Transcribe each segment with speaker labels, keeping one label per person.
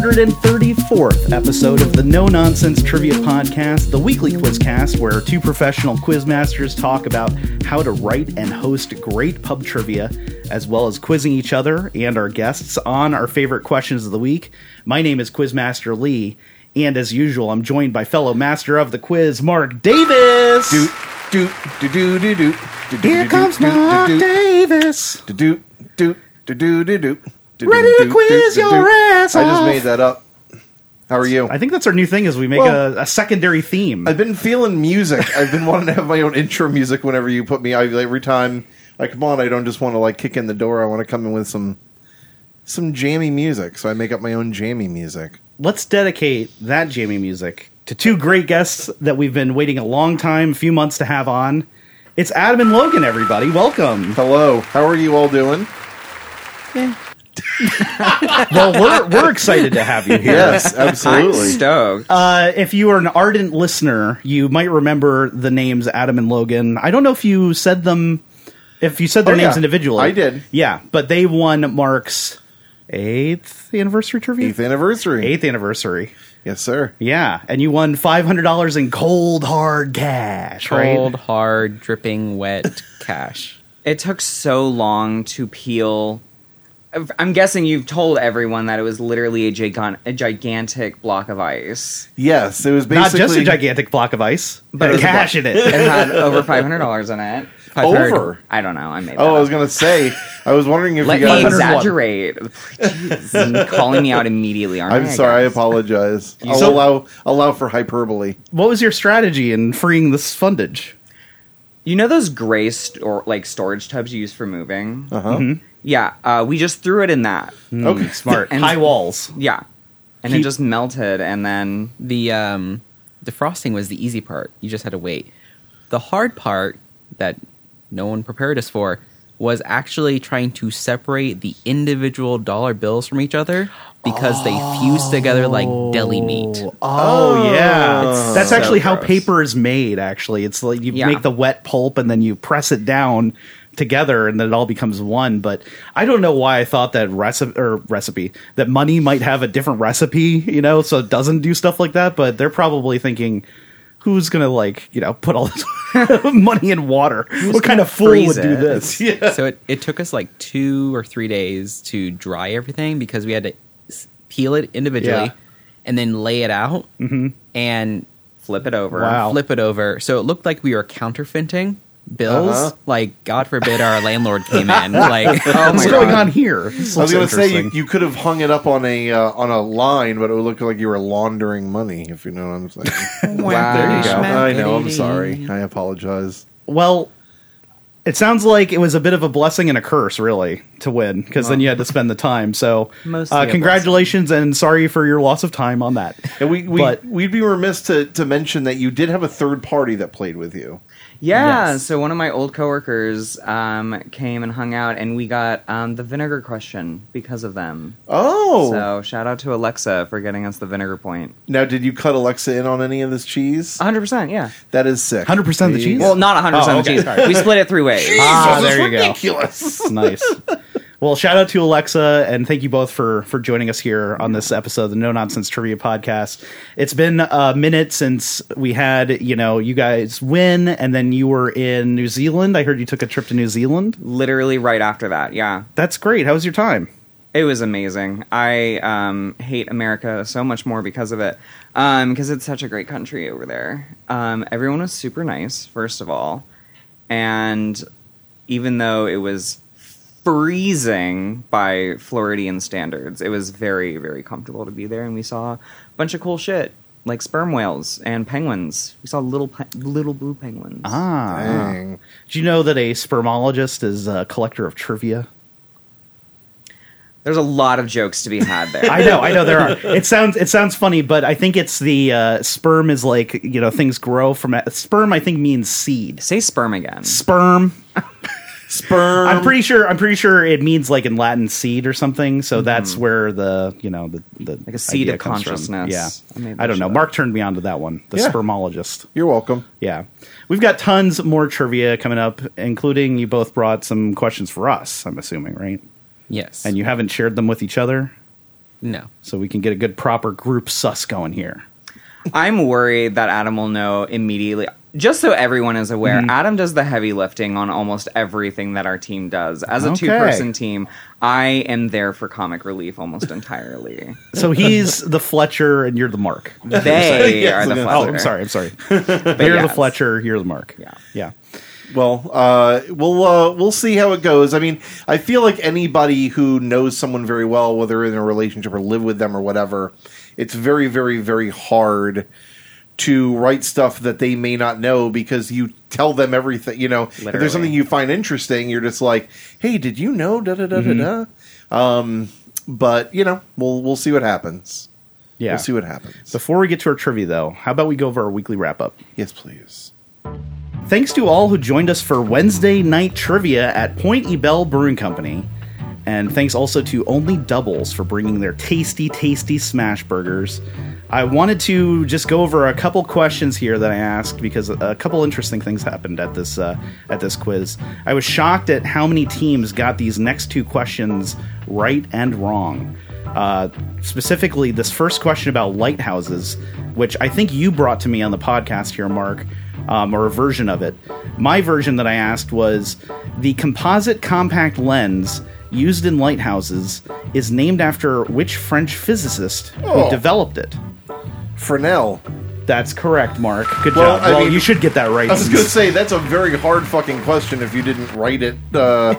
Speaker 1: 234th episode of the No Nonsense Trivia Podcast, the weekly quizcast where two professional quizmasters talk about how to write and host great pub trivia, as well as quizzing each other and our guests on our favorite questions of the week. My name is Quizmaster Lee, and as usual, I'm joined by fellow master of the quiz, Mark Davis.
Speaker 2: Doot, doot, doot, doot, doot, doot. Doot,
Speaker 1: Here
Speaker 2: doot,
Speaker 1: comes
Speaker 2: doot, doot,
Speaker 1: Mark
Speaker 2: doot,
Speaker 1: Davis.
Speaker 2: doot, doot, doot, doot, doot, doot, doot, doot,
Speaker 1: Ready to
Speaker 2: doot,
Speaker 1: quiz
Speaker 2: doot, doot,
Speaker 1: your
Speaker 2: doot.
Speaker 1: ass
Speaker 2: I just
Speaker 1: off.
Speaker 2: made that up. How are you?
Speaker 1: I think that's our new thing is we make
Speaker 2: Well-
Speaker 1: a, a secondary theme.
Speaker 2: I've been feeling music. I've been wanting to have my own intro music whenever you put me. I, every time I come on, I don't just want to like kick in the door. I want to come in with some some jammy music. So I make up my own jammy music.
Speaker 1: let's dedicate that Jamie music to two great guests that we've been waiting a long time, a few months to have on. It's Adam and Logan, everybody. Welcome.
Speaker 2: Hello, how are you all doing?
Speaker 1: Well, we're, we're excited to have you here.
Speaker 2: Yes, absolutely.
Speaker 3: stoked.
Speaker 1: Uh, if you are an ardent listener, you might remember the names Adam and Logan. I don't know if you said them, if you said their
Speaker 2: Oh,
Speaker 1: names
Speaker 2: yeah.
Speaker 1: individually.
Speaker 2: I did.
Speaker 1: Yeah, but they won Mark's eighth anniversary trivia?
Speaker 2: Eighth anniversary.
Speaker 1: eighth anniversary.
Speaker 2: Yes, sir.
Speaker 1: Yeah, and you won five hundred dollars in cold hard cash, right?
Speaker 3: Cold, hard, dripping, wet cash. It took so long to peel. I'm guessing you've told everyone that it was literally a, gigan- a gigantic block of ice.
Speaker 2: Yes, it was
Speaker 1: Not
Speaker 2: basically
Speaker 1: just a gigantic block of ice,
Speaker 3: It
Speaker 1: but
Speaker 3: was a
Speaker 1: cash in
Speaker 3: It
Speaker 1: it.
Speaker 3: had over $500 in it.
Speaker 2: Over?
Speaker 3: I don't know. I made that
Speaker 2: Oh, I was
Speaker 3: up.
Speaker 2: gonna say. I was wondering if
Speaker 3: Let
Speaker 2: you
Speaker 3: me
Speaker 2: guys.
Speaker 1: 501.
Speaker 3: exaggerate. Jeez, you're calling me out immediately, aren't
Speaker 2: I'm
Speaker 3: I, I
Speaker 2: sorry. I
Speaker 3: guess?
Speaker 2: apologize. I'll
Speaker 1: So-
Speaker 2: allow allow for hyperbole.
Speaker 1: What was your strategy in freeing this fundage?
Speaker 3: You know those gray stor- like storage tubs you use for moving?
Speaker 2: Uh huh.
Speaker 3: Yeah, uh, we just threw it in that.
Speaker 2: Okay.
Speaker 1: Smart
Speaker 3: And-
Speaker 1: high walls.
Speaker 3: Yeah. And
Speaker 1: He-
Speaker 3: it just melted, and then
Speaker 4: The um, defrosting was the easy part. You just had to wait. The hard part that no one prepared us for was actually trying to separate the individual dollar bills from each other because they fused together like deli meat.
Speaker 1: Oh, yeah,
Speaker 3: It's
Speaker 1: that's
Speaker 3: so
Speaker 1: actually how
Speaker 3: gross.
Speaker 1: paper is made. Actually, it's like you
Speaker 3: Yeah.
Speaker 1: make the wet pulp and then you press it down together, and then it all becomes one. But I don't know why I thought that recipe or recipe that money might have a different recipe, you know, so it doesn't do stuff like that. But they're probably thinking. Who's gonna like you know put all this money in water? what kind of fool would
Speaker 3: freeze
Speaker 1: do
Speaker 3: it?
Speaker 1: this? Yeah.
Speaker 4: so it, it took us like two or three days to dry everything because we had to s- peel it individually
Speaker 1: Yeah.
Speaker 4: and then lay it out
Speaker 3: Mm-hmm.
Speaker 4: and
Speaker 3: flip it over.
Speaker 1: Wow.
Speaker 4: flip it over. So it looked like we were counterfeiting bills.
Speaker 2: Uh-huh.
Speaker 4: Like, God forbid our landlord came in. Like, oh
Speaker 1: What's
Speaker 4: my
Speaker 1: going
Speaker 4: God.
Speaker 1: on here? This
Speaker 2: I was gonna
Speaker 1: looks
Speaker 2: say you,
Speaker 1: interesting.
Speaker 2: you could have hung it up on a uh, on a line, but it would look like you were laundering money. If you know what I'm saying.
Speaker 3: Wow.
Speaker 2: there you go.
Speaker 3: Schmack
Speaker 2: I know. I'm sorry. I apologize.
Speaker 1: Well, it sounds like it was a bit of a blessing and a curse, really, to win, because then you had to spend the time. So,
Speaker 3: Mostly
Speaker 1: uh,
Speaker 3: a
Speaker 1: congratulations and sorry for your loss of time on that.
Speaker 2: And we, we
Speaker 1: But-
Speaker 2: we'd be remiss to to mention that you did have a third party that played with you.
Speaker 3: Yeah.
Speaker 4: Yes.
Speaker 3: So one of my old coworkers um, came and hung out, and we got um, the vinegar question because of them.
Speaker 2: Oh,
Speaker 3: So shout out to Alexa for getting us the vinegar point.
Speaker 2: now did you cut Alexa in on any of this cheese?
Speaker 3: 100%, yeah.
Speaker 2: that is sick.
Speaker 1: 100% of the
Speaker 2: Yeah.
Speaker 1: cheese?
Speaker 3: Well, not 100%
Speaker 1: Oh,
Speaker 3: of
Speaker 1: okay.
Speaker 3: cheese.
Speaker 1: Sorry.
Speaker 3: We split it three ways.
Speaker 1: Ah,
Speaker 2: Jesus,
Speaker 1: there you go.
Speaker 2: ridiculous.
Speaker 1: nice. Well, shout out to Alexa and thank you both for for joining us here on this episode of the No Nonsense Trivia Podcast. It's been a minute since we had, you know, you guys win and then you were in New Zealand. I heard you took a trip to New Zealand.
Speaker 3: Literally right after that, yeah.
Speaker 1: That's great. How was your time?
Speaker 3: It was amazing. I um, hate America so much more because of it, because it's such a great country over there. Um, everyone was super nice, first of all, and even though it was freezing by Floridian standards, it was very, very comfortable to be there, and we saw a bunch of cool shit like sperm whales and penguins. We saw little pe- little blue penguins.
Speaker 1: Ah.
Speaker 2: Dang.
Speaker 1: Do you know that a spermologist is a collector of trivia?
Speaker 3: There's a lot of jokes to be had there.
Speaker 1: I know, I know there are. It sounds it sounds funny, but I think it's the uh, sperm is like you know things grow from a, sperm. I think means seed.
Speaker 3: Say sperm again.
Speaker 1: Sperm.
Speaker 2: Sperm.
Speaker 1: I'm pretty sure. I'm pretty sure it means like in Latin seed or something. So that's where the you know the, the
Speaker 3: Mm-hmm. Like a seed
Speaker 1: idea
Speaker 3: of
Speaker 1: comes from.
Speaker 3: consciousness. I
Speaker 1: Yeah,
Speaker 3: made
Speaker 1: I don't
Speaker 3: that
Speaker 1: know.
Speaker 3: shit
Speaker 1: Mark turned me on to that one. The
Speaker 2: Yeah.
Speaker 1: spermologist.
Speaker 2: You're welcome.
Speaker 1: Yeah. We've got tons more trivia coming up, including you both brought some questions for us, I'm assuming, right?
Speaker 4: Yes.
Speaker 1: And you haven't shared them with each other?
Speaker 4: No.
Speaker 1: so we can get a good proper group sus going here.
Speaker 3: I'm worried that Adam will know immediately. Just so everyone is aware,
Speaker 1: Mm-hmm.
Speaker 3: Adam does the heavy lifting on almost everything that our team does. As a
Speaker 1: Okay.
Speaker 3: two person team, I am there for comic relief almost entirely.
Speaker 1: So he's the Fletcher and you're the Mark.
Speaker 3: they
Speaker 2: Yes,
Speaker 3: are the
Speaker 2: yes.
Speaker 1: Oh,
Speaker 3: Fletcher.
Speaker 1: I'm sorry. I'm sorry. You're the
Speaker 3: yes.
Speaker 1: Fletcher. You're the Mark.
Speaker 3: Yeah.
Speaker 1: Yeah.
Speaker 2: Well, uh, we'll uh, we'll see how it goes. I mean, I feel like anybody who knows someone very well, whether in a relationship or live with them or whatever, it's very, very, very hard to write stuff that they may not know because you tell them everything. You know, if
Speaker 3: Literally.
Speaker 2: there's something you find interesting, you're just like, "Hey, did you know?" Da da da da
Speaker 1: Mm-hmm.
Speaker 2: da. Um, but you know, we'll we'll see what happens.
Speaker 1: Yeah.
Speaker 2: We'll see what happens.
Speaker 1: Before we get to our trivia, though, how about we go over our weekly wrap up?
Speaker 2: yes, please.
Speaker 1: Thanks to all who joined us for Wednesday night trivia at Point Ebel Brewing Company. And thanks also to Only Doubles for bringing their tasty, tasty smash burgers. I wanted to just go over a couple questions here that I asked because a couple interesting things happened at this uh, at this quiz. I was shocked at how many teams got these next two questions right and wrong. Uh, specifically, this first question about lighthouses, which I think you brought to me on the podcast here, Mark um, or a version of it. My version that I asked was the composite compact lens used in lighthouses is named after which French physicist
Speaker 2: Oh.
Speaker 1: who developed it.
Speaker 2: Fresnel.
Speaker 1: That's correct, Mark. Good
Speaker 2: Well,
Speaker 1: job.
Speaker 2: I
Speaker 1: well,
Speaker 2: mean-
Speaker 1: you should get that right.
Speaker 2: I was
Speaker 1: since-
Speaker 2: going to say that's a very hard fucking question if you didn't write it uh,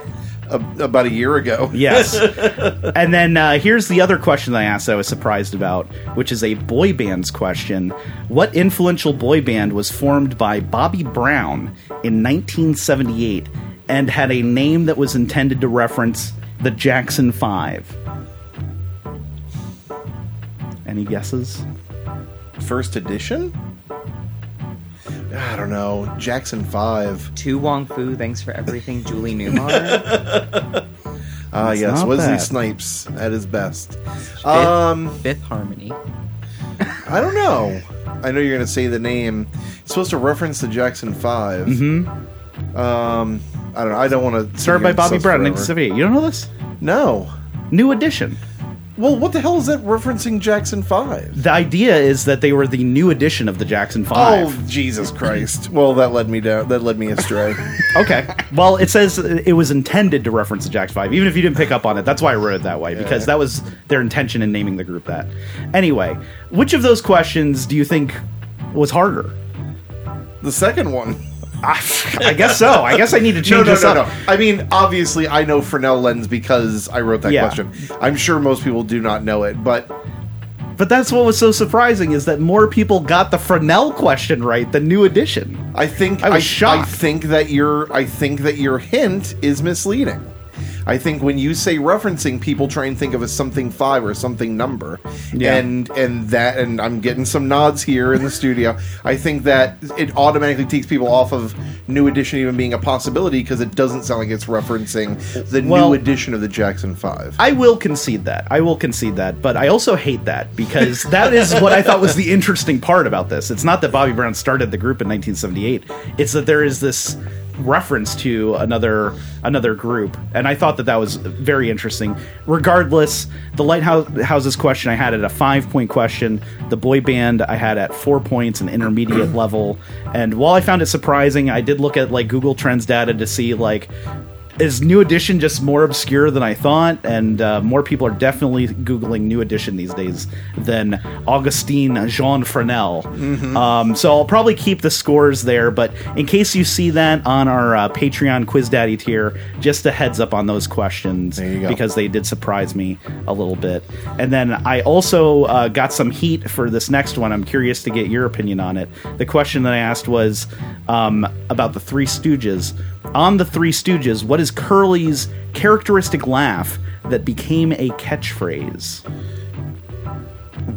Speaker 2: a, about a year ago.
Speaker 1: Yes. and then uh, here's the other question that I asked that I was surprised about, which is a boy band's question. What influential boy band was formed by Bobby Brown in 1978 and had a name that was intended to reference the Jackson Five? Any guesses?
Speaker 2: First edition. I don't know. Jackson Five.
Speaker 3: Tu Wong Fu, thanks for everything, Julie Newmar.
Speaker 2: Ah, yes,
Speaker 1: not
Speaker 2: Wesley
Speaker 1: bad.
Speaker 2: Snipes at his best.
Speaker 4: Fifth,
Speaker 2: Um,
Speaker 4: Fifth Harmony.
Speaker 2: I don't know. I know you're going to say the name. It's supposed to reference the Jackson 5 Mm-hmm. Um, I don't know. I don't want to
Speaker 1: Started by Bobby Brown, 1978. You don't know this?
Speaker 2: No.
Speaker 1: New Edition.
Speaker 2: Well, what the hell is that referencing Jackson Five?
Speaker 1: The idea is that they were the new edition of the Jackson Five.
Speaker 2: Oh, Jesus Christ! Well, that led me down. That led me astray.
Speaker 1: Okay. Well, it says it was intended to reference the Jack Five, even if you didn't pick up on it. That's why I wrote it that way because that was their intention in naming the group that. Anyway, which of those questions do you think was harder?
Speaker 2: The second one.
Speaker 1: I, I guess so. I guess I need to change
Speaker 2: No, no,
Speaker 1: this
Speaker 2: no,
Speaker 1: up.
Speaker 2: no. I mean, obviously, I know Fresnel lens because I wrote that
Speaker 1: Yeah.
Speaker 2: question. I'm sure most people do not know it, but
Speaker 1: But that's what was so surprising is that more people got the Fresnel question right than New Edition.
Speaker 2: I think
Speaker 1: I was
Speaker 2: I
Speaker 1: shocked.
Speaker 2: think that your I think that your hint is misleading. I think when you say referencing, people try and think of a something five or something number,
Speaker 1: Yeah.
Speaker 2: and and that and I'm getting some nods here in the studio. I think that it automatically takes people off of New Edition even being a possibility because it doesn't sound like it's referencing the
Speaker 1: Well-
Speaker 2: new edition of the Jackson Five.
Speaker 1: I will concede that. I will concede that, but I also hate that because that is what I thought was the interesting part about this. It's not that Bobby Brown started the group in 1978. It's that there is this reference to another another group, and I thought that that was very interesting. Regardless, the lighthouse houses question I had at a five point question. The boy band I had at four points, an intermediate level. And while I found it surprising, I did look at like Google Trends data to see like is New Edition just more obscure than I thought, and uh, more people are definitely googling New Edition these days than Augustine Jean Fresnel.
Speaker 2: Mm-hmm.
Speaker 1: Um, so I'll probably keep the scores there, but in case you see that on our uh, Patreon Quiz Daddy tier, just a heads up on those questions
Speaker 2: There you go.
Speaker 1: because they did surprise me a little bit. And then I also uh, got some heat for this next one. I'm curious to get your opinion on it. The question that I asked was um, about the Three Stooges. On the Three Stooges, what is Curly's characteristic laugh that became a catchphrase?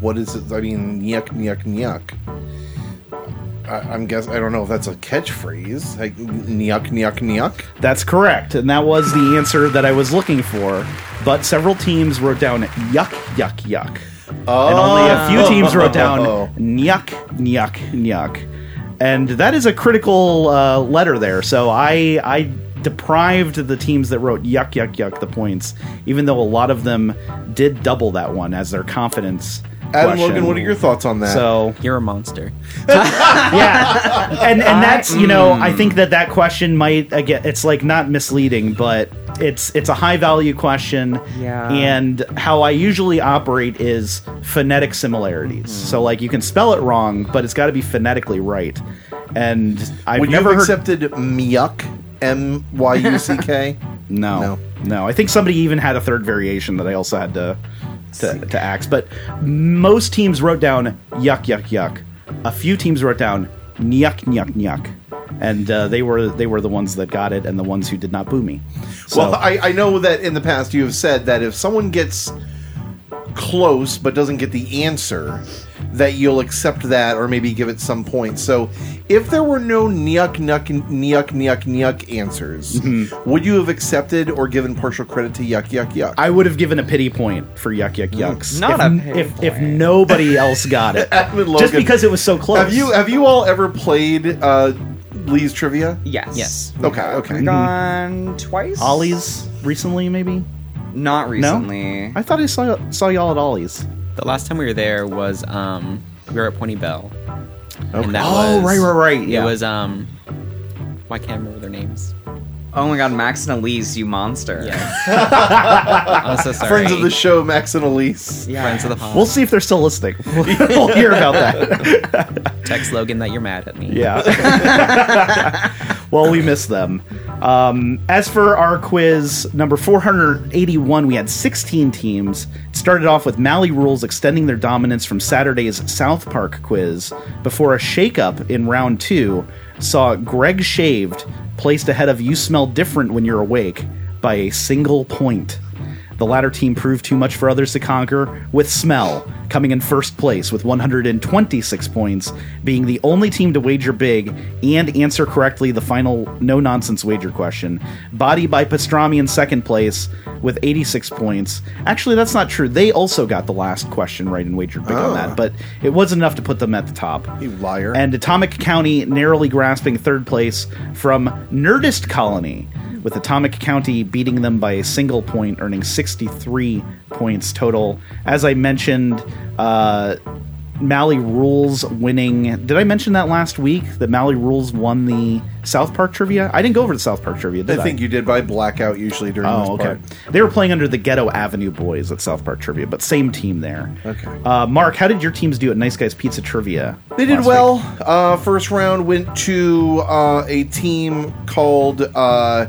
Speaker 2: what is it? I mean, yuck, yuck, yuck. I, I'm guess I don't know if that's a catchphrase. Like yuck, yuck, yuck.
Speaker 1: That's correct, and that was the answer that I was looking for. But several teams wrote down yuck, yuck, yuck. And only a
Speaker 2: Oh.
Speaker 1: few teams wrote down nyuk, nyuk, nyuk. And that is a critical uh, letter there. So I, I deprived the teams that wrote yuck yuck yuck the points, even though a lot of them did double that one as their confidence.
Speaker 2: Adam
Speaker 1: question.
Speaker 2: Logan, what are your thoughts on that?
Speaker 1: So
Speaker 4: You're a monster.
Speaker 1: yeah, and and that's you know I think that that question might again it's like not misleading, but it's it's a high value question.
Speaker 3: Yeah.
Speaker 1: And how I usually operate is phonetic similarities. So like you can spell it wrong, but it's got to be phonetically right. And I've
Speaker 2: would you have
Speaker 1: never heard
Speaker 2: accepted Myuck, M Y U C K?
Speaker 1: no,
Speaker 2: No.
Speaker 1: no, I think somebody even had a third variation that I also had to to, to axe. But most teams wrote down yuck yuck yuck. A few teams wrote down nyuck nyuck nyuck, and uh, they were they were the ones that got it and the ones who did not boo me. So,
Speaker 2: Well, I, I know that in the past you have said that if someone gets close but doesn't get the answer, that you'll accept that or maybe give it some points. So, if there were no nyuk nyuk nyuk nyuk nyuk answers, would you have accepted or given partial credit to yuck yuck yuck?
Speaker 1: Mm-hmm. I would have given a pity point for yuck yuck yucks.
Speaker 3: Not
Speaker 1: if,
Speaker 3: a pity
Speaker 1: if, if
Speaker 3: point.
Speaker 1: nobody else got it,
Speaker 2: Adam and
Speaker 1: just
Speaker 2: Logan.
Speaker 1: because it was so close.
Speaker 2: have you have you all ever played uh, Lee's trivia?
Speaker 3: Yes.
Speaker 4: Yes.
Speaker 2: Okay,
Speaker 3: We've
Speaker 2: okay.
Speaker 3: gone twice.
Speaker 1: Mm-hmm. Ollie's recently? Maybe
Speaker 3: Not recently.
Speaker 1: I thought I saw saw y'all at Ollie's.
Speaker 4: The last time we were there was um we were at Pony Bell.
Speaker 2: Okay.
Speaker 4: And that
Speaker 1: Oh,
Speaker 4: was,
Speaker 1: right, right, right, yeah.
Speaker 4: It was um why can't I remember their names?
Speaker 3: Oh my god, Max and Elise, you monster.
Speaker 4: Yes. I'm so sorry.
Speaker 2: Friends of the show, Max and Elise.
Speaker 3: Yeah.
Speaker 4: Friends of the pod.
Speaker 1: We'll see if they're still listening. we'll hear about that.
Speaker 4: Text Logan that you're mad at me.
Speaker 1: Yeah. well, we miss them. Um, as for our quiz number 481, we had 16 teams. It started off with Mally Rules extending their dominance from Saturday's South Park quiz before a shakeup in round two saw Greg Shaved placed ahead of You Smell Different When You're Awake by a single point. The latter team proved too much for others to conquer, with Smell coming in first place with 126 points, being the only team to wager big and answer correctly the final no nonsense wager question. Body by Pastrami in second place with 86 points. Actually, that's not true. They also got the last question right and wagered big on that, but it wasn't enough to put them at the top.
Speaker 2: You liar.
Speaker 1: And Atomic County narrowly grasping third place from Nerdist Colony, with Atomic County beating them by a single point, earning 63 points total. As I mentioned, uh, Mally Rules winning. Did I mention that last week that Mally Rules won the South Park trivia? I didn't go over to South Park trivia,
Speaker 2: I
Speaker 1: did I?
Speaker 2: think you did by blackout usually during this
Speaker 1: Oh, okay.
Speaker 2: part.
Speaker 1: They were playing under the Ghetto Avenue Boys at South Park Trivia, but same team there.
Speaker 2: Okay.
Speaker 1: Uh, Mark, how did your teams do at Nice Guys Pizza Trivia?
Speaker 2: They did
Speaker 1: last week?
Speaker 2: well. Uh, first round went to uh, a team called uh,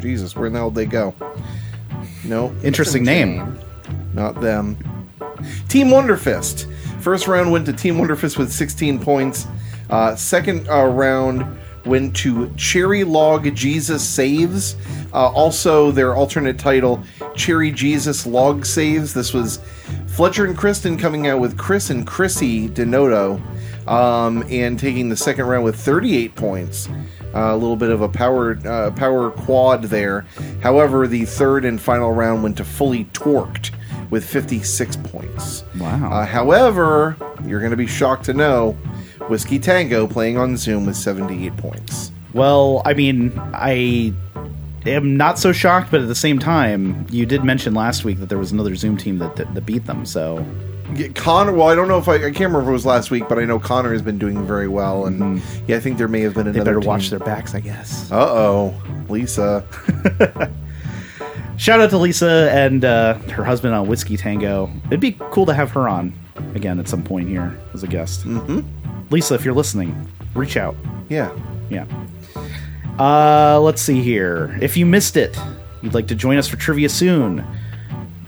Speaker 2: Jesus. Where in the hell did they go? No,
Speaker 1: Interesting name.
Speaker 2: not them. Team Wonderfist. First round went to Team Wonderfist with 16 points. Uh, second uh, round went to Cherry Log Jesus Saves. Uh, also, their alternate title, Cherry Jesus Log Saves. This was Fletcher and Kristen coming out with Chris and Chrissy Denoto um, and taking the second round with 38 points. Uh, a little bit of a power uh, power quad there. However, the third and final round went to fully torqued with 56 points.
Speaker 1: Wow.
Speaker 2: Uh, however, you're going to be shocked to know Whiskey Tango playing on Zoom with 78 points.
Speaker 1: Well, I mean, I am not so shocked, but at the same time, you did mention last week that there was another Zoom team that, that, that beat them. So,
Speaker 2: Yeah, Connor, well, I don't know if I, I can't remember if it was last week, but I know Connor has been doing very well, and yeah, I think there may have been
Speaker 1: Mm-hmm. they
Speaker 2: another.
Speaker 1: better watch their backs, I guess.
Speaker 2: Uh oh, Lisa.
Speaker 1: Shout out to Lisa and uh, her husband on Whiskey Tango. It'd be cool to have her on again at some point here as a guest. Mm-hmm. Lisa, if you're listening, reach out.
Speaker 2: Yeah,
Speaker 1: Yeah. Uh, let's see here. If you missed it, you'd like to join us for trivia soon.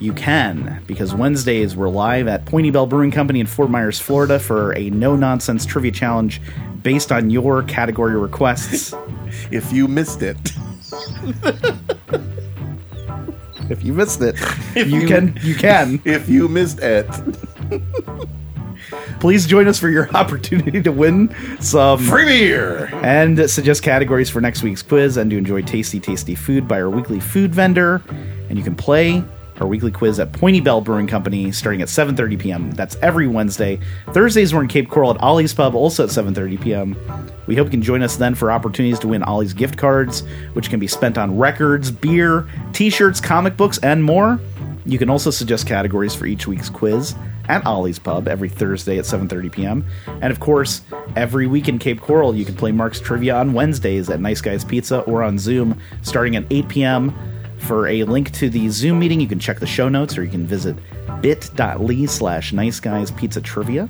Speaker 1: You can, because Wednesdays we're live at Pointy Bell Brewing Company in Fort Myers, Florida for a no nonsense trivia challenge based on your category requests.
Speaker 2: if you missed it,
Speaker 1: if you missed it, you can you can.
Speaker 2: if you missed it,
Speaker 1: Please join us for your opportunity to win some
Speaker 2: free beer.
Speaker 1: and suggest categories for next week's quiz and to enjoy tasty, tasty food by our weekly food vendor. And you can play our weekly quiz at Pointy Bell Brewing Company starting at 7.30 p.m. That's every Wednesday. Thursdays we're in Cape Coral at Ollie's Pub, also at 7.30 p.m. We hope you can join us then for opportunities to win Ollie's gift cards, which can be spent on records, beer, t-shirts, comic books, and more. You can also suggest categories for each week's quiz at Ollie's Pub every Thursday at 7:30 p.m. And of course, every week in Cape Coral, you can play Mark's Trivia on Wednesdays at Nice Guys Pizza or on Zoom starting at 8 p.m. For a link to the Zoom meeting, you can check the show notes or you can visit bit.ly slash nice guys pizza trivia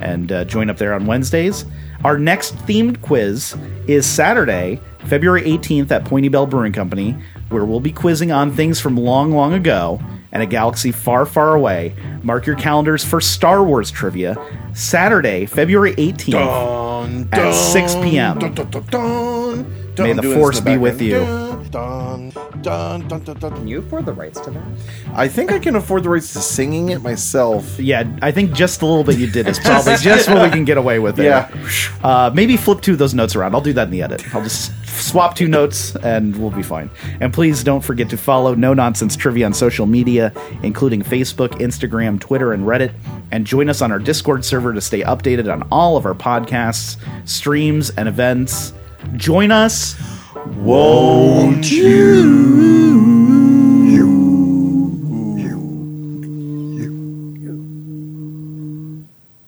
Speaker 1: and uh, join up there on Wednesdays. Our next themed quiz is Saturday, February 18th at Pointy Bell Brewing Company, where we'll be quizzing on things from long, long ago and a galaxy far, far away. Mark your calendars for Star Wars trivia Saturday, February 18th
Speaker 2: Oh.
Speaker 1: at 6 p.m. May the force be with you.
Speaker 3: Can you afford the rights to that?
Speaker 2: I think I can afford the rights to singing it myself.
Speaker 1: Yeah, I think just the little bit you did is probably just what we can get away with. There.
Speaker 2: Yeah.
Speaker 1: Uh, maybe flip two of those notes around. I'll do that in the edit. I'll just swap two notes and we'll be fine. And please don't forget to follow No Nonsense Trivia on social media, including Facebook, Instagram, Twitter, and Reddit. And join us on our Discord server to stay updated on all of our podcasts, streams, and events. Join us.
Speaker 2: Won't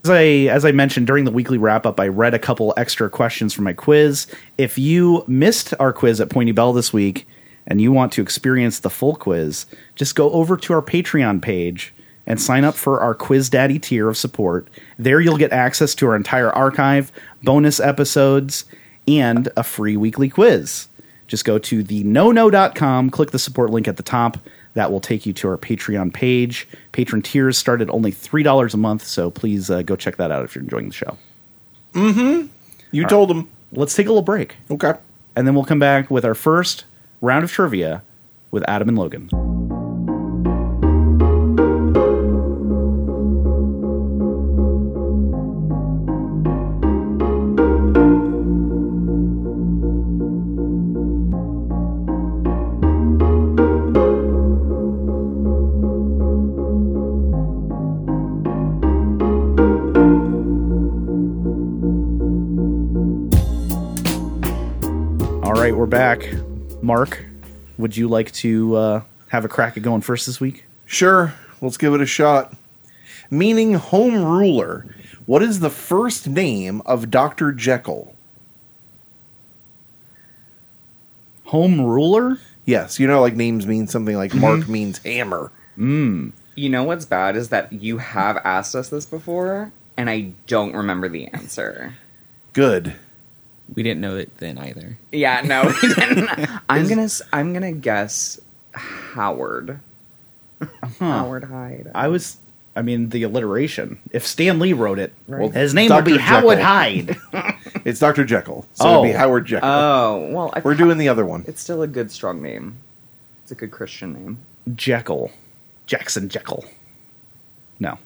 Speaker 1: As I as I mentioned during the weekly wrap up, I read a couple extra questions from my quiz. If you missed our quiz at Pointy Bell this week and you want to experience the full quiz, just go over to our Patreon page and sign up for our Quiz Daddy tier of support. There you'll get access to our entire archive, bonus episodes, and a free weekly quiz. Just go to the nono.com, click the support link at the top. That will take you to our Patreon page. Patron tiers start at only $3 a month, so please uh, go check that out if you're enjoying the show.
Speaker 2: You told him.
Speaker 1: Let's take a little break,
Speaker 2: Okay.
Speaker 1: and then we'll come back with our first round of trivia with Adam and Logan. All right, we're back. Mark, would you like to uh, have a crack at going first this week?
Speaker 2: Sure, let's give it a shot. Meaning home ruler. What is the first name of Dr. Jekyll?
Speaker 1: Home ruler?
Speaker 2: Yes, you know, like names mean something
Speaker 1: Mm-hmm.
Speaker 2: like Mark means hammer.
Speaker 3: You know what's bad is that you have asked us this before, and I don't remember the answer.
Speaker 2: Good.
Speaker 4: We didn't know it then either.
Speaker 3: Yeah, no. we didn't. I'm gonna s- I'm gonna guess Howard. Howard Hyde.
Speaker 1: I was, I mean, the alliteration. If Stan Lee wrote it,
Speaker 2: Right.
Speaker 1: his name
Speaker 2: Dr.
Speaker 1: would be Howard
Speaker 2: Jekyll.
Speaker 1: Hyde.
Speaker 2: It's Dr. Jekyll. So it'd be
Speaker 1: Oh.
Speaker 2: Howard Jekyll.
Speaker 3: oh well, I
Speaker 2: We're doing the other one.
Speaker 3: It's still a good strong name. It's a good Christian name.
Speaker 1: Jekyll. Jackson Jekyll. No.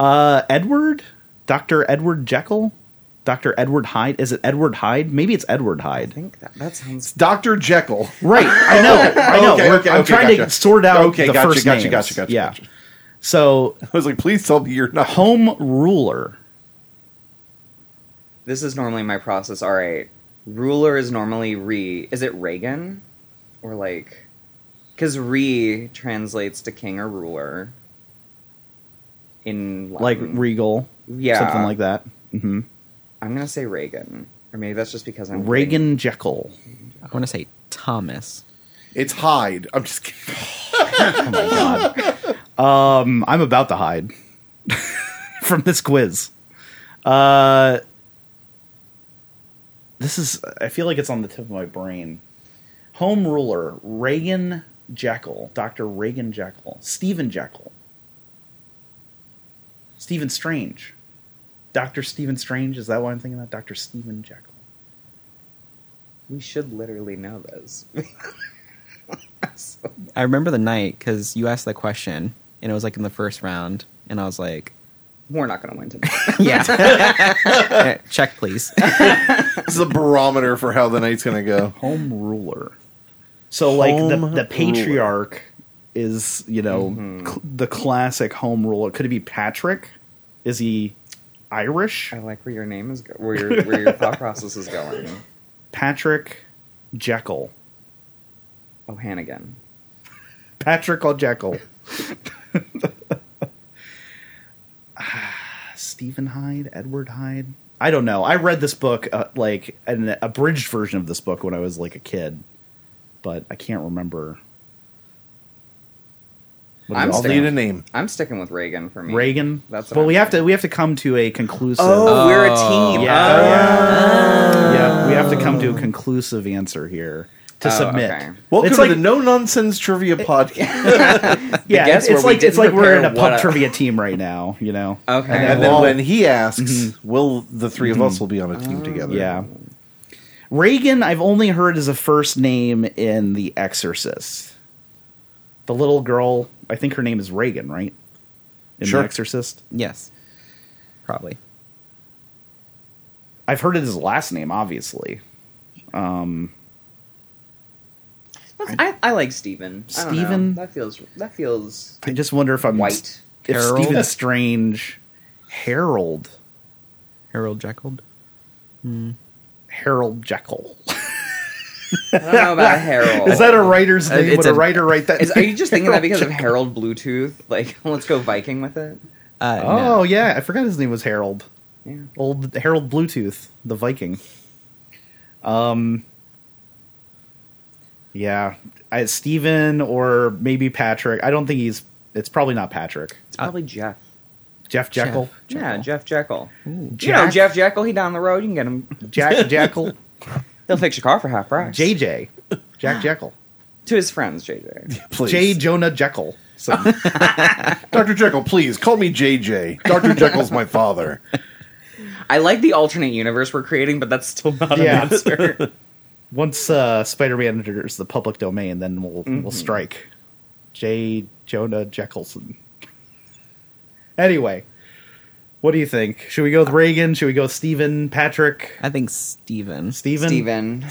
Speaker 1: Uh, Edward? Dr. Edward Jekyll? Dr. Edward Hyde? Is it Edward Hyde? Maybe it's Edward
Speaker 3: I
Speaker 1: Hyde.
Speaker 3: think that that sounds.
Speaker 2: Dr. Jekyll.
Speaker 1: Right. I know. I know.
Speaker 2: Okay,
Speaker 1: We're-
Speaker 2: okay,
Speaker 1: I'm
Speaker 2: okay,
Speaker 1: trying to
Speaker 2: gotcha.
Speaker 1: sort out
Speaker 2: Okay,
Speaker 1: the
Speaker 2: gotcha,
Speaker 1: first
Speaker 2: gotcha,
Speaker 1: names.
Speaker 2: gotcha, gotcha,
Speaker 1: yeah.
Speaker 2: gotcha.
Speaker 1: So,
Speaker 2: I was like, please tell me you're not home.
Speaker 1: home ruler.
Speaker 3: This is normally my process. All right, ruler is normally re. Is it Reagan, or like, because re translates to king or ruler. In
Speaker 1: Like
Speaker 3: Latin.
Speaker 1: regal.
Speaker 3: Yeah.
Speaker 1: Something like that. hmm
Speaker 3: I'm gonna say Reagan, or maybe that's just because I'm getting-
Speaker 1: Reagan Jekyll.
Speaker 4: I want to say Thomas.
Speaker 2: It's Hyde. I'm just kidding.
Speaker 1: Oh my god. Um, I'm about to hide from this quiz. Uh, this is. I feel like it's on the tip of my brain. Home ruler Reagan Jekyll, Doctor Reagan Jekyll, Stephen Jekyll, Stephen Strange, Doctor Stephen Strange. Is that why I'm thinking that? Doctor Stephen Jekyll.
Speaker 3: We should literally know this. So-
Speaker 4: I remember the night because you asked that question, and it was like in the first round, and I was like,
Speaker 3: We're not gonna win tonight.
Speaker 4: "Yeah, "Eh, check please."
Speaker 2: This is a barometer for how the night's going to go.
Speaker 1: Home ruler. Mm-hmm. So like the
Speaker 2: Home
Speaker 1: the patriarch is you know cl- the classic home rule. Could it be Patrick? Is he Irish?
Speaker 3: I like where your name is, go- where your where your thought process is going.
Speaker 1: Patrick Jekyll.
Speaker 3: Oh, O'Hannigan.
Speaker 1: Patrick or Jekyll. Ah, Stephen Hyde, Edward Hyde. I don't know. I read this book uh, like an abridged version of this book when I was like a kid, but I can't remember. What
Speaker 3: I'm
Speaker 1: is it?
Speaker 2: I'll
Speaker 3: staying-
Speaker 2: need a name.
Speaker 3: I'm sticking with Reagan for me.
Speaker 1: Reagan.
Speaker 3: That's what
Speaker 1: but
Speaker 3: I'm
Speaker 1: we have
Speaker 3: thinking.
Speaker 1: to we have to come to a conclusive.
Speaker 3: Oh, we're a team.
Speaker 1: Yeah.
Speaker 3: Oh,
Speaker 1: yeah, we have to come to a conclusive answer here to
Speaker 3: Oh,
Speaker 1: submit.
Speaker 3: okay.
Speaker 2: Welcome
Speaker 1: it's
Speaker 2: to
Speaker 1: like
Speaker 2: the No Nonsense Trivia Podcast.
Speaker 1: yeah,
Speaker 3: guess
Speaker 1: it's, it's
Speaker 3: where we
Speaker 1: like it's
Speaker 3: didn't
Speaker 1: like we're in a
Speaker 3: prepare
Speaker 1: pub
Speaker 3: what a-
Speaker 1: trivia team right now. You know. And
Speaker 3: Okay.
Speaker 1: then
Speaker 2: and then
Speaker 1: we'll- mm-hmm.
Speaker 2: when he asks, will the 3 of us will be on a team together?
Speaker 1: Yeah. Reagan, I've only heard as a first name in The Exorcist. The little girl, I think her name is Reagan, right? In
Speaker 2: Sure.
Speaker 1: The Exorcist.
Speaker 4: Yes. Probably.
Speaker 1: I've heard it as a last name, obviously.
Speaker 3: That's- I, I like Steven. I don't know.
Speaker 1: Steven?
Speaker 3: That feels that feels
Speaker 1: I just wonder if I'm
Speaker 3: white.
Speaker 1: if
Speaker 4: Harold?
Speaker 1: Stephen Strange, Harold,
Speaker 4: Harold Jekyll.
Speaker 1: Harold Jekyll.
Speaker 3: I don't know about Harold.
Speaker 1: Is that a writer's
Speaker 4: Uh,
Speaker 1: name?
Speaker 4: it's
Speaker 1: Would a
Speaker 4: a-
Speaker 1: writer write that?
Speaker 3: Is, are you just thinking that because of Harold Bluetooth? Like, let's go Viking with it.
Speaker 4: Uh,
Speaker 1: Oh
Speaker 4: no.
Speaker 1: yeah, I forgot his name was Harold.
Speaker 3: Yeah.
Speaker 1: Old Harold Bluetooth, the Viking. Um Yeah, I, Steven or maybe Patrick. I don't think he's it's probably not Patrick.
Speaker 3: It's probably Jeff.
Speaker 1: Jeff Uh, Jekyll.
Speaker 3: Yeah, Jeff Jekyll. You know
Speaker 1: Jack-
Speaker 3: Jeff Jekyll. He down the road. You can get him.
Speaker 1: Jack Jekyll.
Speaker 3: They'll fix your car for half price.
Speaker 1: JJ. Jack Jekyll.
Speaker 3: to his friends, JJ.
Speaker 2: Please.
Speaker 1: J Jonah Jekyll. So,
Speaker 2: Dr. Jekyll, please call me JJ. Dr. Jekyll's my father.
Speaker 3: I like the alternate universe we're creating, but that's still not
Speaker 1: Yeah.
Speaker 3: an answer.
Speaker 1: once uh, Spider-Man enters the public domain, then we'll we'll strike. J Jonah Jekyllson. Anyway, what do you think? Should we go with Reagan? Should we go with Steven, Patrick?
Speaker 4: I think Steven.
Speaker 1: Steven?
Speaker 3: Steven.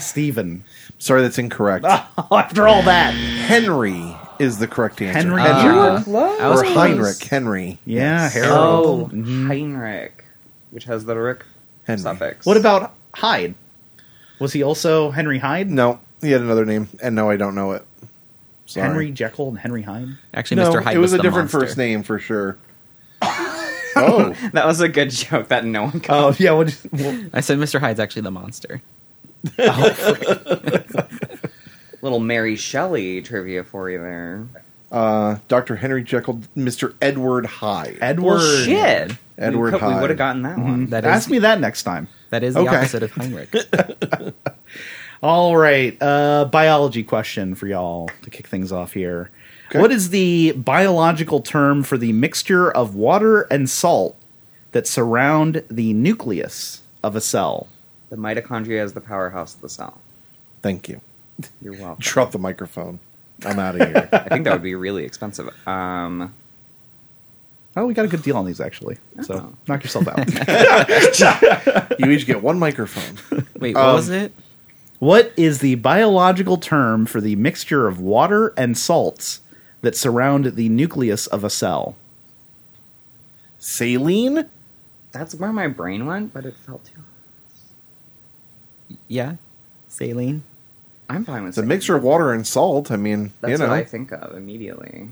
Speaker 1: Steven.
Speaker 2: Sorry, that's incorrect.
Speaker 1: Ah. Oh, After all that.
Speaker 2: Henry is the correct answer.
Speaker 1: Henry. Ah.
Speaker 4: Uh,
Speaker 1: Henry?
Speaker 4: I
Speaker 3: Close.
Speaker 4: was
Speaker 2: or
Speaker 4: close.
Speaker 2: Heinrich Henry.
Speaker 1: yeah,
Speaker 3: Oh,
Speaker 1: Harold.
Speaker 3: Heinrich, which has the Rick
Speaker 2: Henry.
Speaker 3: suffix.
Speaker 1: What about Hyde? Was he also Henry Hyde?
Speaker 2: No, he had another name, and no, I don't know it. Sorry.
Speaker 1: Henry Jekyll and Henry Hyde?
Speaker 4: Actually,
Speaker 2: No,
Speaker 4: Mr. Hyde
Speaker 2: it was,
Speaker 4: was
Speaker 2: a
Speaker 4: the
Speaker 2: different
Speaker 4: monster.
Speaker 2: first name for sure. oh,
Speaker 3: That was a good joke that no one. Caught.
Speaker 1: Oh, yeah. What, well,
Speaker 4: I said Mr. Hyde's actually the monster.
Speaker 3: Oh. Little Mary Shelley trivia for you there.
Speaker 2: uh, Doctor Henry Jekyll, Mister Edward Hyde.
Speaker 1: Edward.
Speaker 3: Well, shit.
Speaker 2: Edward
Speaker 3: we could- we
Speaker 2: Hyde.
Speaker 3: would have gotten that one.
Speaker 4: That is,
Speaker 1: Ask me that next time.
Speaker 4: that is the
Speaker 2: Okay.
Speaker 4: opposite of Heinrich.
Speaker 1: All right, uh, biology question for y'all to kick things off here.
Speaker 2: Okay.
Speaker 1: What is the biological term for the mixture of water and salt that surround the nucleus of a cell?
Speaker 3: The mitochondria is the powerhouse of the cell.
Speaker 2: Thank you.
Speaker 3: You're welcome.
Speaker 2: Drop the microphone. I'm out of here.
Speaker 3: I think that would be really expensive. Um,
Speaker 1: Oh, we got a good deal on these actually. So
Speaker 3: Oh.
Speaker 1: knock yourself out.
Speaker 2: you each get one microphone.
Speaker 4: Wait, what
Speaker 2: Um,
Speaker 4: was it?
Speaker 1: what is the biological term for the mixture of water and salts that surround the nucleus of a cell?
Speaker 2: Saline.
Speaker 3: that's where my brain went, but it felt too.
Speaker 4: Yeah, saline.
Speaker 3: I'm fine with
Speaker 2: It's a
Speaker 3: saying
Speaker 2: mixture of water and salt. I mean,
Speaker 3: That's
Speaker 2: you know,
Speaker 3: what I think of immediately.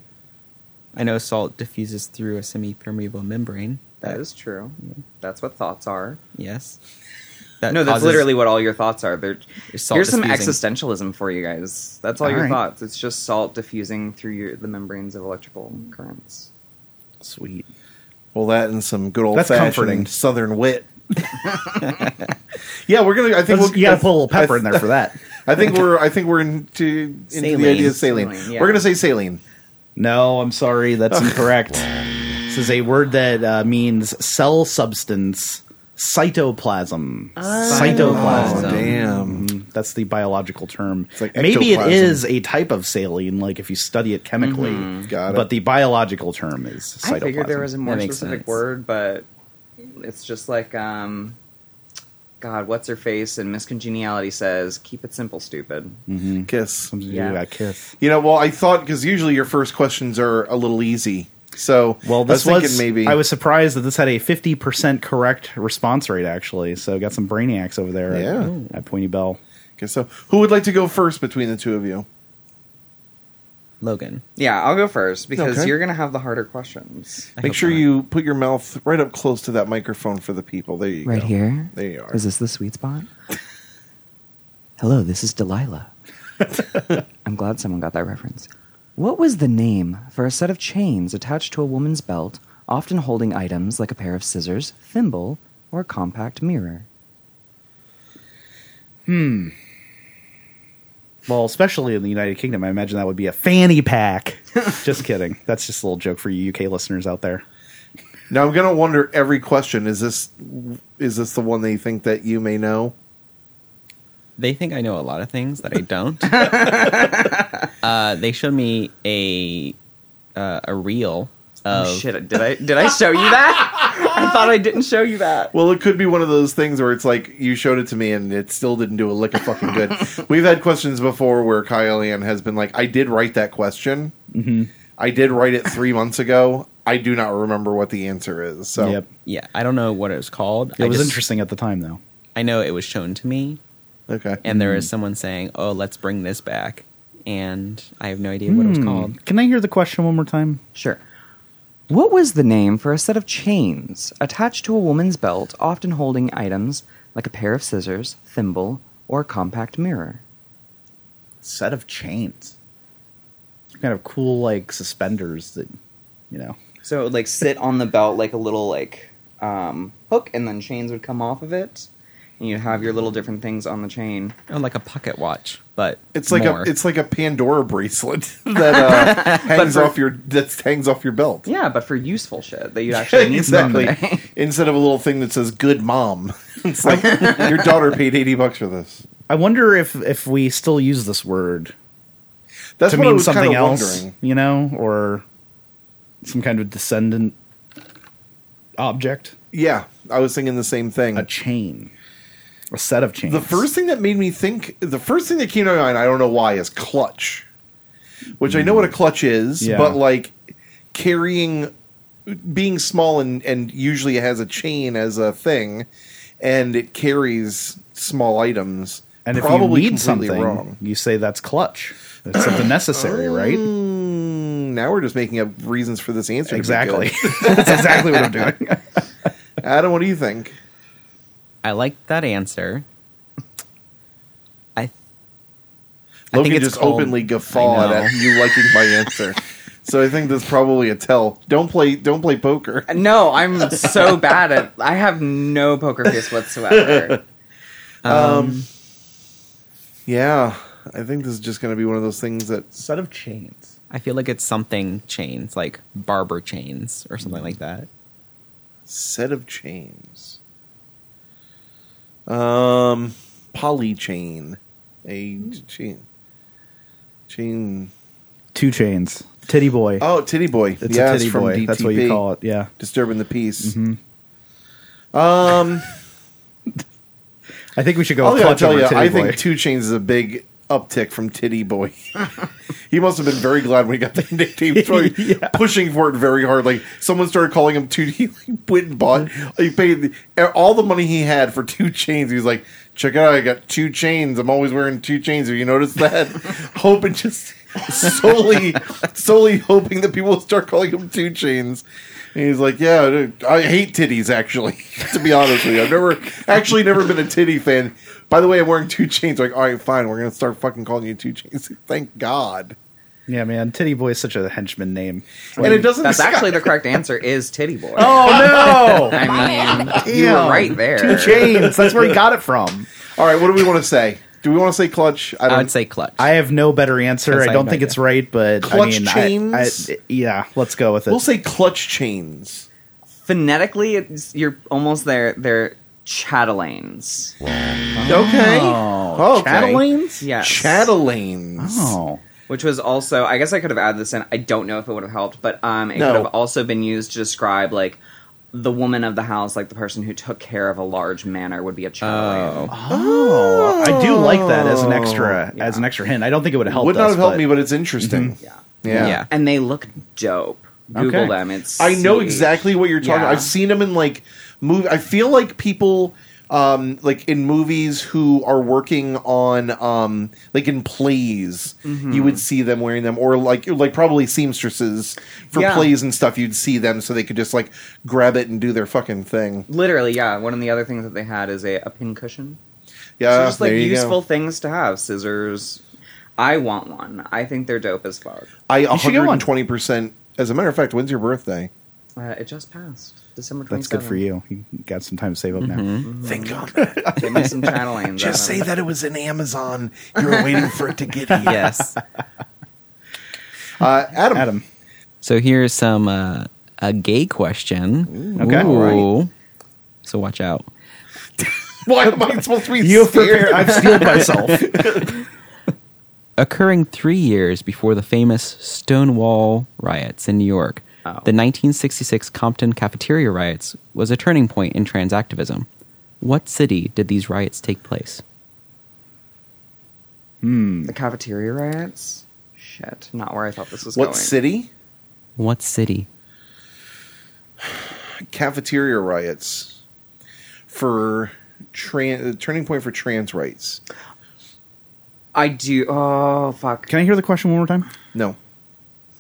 Speaker 4: I know salt diffuses through a semi-permeable membrane.
Speaker 3: That is true. That's what thoughts are.
Speaker 4: Yes. That
Speaker 3: no, that's
Speaker 4: causes-
Speaker 3: literally what all your thoughts are. They're,
Speaker 4: Your salt
Speaker 3: here's some
Speaker 4: diffusing.
Speaker 3: existentialism for you guys. That's all, your
Speaker 1: Alright.
Speaker 3: thoughts. It's just salt diffusing through your, the membranes of electrical currents.
Speaker 1: Sweet.
Speaker 2: well, that and some good old
Speaker 1: That's comforting.
Speaker 2: fashioned Southern wit. yeah, we're gonna. I
Speaker 1: Let's-
Speaker 2: think we'll,
Speaker 1: you got to put a little pepper
Speaker 2: I-
Speaker 1: in there for that.
Speaker 2: I think we're. I think we're into, into
Speaker 4: Saline.
Speaker 2: the idea of saline.
Speaker 3: Saline, yeah.
Speaker 2: We're gonna say saline.
Speaker 1: No, I'm sorry, that's incorrect. this is a word that uh, means cell substance, cytoplasm.
Speaker 4: Cytoplasm.
Speaker 2: Oh, damn.
Speaker 1: Mm, That's the biological term.
Speaker 2: like
Speaker 1: Maybe it
Speaker 2: ectoplasm.
Speaker 1: is a type of saline, like if you study it chemically.
Speaker 2: Mm-hmm. Got it.
Speaker 1: But the biological term is cytoplasm.
Speaker 3: I figured there was a more
Speaker 4: That makes
Speaker 3: specific
Speaker 4: sense.
Speaker 3: word, but it's just like um, God, what's her face? And Miss Congeniality says, "Keep it simple, stupid."
Speaker 2: Kiss.
Speaker 1: Something to
Speaker 3: Yeah.
Speaker 1: do about Kiss.
Speaker 2: You know, well, I thought because usually your first questions are a little easy. So
Speaker 1: Well, this
Speaker 2: I
Speaker 1: was,
Speaker 2: was, thinking maybe
Speaker 1: I was surprised that this had a 50% correct response rate, actually. So got some brainiacs over there
Speaker 2: Yeah.
Speaker 1: at, at Pointy Bell.
Speaker 2: guess so. Who would like to go first between the two of you?
Speaker 4: Logan.
Speaker 3: Yeah, I'll go first because
Speaker 2: Okay.
Speaker 3: you're gonna have the harder questions.
Speaker 4: I
Speaker 2: Make
Speaker 4: hope
Speaker 2: sure
Speaker 4: not.
Speaker 2: you put your mouth right up close to that microphone for the people. There you go.
Speaker 3: here.
Speaker 2: There you are.
Speaker 3: Is this the sweet spot? Hello, this is Delilah. I'm glad someone got that reference. What was the name for a set of chains attached to a woman's belt, often holding items like a pair of scissors, thimble, or a compact mirror?
Speaker 1: Well, especially in the United Kingdom, I imagine that would be a fanny pack. just kidding. That's just a little joke for you UK listeners out there.
Speaker 2: Now I'm gonna wonder every question. Is this is this the one they think that you may know?
Speaker 4: They think I know a lot of things that I don't. uh, they showed me a uh, a reel of
Speaker 3: Oh shit! Did I did I show you that? I thought I didn't show you that.
Speaker 2: Well, it could be one of those things where it's like you showed it to me and it still didn't do a lick of fucking good. We've had questions before where Kyle Ann has been like, "I did write that question.
Speaker 1: Mm-hmm.
Speaker 2: I did write it three months ago. I do not remember what the answer is." So,
Speaker 1: Yep.
Speaker 4: yeah. I don't know what it was called.
Speaker 1: It
Speaker 4: I
Speaker 1: was
Speaker 4: just-
Speaker 1: interesting at the time, though.
Speaker 4: I know it was shown to me,
Speaker 2: okay,
Speaker 4: and there
Speaker 1: Hmm.
Speaker 4: was someone saying, "Oh, let's bring this back," and I have no idea what it
Speaker 2: Hmm.
Speaker 1: Hmm.
Speaker 4: was called.
Speaker 1: Can I hear the question one more time?
Speaker 3: Sure. What was the name for a set of chains attached to a woman's belt, often holding items like a pair of scissors, thimble, or a compact mirror?
Speaker 1: Set of chains. Kind of cool, like suspenders that, you know.
Speaker 3: So it would like sit on the belt like a little like um, hook, and then chains would come off of it, and you'd have your little different things on the chain.
Speaker 4: Oh, like a pocket watch, but
Speaker 2: it's like
Speaker 4: more.
Speaker 2: a it's like a Pandora bracelet that uh, hangs off your that hangs off your belt.
Speaker 3: Yeah, but for useful shit that you'd actually need
Speaker 2: exactly.
Speaker 3: someday.
Speaker 2: Instead of a little thing that says "Good Mom," it's like your daughter paid eighty bucks for this.
Speaker 1: I wonder if if we still use this word
Speaker 2: That's
Speaker 1: to
Speaker 2: what I
Speaker 1: mean
Speaker 2: was
Speaker 1: something
Speaker 2: kind of
Speaker 1: else,
Speaker 2: wondering.
Speaker 1: you know, or some kind of descendant object,
Speaker 2: Yeah, I was thinking the same thing.
Speaker 1: a chain, a set of chains.
Speaker 2: The first thing that made me think, the first thing that came to my mind, I don't know why, is clutch, which I know what a clutch is,
Speaker 1: Mm. Yeah.
Speaker 2: but like carrying, being small and, and usually it has a chain as a thing, and it carries small items.
Speaker 1: and if you
Speaker 2: probably
Speaker 1: need
Speaker 2: completely
Speaker 1: something, you say that's clutch. That's something
Speaker 2: Oh,
Speaker 1: necessary, right?
Speaker 2: Mm, now we're just making up reasons for this answer. to be
Speaker 1: Exactly.
Speaker 2: good.
Speaker 1: that's exactly what I'm doing.
Speaker 2: Adam, what do you think?
Speaker 4: I like that answer. I th- I
Speaker 2: Loki
Speaker 4: think it's
Speaker 2: just
Speaker 4: called-
Speaker 2: openly guffawed
Speaker 4: I know.
Speaker 2: at you liking my answer. So I think that's probably a tell. Don't play. Don't play poker.
Speaker 3: No, I'm so bad at. I have no poker face whatsoever.
Speaker 1: Um,
Speaker 2: Um, Yeah, I think this is just going to be one of those things that
Speaker 1: Set of chains.
Speaker 4: I feel like it's something chains, like barber chains or something like that.
Speaker 2: set of chains. Um, poly chain, a ch- chain, chain.
Speaker 1: Two chains. Titty boy.
Speaker 2: Oh, titty boy.
Speaker 1: it's
Speaker 2: yeah,
Speaker 1: a
Speaker 2: it's
Speaker 1: titty
Speaker 2: from
Speaker 1: boy. That's what
Speaker 2: DTP,
Speaker 1: you call it. Yeah.
Speaker 2: Disturbing the peace.
Speaker 1: Mhm.
Speaker 2: Um,
Speaker 1: I think we should go
Speaker 2: Oh, I'll
Speaker 1: with
Speaker 2: gotta
Speaker 1: clutch
Speaker 2: tell
Speaker 1: over
Speaker 2: you,
Speaker 1: titty
Speaker 2: I
Speaker 1: boy.
Speaker 2: think two chains is a big uptick from titty boy. he must have been very glad when he got the nickname. He's probably
Speaker 1: Yeah.
Speaker 2: pushing for it very hard. Like someone started calling him two. He like went and bought. He paid the- all the money he had for two chains. He was like, "Check it out! I got two chains. I'm always wearing two chains. Have you noticed that?" hoping just solely, solely hoping that people will start calling him two chains. And he's like, "Yeah, dude, I hate titties. Actually, to be honest with you, I've never actually never been a titty fan." By the way, I'm wearing two chains. Like, all right, fine. We're gonna start fucking calling you two chains. Thank God.
Speaker 1: yeah, man. Titty boy is such a henchman name.
Speaker 2: and it doesn't.
Speaker 3: That's actually the correct answer. Is titty boy?
Speaker 1: Oh no!
Speaker 3: I mean, you
Speaker 1: Damn.
Speaker 3: were right
Speaker 1: Two
Speaker 3: there.
Speaker 1: chains. That's where he got it from.
Speaker 2: All right, what do we want to say? Do we want to say clutch?
Speaker 3: Um,
Speaker 4: I would say clutch.
Speaker 1: I have no better answer.
Speaker 4: Yes,
Speaker 1: I
Speaker 4: I
Speaker 1: don't
Speaker 4: know,
Speaker 1: think
Speaker 4: yeah.
Speaker 1: it's right, but I
Speaker 2: Clutch
Speaker 1: mean, I-
Speaker 2: chains?
Speaker 1: I- yeah, let's go with it.
Speaker 2: we'll say clutch chains.
Speaker 3: Phonetically, it's, you're almost there. They're chatelaines.
Speaker 2: Okay.
Speaker 1: Oh,
Speaker 2: Okay.
Speaker 1: Chatelaines?
Speaker 3: Yes.
Speaker 2: Chatelaines.
Speaker 1: Oh,
Speaker 3: Which was also, I guess I could have added this in. I don't know if it would have helped, but um, it
Speaker 2: No.
Speaker 3: could have also been used to describe like the woman of the house, like the person who took care of a large manor, would be a child.
Speaker 4: Oh,
Speaker 1: Oh, I do like that as an extra
Speaker 3: Yeah.
Speaker 1: as an extra hint. I don't think it Oh, would have helped.
Speaker 2: Would not
Speaker 1: us,
Speaker 2: have helped me, but it's interesting.
Speaker 1: Mm-hmm.
Speaker 3: Yeah.
Speaker 2: Yeah.
Speaker 4: Yeah.
Speaker 3: And they look dope. Google
Speaker 1: Okay.
Speaker 3: them. It's
Speaker 2: I know
Speaker 3: sweet.
Speaker 2: exactly what you're talking.
Speaker 3: Yeah.
Speaker 2: about. I've seen them in like move. I feel like people, um, like in movies who are working on, um, like in plays, you would see them wearing them, or like like probably seamstresses for
Speaker 3: Yeah.
Speaker 2: plays and stuff. You'd see them so they could just like grab it and do their fucking thing.
Speaker 3: Literally, yeah. One of the other things that they had is a, a pin cushion.
Speaker 2: Yeah,
Speaker 3: so just like
Speaker 2: Uh, there you go.
Speaker 3: useful things to have. Scissors. I want one. I think they're dope as fuck.
Speaker 2: I
Speaker 1: You should get one.
Speaker 2: 120. percent As a matter of fact, when's your birthday?
Speaker 3: Uh, it just passed December 27th.
Speaker 1: That's good for you. You got some time to save up now.
Speaker 2: Thank God.
Speaker 3: Give me some channeling.
Speaker 2: Just say that it was in Amazon. You were waiting for it to get here.
Speaker 4: yes.
Speaker 2: Uh, Adam.
Speaker 1: Adam,
Speaker 4: So here's some uh, a gay question.
Speaker 1: Okay.
Speaker 4: Ooh. So watch out.
Speaker 2: Why am I supposed to be
Speaker 1: you have
Speaker 2: scared?
Speaker 1: prepared. I've steeled myself.
Speaker 4: Occurring three years before the famous Stonewall riots in New York,
Speaker 3: Oh.
Speaker 4: the 1966 Compton cafeteria riots was a turning point in trans activism. What city did these riots take place?
Speaker 3: The cafeteria riots? Shit. Not where I thought this was
Speaker 2: What
Speaker 3: going.
Speaker 2: city?
Speaker 4: What city?
Speaker 2: Cafeteria riots for tran- uh, turning point for trans rights.
Speaker 3: I do. Oh, fuck.
Speaker 1: Can I hear the question one more time?
Speaker 2: No,
Speaker 1: You don't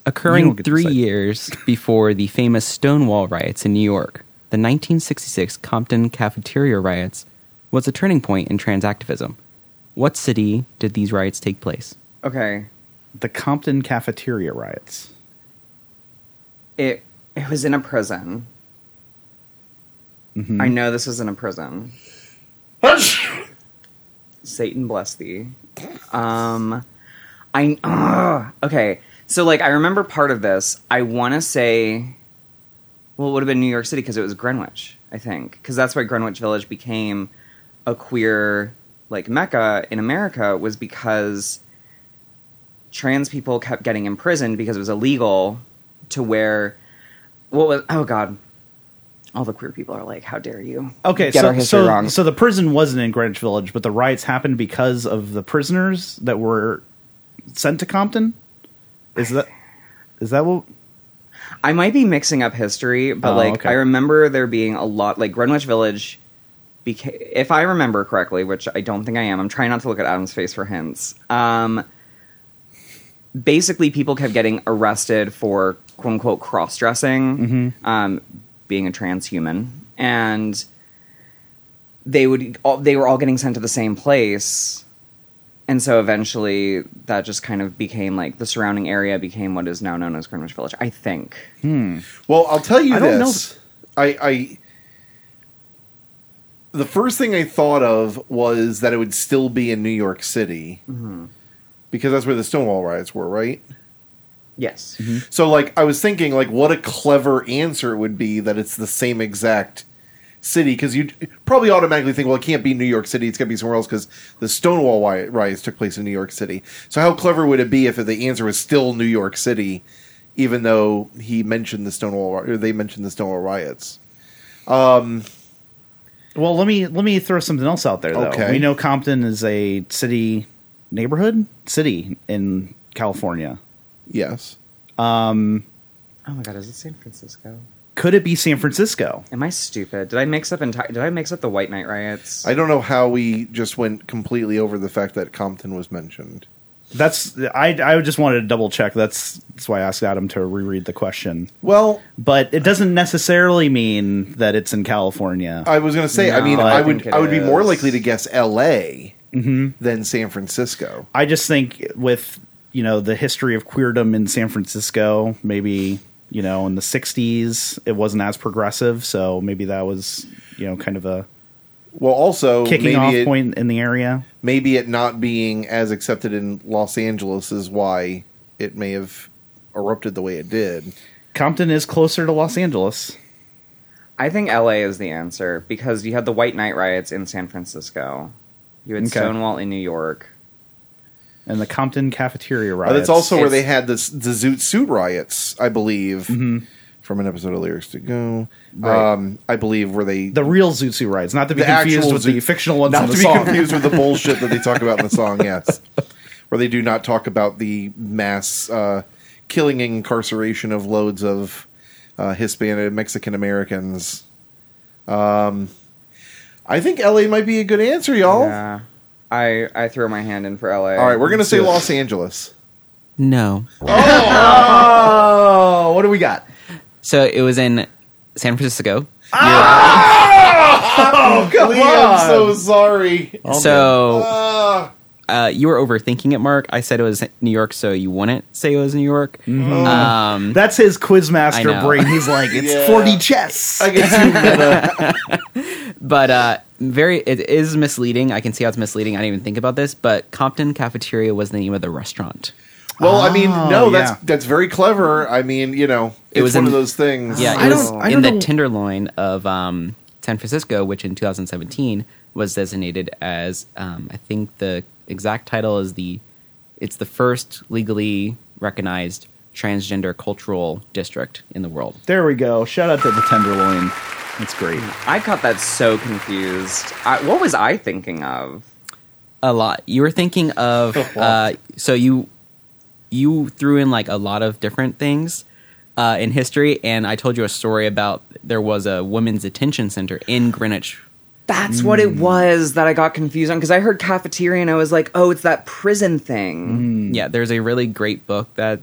Speaker 4: Occurring
Speaker 1: get to
Speaker 4: three
Speaker 1: say.
Speaker 4: years before the famous Stonewall riots in New York, the 1966 Compton cafeteria riots was a turning point in trans activism. What city did these riots take place?
Speaker 3: Okay.
Speaker 1: The Compton cafeteria riots.
Speaker 3: It, it was in a prison.
Speaker 2: Mm-hmm.
Speaker 1: Mhm.
Speaker 3: I know this was in a prison. Satan bless thee. Um, I ugh. okay. So like, I remember part of this. I want to say, well, it would have been New York City because it was Greenwich, I think, because that's why Greenwich Village became a queer like mecca in America was because trans people kept getting imprisoned because it was illegal to wear. What was? Oh God. All the queer people are like, "How dare you?"
Speaker 1: Okay,
Speaker 3: Get
Speaker 1: so
Speaker 3: our history
Speaker 1: so,
Speaker 3: wrong.
Speaker 1: so the prison wasn't in Greenwich Village, but the riots happened because of the prisoners that were sent to Compton. Is that is that what?
Speaker 3: I might be mixing up history, but
Speaker 1: Oh,
Speaker 3: like
Speaker 1: okay.
Speaker 3: I remember there being a lot like Greenwich Village became if I remember correctly, which I don't think I am. I'm trying not to look at Adam's face for hints. Um basically people kept getting arrested for quote unquote cross dressing,
Speaker 1: Mm-hmm.
Speaker 3: um, being a trans human. And they would all, they were all getting sent to the same place. And so eventually that just kind of became like the surrounding area became what is now known as Greenwich Village, I think.
Speaker 2: Well, I'll tell you
Speaker 1: I don't know.
Speaker 2: this. I, I the first thing I thought of was that it would still be in New York City
Speaker 1: Mm-hmm.
Speaker 2: because that's where the Stonewall riots were, right?
Speaker 3: Yes.
Speaker 2: So, like, I was thinking, like, what a clever answer it would be that it's the same exact city because you probably automatically think, well, it can't be New York City; it's got to be somewhere else because the Stonewall wi- riots took place in New York City. So, how clever would it be if the answer was still New York City, even though he mentioned the Stonewall or they mentioned the Stonewall riots?
Speaker 1: Well, let me let me throw something else out there. Though
Speaker 2: Okay.
Speaker 1: we know Compton is a city neighborhood city in California.
Speaker 2: Yes,
Speaker 3: Oh my god, is it San Francisco?
Speaker 1: Could it be San Francisco?
Speaker 3: Am I stupid? Did I mix up entire? Did I mix up the White Night riots?
Speaker 2: I don't know how we just went completely over the fact that Compton was mentioned.
Speaker 1: That's I I just wanted to double check. That's that's why I asked Adam to reread the question.
Speaker 2: Well,
Speaker 1: But it doesn't necessarily mean that it's in California.
Speaker 2: I was going to say, I
Speaker 3: No,
Speaker 2: mean,
Speaker 1: I
Speaker 2: I,
Speaker 3: think
Speaker 2: would
Speaker 3: it
Speaker 2: I would be more
Speaker 3: is.
Speaker 2: likely to guess L.A.
Speaker 1: Mm-hmm.
Speaker 2: than San Francisco.
Speaker 1: I just think with you know the history of queerdom in San Francisco, maybe you know in the '60s it wasn't as progressive, so maybe that was you know kind of a
Speaker 2: Well, also
Speaker 1: kicking
Speaker 2: maybe
Speaker 1: off
Speaker 2: it,
Speaker 1: point in the area.
Speaker 2: Maybe it not being as accepted in Los Angeles is why it may have erupted the way it did.
Speaker 1: Compton is closer to Los Angeles.
Speaker 3: I think L.A. is the answer because you had the White Night riots in San Francisco, you had
Speaker 1: Okay.
Speaker 3: Stonewall in New York.
Speaker 1: And the Compton cafeteria
Speaker 2: Uh,
Speaker 1: riots.
Speaker 2: that's also where
Speaker 3: It's-
Speaker 1: Mm-hmm.
Speaker 2: they had this, the Zoot Suit riots, I believe, from an episode of Lyrics to Go.
Speaker 1: Right.
Speaker 2: Um, I believe where they
Speaker 1: The real Zootsu rides, not to be
Speaker 2: the
Speaker 1: confused
Speaker 2: actual
Speaker 1: with
Speaker 2: Zoot-
Speaker 1: the fictional ones
Speaker 2: not
Speaker 1: in the
Speaker 2: to be
Speaker 1: song.
Speaker 2: confused with the bullshit that they talk about in the song. Yes, where they do not talk about the mass uh, killing and incarceration of loads of uh, Hispanic Mexican Americans. Um, I think LA might be a good answer, y'all.
Speaker 3: Yeah. I I throw my hand in for LA.
Speaker 2: All right, we're gonna say Los Angeles.
Speaker 4: No.
Speaker 1: Oh, what do we got?
Speaker 4: So it was in San Francisco.
Speaker 2: Oh, come
Speaker 1: on.
Speaker 2: I'm so sorry.
Speaker 1: Oh,
Speaker 4: so
Speaker 2: Ah.
Speaker 4: uh, you were overthinking it, Mark. I said it was New York, so you wouldn't say it was New York.
Speaker 1: Oh.
Speaker 4: Um,
Speaker 1: That's his
Speaker 4: I
Speaker 1: quizmaster
Speaker 4: know.
Speaker 1: brain. He's like, it's
Speaker 2: Yeah.
Speaker 1: 40 chess.
Speaker 2: I get too meta.
Speaker 4: but uh, very, it is misleading. I can see how it's misleading. I didn't even think about this, but Compton Cafeteria was the name of the restaurant.
Speaker 2: Well, I mean, no,
Speaker 1: Oh,
Speaker 2: that's
Speaker 1: yeah.
Speaker 2: that's very clever. I mean, you know,
Speaker 4: It
Speaker 2: it's
Speaker 4: was
Speaker 2: one
Speaker 4: in-
Speaker 2: of those things.
Speaker 4: Yeah, it
Speaker 1: I
Speaker 4: was
Speaker 1: don't- I
Speaker 4: in
Speaker 1: don't
Speaker 4: the
Speaker 1: know-
Speaker 4: tenderloin of um, San Francisco, which in 2017 was designated as um, I think the exact title is the it's the first legally recognized transgender cultural district in the world.
Speaker 1: There we go. Shout out to the Tenderloin. That's great.
Speaker 3: I caught that so confused. I, what was I thinking of?
Speaker 4: A lot. You were thinking of uh, so you you threw in like a lot of different things. Uh, in history, and I told you a story about there was a women's detention center in Greenwich.
Speaker 3: That's what it was that I got confused on because I heard cafeteria and I was like, oh, it's that prison thing.
Speaker 1: Hmm.
Speaker 4: yeah there's a really great book that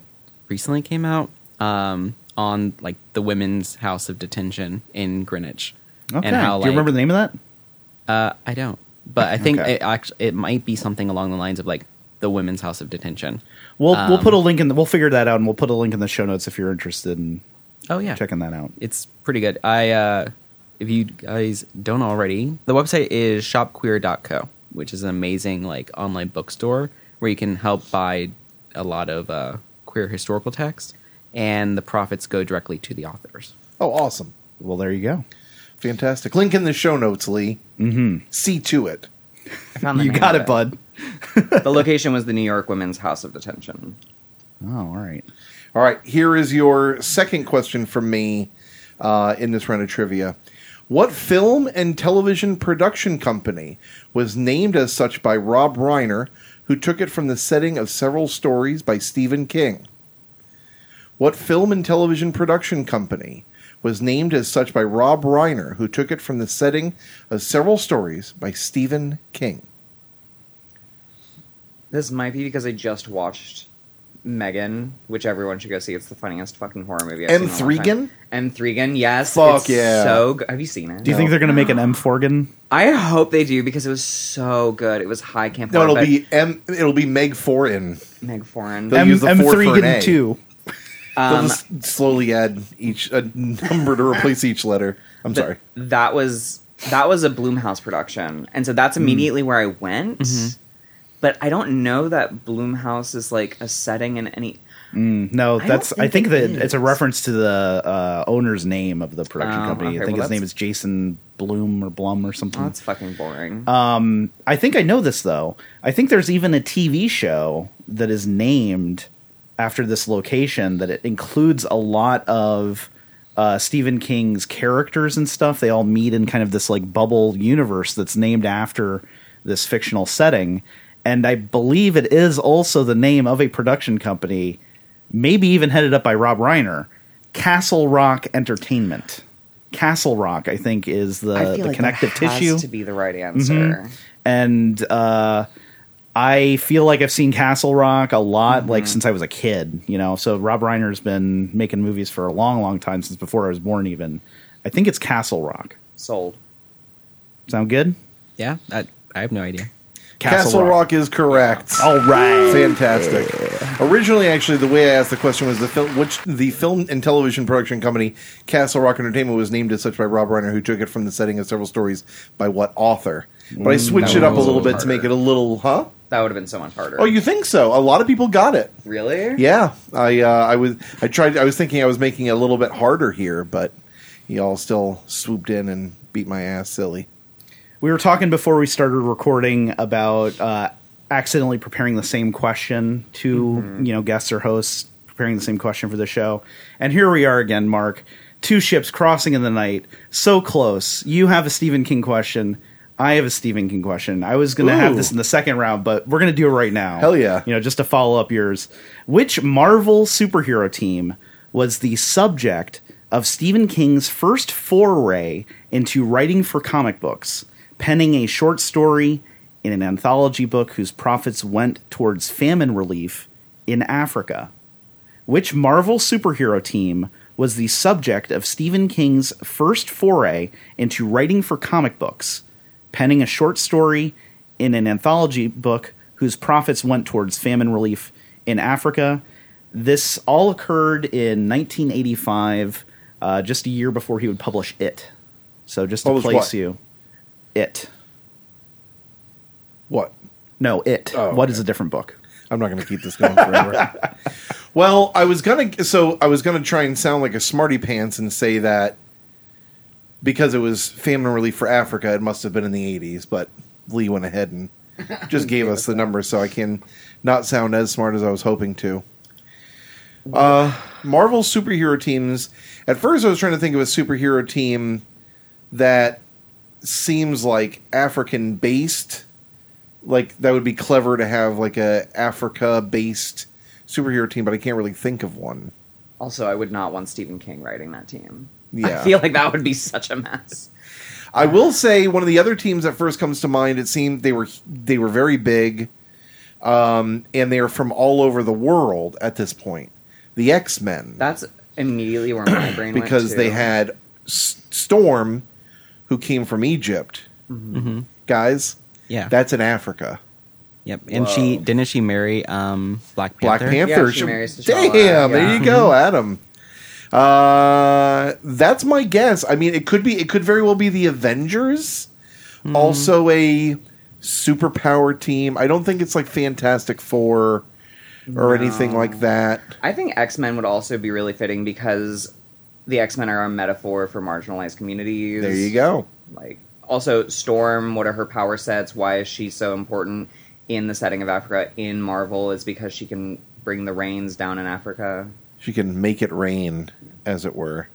Speaker 4: recently came out um, on like the women's house of detention in greenwich
Speaker 1: Okay.
Speaker 4: and how
Speaker 1: do you remember the name of that?
Speaker 4: uh, i don't but i think
Speaker 1: Okay.
Speaker 4: it actually it might be something along the lines of like the women's house of detention
Speaker 1: We'll we'll
Speaker 4: Um,
Speaker 1: put a link in. The, we'll figure that out, and we'll put a link in the show notes if you're interested in
Speaker 4: oh yeah
Speaker 1: checking that out.
Speaker 4: it's pretty good i uh, if you guys don't already the website is shopqueer.co which is an amazing like online bookstore where you can help buy a lot of uh, queer historical text and the profits go directly to the authors
Speaker 2: Oh, awesome.
Speaker 1: Well, there you go.
Speaker 2: Fantastic. Link in the show notes, Lee. Mm-hmm. See to it.
Speaker 3: I found the
Speaker 1: You
Speaker 3: name
Speaker 1: got
Speaker 3: of
Speaker 1: it, bud.
Speaker 3: Mm-hmm. The location was the New York Women's House of Detention.
Speaker 1: Oh, all right.
Speaker 2: All right, here is your second question from me uh, in this round of trivia. What film and television production company was named as such by Rob Reiner, who took it from the setting of several stories by Stephen King? What film and television production company was named as such by Rob Reiner, who took it from the setting of several stories by Stephen King?
Speaker 3: This might be because I just watched Megan, which everyone should go see. It's the funniest fucking horror movie I've seen. in a long
Speaker 2: M3gan?
Speaker 3: time. M3gan, yes.
Speaker 2: Fuck
Speaker 3: it's
Speaker 2: yeah.
Speaker 3: So good. Have you seen it?
Speaker 1: Do you think they're going to make an M Forgan?
Speaker 3: I hope they do because it was so good. It was high camp.
Speaker 2: No,
Speaker 3: horror,
Speaker 2: it'll
Speaker 3: but
Speaker 2: be M. It'll be Meg Foran.
Speaker 3: Meg Foran.
Speaker 2: They'll
Speaker 1: M
Speaker 2: use the
Speaker 1: M
Speaker 2: four for an
Speaker 1: Forgan
Speaker 2: A.
Speaker 1: two.
Speaker 2: They'll
Speaker 3: Um,
Speaker 2: just slowly add each a number to replace each letter. I'm
Speaker 3: But
Speaker 2: sorry.
Speaker 3: That was that was a Bloomhouse production, and so
Speaker 2: Mm.
Speaker 3: that's immediately where I went.
Speaker 2: Mm-hmm.
Speaker 3: But I don't know that Bloomhouse is like a setting in any.
Speaker 1: No,
Speaker 3: don't
Speaker 1: that's. I think,
Speaker 3: think it
Speaker 1: that it's a
Speaker 3: is.
Speaker 1: reference to the uh, owner's name of the production
Speaker 3: Oh,
Speaker 1: company.
Speaker 3: okay,
Speaker 1: I think
Speaker 3: well,
Speaker 1: his name
Speaker 3: that's-
Speaker 1: is Jason Bloom or Blum or something.
Speaker 2: Mm.
Speaker 3: Oh, that's fucking boring.
Speaker 2: Uh,
Speaker 1: Um, I think I know this though. I think there's even a TV show that is named after this location that it includes a lot of uh, Stephen King's characters and stuff. They all meet in kind of this like bubble universe that's named after this fictional setting, and I believe it is also the name of a production company, maybe even headed up by Rob Reiner, Castle Rock Entertainment. Castle Rock, I think, is the,
Speaker 3: I feel
Speaker 1: the
Speaker 3: like
Speaker 1: connective
Speaker 3: that has
Speaker 1: tissue
Speaker 3: to be the right
Speaker 2: Mm-hmm.
Speaker 3: answer.
Speaker 1: and uh, I feel like I've seen Castle Rock a lot, like since I was a kid. You know, so Rob Reiner's been making movies for a long, long time since before I was born. Even I think it's Castle Rock.
Speaker 3: Sold.
Speaker 1: Sold good?
Speaker 4: Yeah, I, I have no idea.
Speaker 2: Castle, Rock. Oh, is correct.
Speaker 1: All right.
Speaker 2: Fantastic. Originally, actually, the way I asked the question was the film, which the film and television production company Castle Rock Entertainment was named as such by Rob Reiner, who took it from the setting of several stories by what author? But I switched
Speaker 3: that
Speaker 2: it up a
Speaker 3: was a
Speaker 2: little
Speaker 3: little
Speaker 2: bit to make it a little, huh?
Speaker 3: That would have been so much harder.
Speaker 2: Oh, you think so? A lot of people got it.
Speaker 3: really?
Speaker 2: Yeah, I uh, I was I tried I was thinking I was making it a little bit harder here, but y'all still swooped in and beat my ass silly.
Speaker 1: We were talking before we started recording about uh, accidentally preparing the same question to you know guests or hosts preparing the same question for the show. And here we are again, Mark. Two ships crossing in the night, so close. You have a Stephen King question. I have a Stephen King question. I was going to have
Speaker 2: Ooh.
Speaker 1: this in the second round, but we're going to do it right now.
Speaker 2: Hell yeah.
Speaker 1: You know, just to follow up yours. Which Marvel superhero team was the subject of Stephen King's first foray into writing for comic books, penning a short story in an anthology book whose profits went towards famine relief in Africa? Which Marvel superhero team was the subject of Stephen King's first foray into writing for comic books, penning a short story in an anthology book whose profits went towards famine relief in Africa? This all occurred in 1985, uh, just a year before he would publish It. So just to
Speaker 2: Publish
Speaker 1: place
Speaker 2: what?
Speaker 1: you, It.
Speaker 2: What?
Speaker 1: No, It. What
Speaker 2: Oh,
Speaker 1: is a
Speaker 2: okay.
Speaker 1: different book?
Speaker 2: I'm not going to keep this going forever. well, I was going to so I was going to try and sound like a smarty pants and say that because it was famine relief for Africa, it must have been in the 80s, but Lee went ahead and just gave us the numbers so I can not sound as smart as I was hoping to. Uh, Marvel superhero teams. At first, I was trying to think of a superhero team that seems like African based like that would be clever to have like a Africa based superhero team, but I can't really think of one.
Speaker 3: Also, I would not want Stephen King writing that team.
Speaker 2: Yeah.
Speaker 3: I feel like that would be such a mess.
Speaker 2: I will say one of the other teams that first comes to mind. It seemed they were they were very big, um, and they are from all over the world at this point. The X Men,
Speaker 3: That's immediately where my brain went
Speaker 2: because they
Speaker 3: to.
Speaker 2: had S- Storm, who came from Egypt. Guys,
Speaker 4: Yeah.
Speaker 2: that's in Africa.
Speaker 4: Yep. And she
Speaker 3: Whoa.
Speaker 4: didn't she marry um Black
Speaker 2: Black
Speaker 4: Panther?
Speaker 2: Panther.
Speaker 3: Yeah, she marries T'Challa,
Speaker 2: Damn, there
Speaker 3: yeah.
Speaker 2: you go, Adam. Uh, that's my guess. I mean, it could be. It could very well be the Avengers. Also a superpower team. I don't think it's like Fantastic Four or anything like that.
Speaker 3: I think X Men would also be really fitting because the X Men are a metaphor for marginalized communities.
Speaker 2: There you go.
Speaker 3: Like, also Storm. What are her power sets? Why is she so important in the setting of Africa in Marvel? Is because she can bring the rains down in Africa.
Speaker 2: She can make it rain, as it were,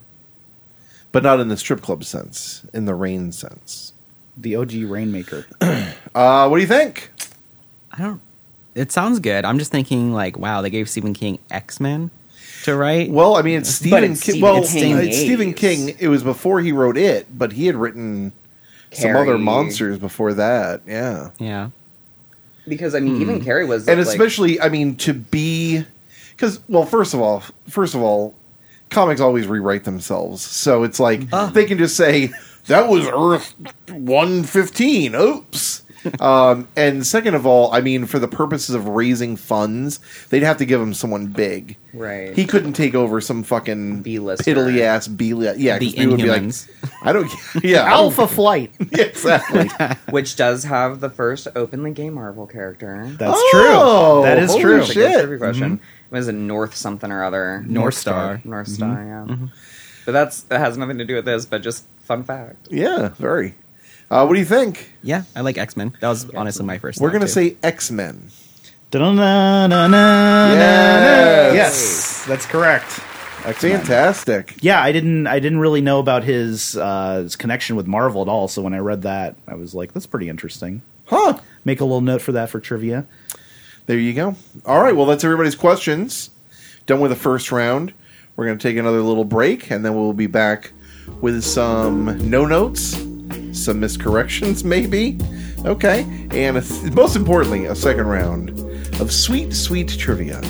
Speaker 2: but not in the strip club sense. In the rain sense.
Speaker 1: The OG Rainmaker.
Speaker 2: Uh, what do you think?
Speaker 4: I don't. It sounds good. I'm just thinking like, wow, they gave Stephen King X Men to write.
Speaker 2: Well, I mean, it's Stephen.
Speaker 3: it's
Speaker 2: King.
Speaker 3: Stephen
Speaker 2: Well,
Speaker 3: King.
Speaker 2: it's Stephen King. It was before he wrote it, but he had written some other
Speaker 3: Carrie.
Speaker 2: monsters before that. Yeah,
Speaker 4: yeah.
Speaker 3: Because I mean, even Carrie was
Speaker 2: Hmm. and
Speaker 3: like,
Speaker 2: especially, I mean, to be because well, first of all, first of all, comics always rewrite themselves, so it's like
Speaker 3: Ah.
Speaker 2: they can just say that was Earth one fifteen. Oops. um, and second of all, I mean, for the purposes of raising funds, they'd have to give him someone big.
Speaker 3: right.
Speaker 2: He couldn't take over some fucking
Speaker 3: B-lister.
Speaker 2: piddly ass B list. Yeah, 'cause
Speaker 4: The
Speaker 2: we would be like,
Speaker 4: Inhumans.
Speaker 2: I don't. Yeah, I don't-
Speaker 1: Alpha Flight.
Speaker 2: yeah, exactly.
Speaker 3: which does have the first openly gay Marvel character.
Speaker 1: That's
Speaker 2: Oh,
Speaker 1: true. That is
Speaker 2: holy
Speaker 1: true.
Speaker 3: That's a good
Speaker 2: shit.
Speaker 3: trivia question. It was a North something or other.
Speaker 4: North Star.
Speaker 3: North
Speaker 1: Mm-hmm.
Speaker 3: Star, yeah. But that's that has nothing to do with this, but just fun fact.
Speaker 2: yeah, very. Uh, what do you think?
Speaker 4: Yeah, I like X Men. That was honestly my first.
Speaker 2: We're
Speaker 4: thought,
Speaker 2: gonna
Speaker 4: too.
Speaker 2: say X Men.
Speaker 1: Yes.
Speaker 2: Yes.
Speaker 1: yes, that's correct. X-Men.
Speaker 2: Fantastic.
Speaker 1: Yeah, I didn't. I didn't really know about his uh, his connection with Marvel at all. So when I read that, I was like, "That's pretty interesting."
Speaker 2: Huh.
Speaker 1: Make a little note for that for trivia.
Speaker 2: There you go. All right. Well, that's everybody's questions. Done with the first round. We're gonna take another little break, and then we'll be back with some no notes, some miscorrections, maybe. Okay, and a th- most importantly, a second round of sweet, sweet trivia.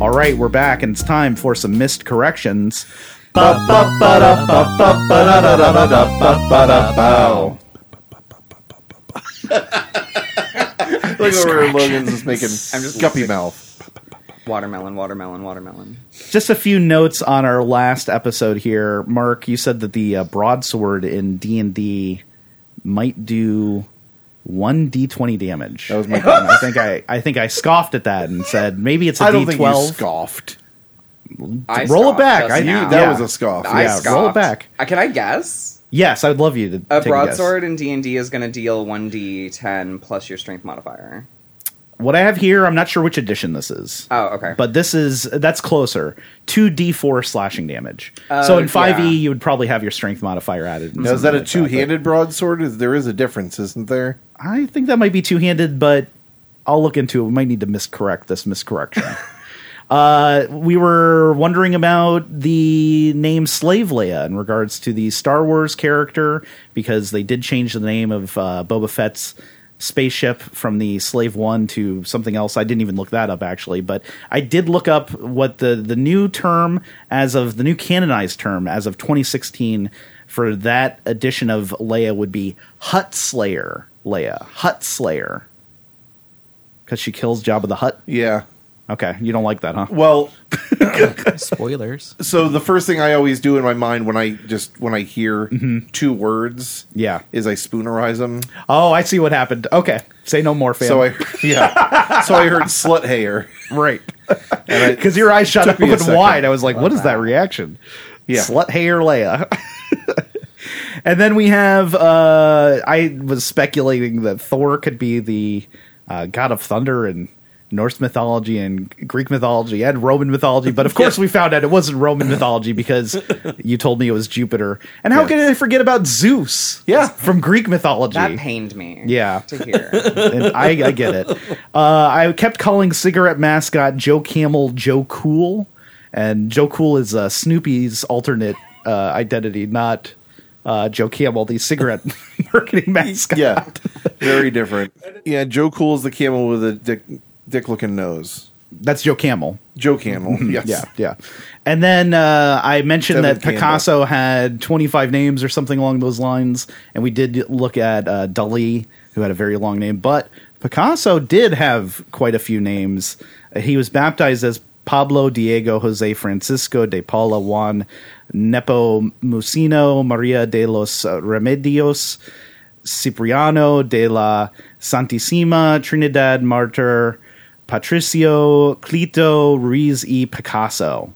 Speaker 1: All right, we're back, and it's time for some missed corrections.
Speaker 2: Ba-da-da-da-da-ba-ba-da-bow. Look over at Logan's is making
Speaker 3: I'm just
Speaker 2: guppy mouth.
Speaker 3: Watermelon, watermelon, watermelon.
Speaker 1: Just a few notes on our last episode here, Mark. You said that the uh, broadsword in D and D might do one D twenty damage.
Speaker 2: That was my
Speaker 1: And I think I, I think I scoffed at that and said maybe it's
Speaker 2: I
Speaker 1: a
Speaker 2: don't
Speaker 1: D
Speaker 2: think you
Speaker 1: twelve.
Speaker 2: scoffed.
Speaker 1: Roll
Speaker 3: I
Speaker 1: it
Speaker 3: scoffed
Speaker 1: back.
Speaker 3: just
Speaker 1: I knew
Speaker 3: now.
Speaker 2: That
Speaker 1: Yeah.
Speaker 2: was a scoff.
Speaker 1: I- yeah, roll it back.
Speaker 3: Uh, can I guess?
Speaker 1: Yes, I'd love you to
Speaker 3: A
Speaker 1: take
Speaker 3: broadsword in D and D is going to deal one d10 plus your strength modifier.
Speaker 1: guess. What I have here, I'm not sure which edition this is.
Speaker 3: Oh, okay.
Speaker 1: but this is that's closer. Two D four slashing damage. so
Speaker 3: Oh,
Speaker 1: in five E,
Speaker 3: yeah.
Speaker 1: you would probably have your strength modifier added. and
Speaker 2: Now, is that
Speaker 1: something
Speaker 2: a
Speaker 1: like
Speaker 2: two handed broadsword? Is- There is a difference, isn't there?
Speaker 1: but I think that might be two handed, but I'll look into it. We might need to miscorrect this miscorrection. uh, we were wondering about the name Slave Leia in regards to the Star Wars character because they did change the name of uh, Boba Fett's spaceship from the Slave One to something else. I didn't even look that up actually, but I did look up what the the new term as of the new canonized term as of 2016 for that edition of Leia would be Hut Slayer Leia Hut Slayer because she kills Jabba the Hut.
Speaker 2: Yeah.
Speaker 1: Okay, you don't like that, huh?
Speaker 2: Well,
Speaker 4: Spoilers.
Speaker 2: so the first thing I always do in my mind when I just when I hear
Speaker 1: Mm-hmm.
Speaker 2: two words,
Speaker 1: Yeah.
Speaker 2: is I spoonerize them.
Speaker 1: Oh, I see what happened. Okay, say no more, fam.
Speaker 2: So I yeah, so I heard slut hair.
Speaker 1: right
Speaker 2: And I,
Speaker 1: because your eyes shot
Speaker 2: Took me a
Speaker 1: open
Speaker 2: second.
Speaker 1: wide. I was like, "What is that
Speaker 3: that.
Speaker 1: reaction?"
Speaker 2: Yeah.
Speaker 1: slut hair Leia. and then we have. Uh, I was speculating that Thor could be the uh, god of thunder in Norse mythology and Greek mythology and Roman mythology, but of course we found out it wasn't Roman mythology because you told me it was Jupiter. And how
Speaker 2: Yeah.
Speaker 1: could I forget about Zeus?
Speaker 2: Yeah.
Speaker 1: from Greek mythology.
Speaker 3: that pained me.
Speaker 1: Yeah.
Speaker 3: To hear.
Speaker 1: and I, I get it. Uh, I kept calling cigarette mascot Joe Camel Joe Cool, and Joe Cool is uh, Snoopy's alternate uh, identity, not uh, Joe Camel, the cigarette marketing mascot.
Speaker 2: yeah, very different. Yeah, Joe Cool is the camel with a dick dick looking nose.
Speaker 1: That's Joe Camel.
Speaker 2: Joe Camel. Yes.
Speaker 1: Mm-hmm. Yeah, yeah. And then uh, I mentioned
Speaker 2: Devin
Speaker 1: that
Speaker 2: Campbell.
Speaker 1: Picasso had 25 names or something along those lines, and we did look at uh, Dali, who had a very long name, but Picasso did have quite a few names. Uh, He was baptized as Pablo Diego Jose Francisco de Paula Juan Nepomuceno Maria de los uh, Remedios Cipriano de la Santissima Trinidad Martyr Patricio Clito Ruiz y Picasso.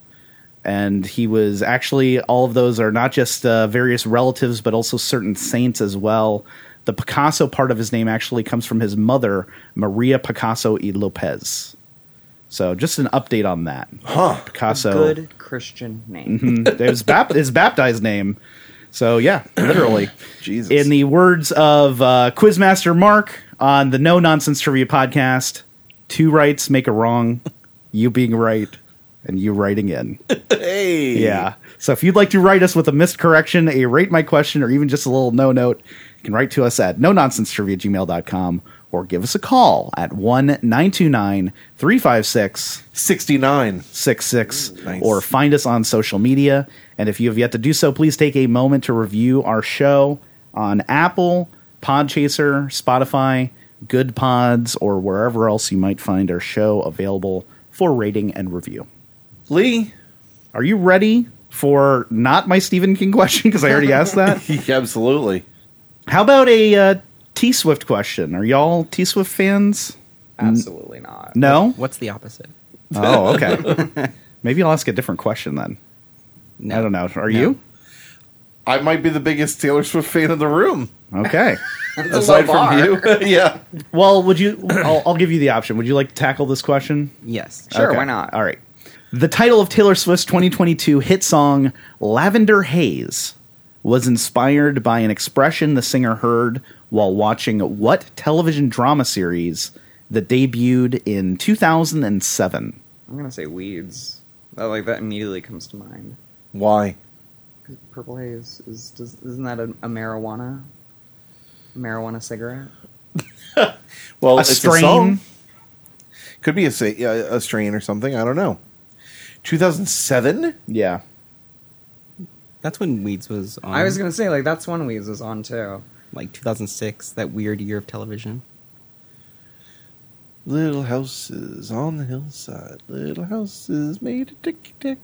Speaker 1: And he was actually, all of those are not just uh, various relatives, but also certain saints as well. The Picasso part of his name actually comes from his mother, Maria Picasso y Lopez. So just an update on that.
Speaker 2: Huh.
Speaker 1: Picasso Hmm.
Speaker 3: Good Christian name.
Speaker 1: it was bap- his baptized name. So yeah, literally.
Speaker 2: Jesus.
Speaker 1: In the words of uh, Quizmaster Mark on the No Nonsense Trivia Podcast, two rights make a wrong, you being right, and you writing in.
Speaker 2: hey.
Speaker 1: Yeah. So if you'd like to write us with a miscorrection, a rate my question, or even just a little no note, you can write to us at no nonsense trivia gmail.com or give us a call at 1 929 356
Speaker 2: Sixty nine.
Speaker 1: Six six,
Speaker 2: Nice.
Speaker 1: or find us on social media. And if you have yet to do so, please take a moment to review our show on Apple, Podchaser, Spotify, Good Pods, or wherever else you might find our show available for rating and review.
Speaker 2: Lee.
Speaker 1: Are you ready for not my Stephen King question? Because I already asked that.
Speaker 2: Absolutely.
Speaker 1: How about a uh, T Swift question? Are y'all T Swift fans?
Speaker 3: Absolutely not.
Speaker 1: No?
Speaker 4: What's the opposite?
Speaker 1: Oh, okay. Maybe I'll ask a different question then. I don't know. Are you?
Speaker 2: I might be the biggest Taylor Swift fan in the room.
Speaker 1: Okay.
Speaker 3: That's a low bar.
Speaker 2: yeah.
Speaker 1: Well, would you? I'll, I'll give you the option. Would you like to tackle this question?
Speaker 4: Yes.
Speaker 3: Sure,
Speaker 1: Okay.
Speaker 3: why not?
Speaker 1: All right. The title of Taylor Swift's 2022 hit song "Lavender Haze" was inspired by an expression the singer heard while watching what television drama series that debuted in 2007?
Speaker 3: I'm gonna say weeds. That like that immediately comes to mind.
Speaker 2: Why?
Speaker 3: Purple haze is does, isn't that a, a marijuana marijuana cigarette?
Speaker 2: Well,
Speaker 1: A
Speaker 2: it's
Speaker 1: strain?
Speaker 2: a song. Could be a, sa- a a strain or something. I don't know. 2007.
Speaker 1: Yeah.
Speaker 4: That's when Weeds was on.
Speaker 3: I was gonna say like that's one weeds is on too.
Speaker 4: like 2006, that weird year of television.
Speaker 2: Little houses on the hillside. Little houses made of ticky tick.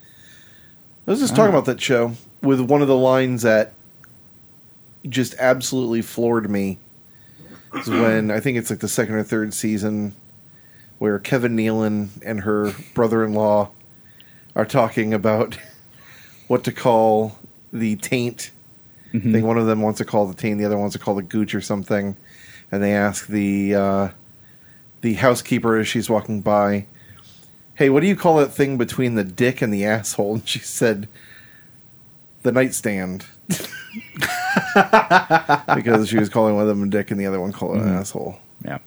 Speaker 2: I was just talking about that show with one of the lines that just absolutely floored me. Is when I think it's like the second or third season where Kevin Nealon and her brother in law are talking about what to call the taint. I think one of them wants to call the taint, the other wants to call the gooch or something. And they ask the uh, the housekeeper as she's walking by, Hey, what do you call that thing between the dick and the asshole? And she said, The nightstand. because she was calling one of them a dick and the other one called it
Speaker 1: Mm-hmm.
Speaker 2: an asshole.
Speaker 1: Yeah.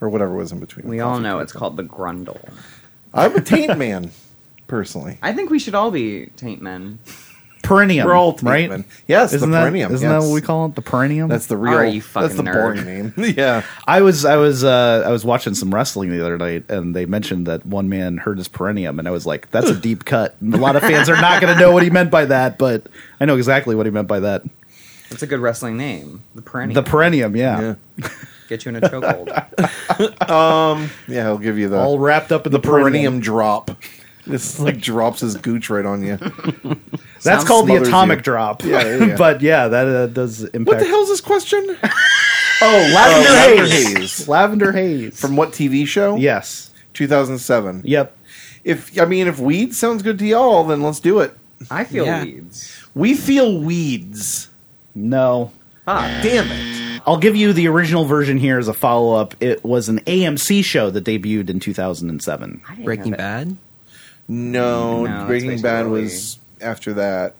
Speaker 2: Or whatever was in between.
Speaker 3: We all know it's called the grundle.
Speaker 2: I'm a taint man, personally.
Speaker 3: I think we should all be taint men.
Speaker 1: Perennium.
Speaker 2: We're all taint
Speaker 1: right?
Speaker 2: men. Yes, the
Speaker 1: isn't that,
Speaker 2: perennium,
Speaker 1: Isn't that
Speaker 2: yes.
Speaker 1: what we call it? The perennium?
Speaker 2: That's the real.
Speaker 3: Are you fucking
Speaker 2: that's the
Speaker 3: nerd?
Speaker 2: boring name. yeah.
Speaker 1: I was I was uh, I was watching some wrestling the other night, and they mentioned that one man hurt his perineum, and I was like, "That's a deep cut." And a lot of fans are not going to know what he meant by that, but I know exactly what he meant by that.
Speaker 3: It's a good wrestling name. The perennial.
Speaker 1: The perineum, yeah,
Speaker 2: Yeah.
Speaker 3: Get you in a chokehold.
Speaker 2: Um, Yeah, he'll give you the
Speaker 1: all wrapped up in the, perineum.
Speaker 2: perineum drop. This like drops his gooch right on you.
Speaker 1: That's
Speaker 3: Sounds
Speaker 1: called the
Speaker 2: smothers
Speaker 1: atomic
Speaker 2: you.
Speaker 1: drop.
Speaker 2: Yeah, yeah, yeah.
Speaker 1: but yeah, that uh, does impact.
Speaker 2: What the hell's this question?
Speaker 1: Oh, lavender
Speaker 2: Lavender
Speaker 1: haze.
Speaker 2: Haze.
Speaker 1: Lavender haze.
Speaker 2: From what TV show?
Speaker 1: yes.
Speaker 2: 2007.
Speaker 1: Yep.
Speaker 2: If I mean if weed sounds good to y'all, then let's do it.
Speaker 3: I feel
Speaker 4: Yeah.
Speaker 3: weeds.
Speaker 2: We feel weeds.
Speaker 1: No.
Speaker 3: Fuck.
Speaker 2: Damn it.
Speaker 1: I'll give you the original version here as a follow up. It was an AMC show that debuted in 2007.
Speaker 3: I didn't
Speaker 4: Breaking
Speaker 3: know that.
Speaker 4: Bad.
Speaker 2: No,
Speaker 3: No, that's
Speaker 2: Breaking
Speaker 3: basically
Speaker 2: Bad
Speaker 3: what we-
Speaker 2: was after that.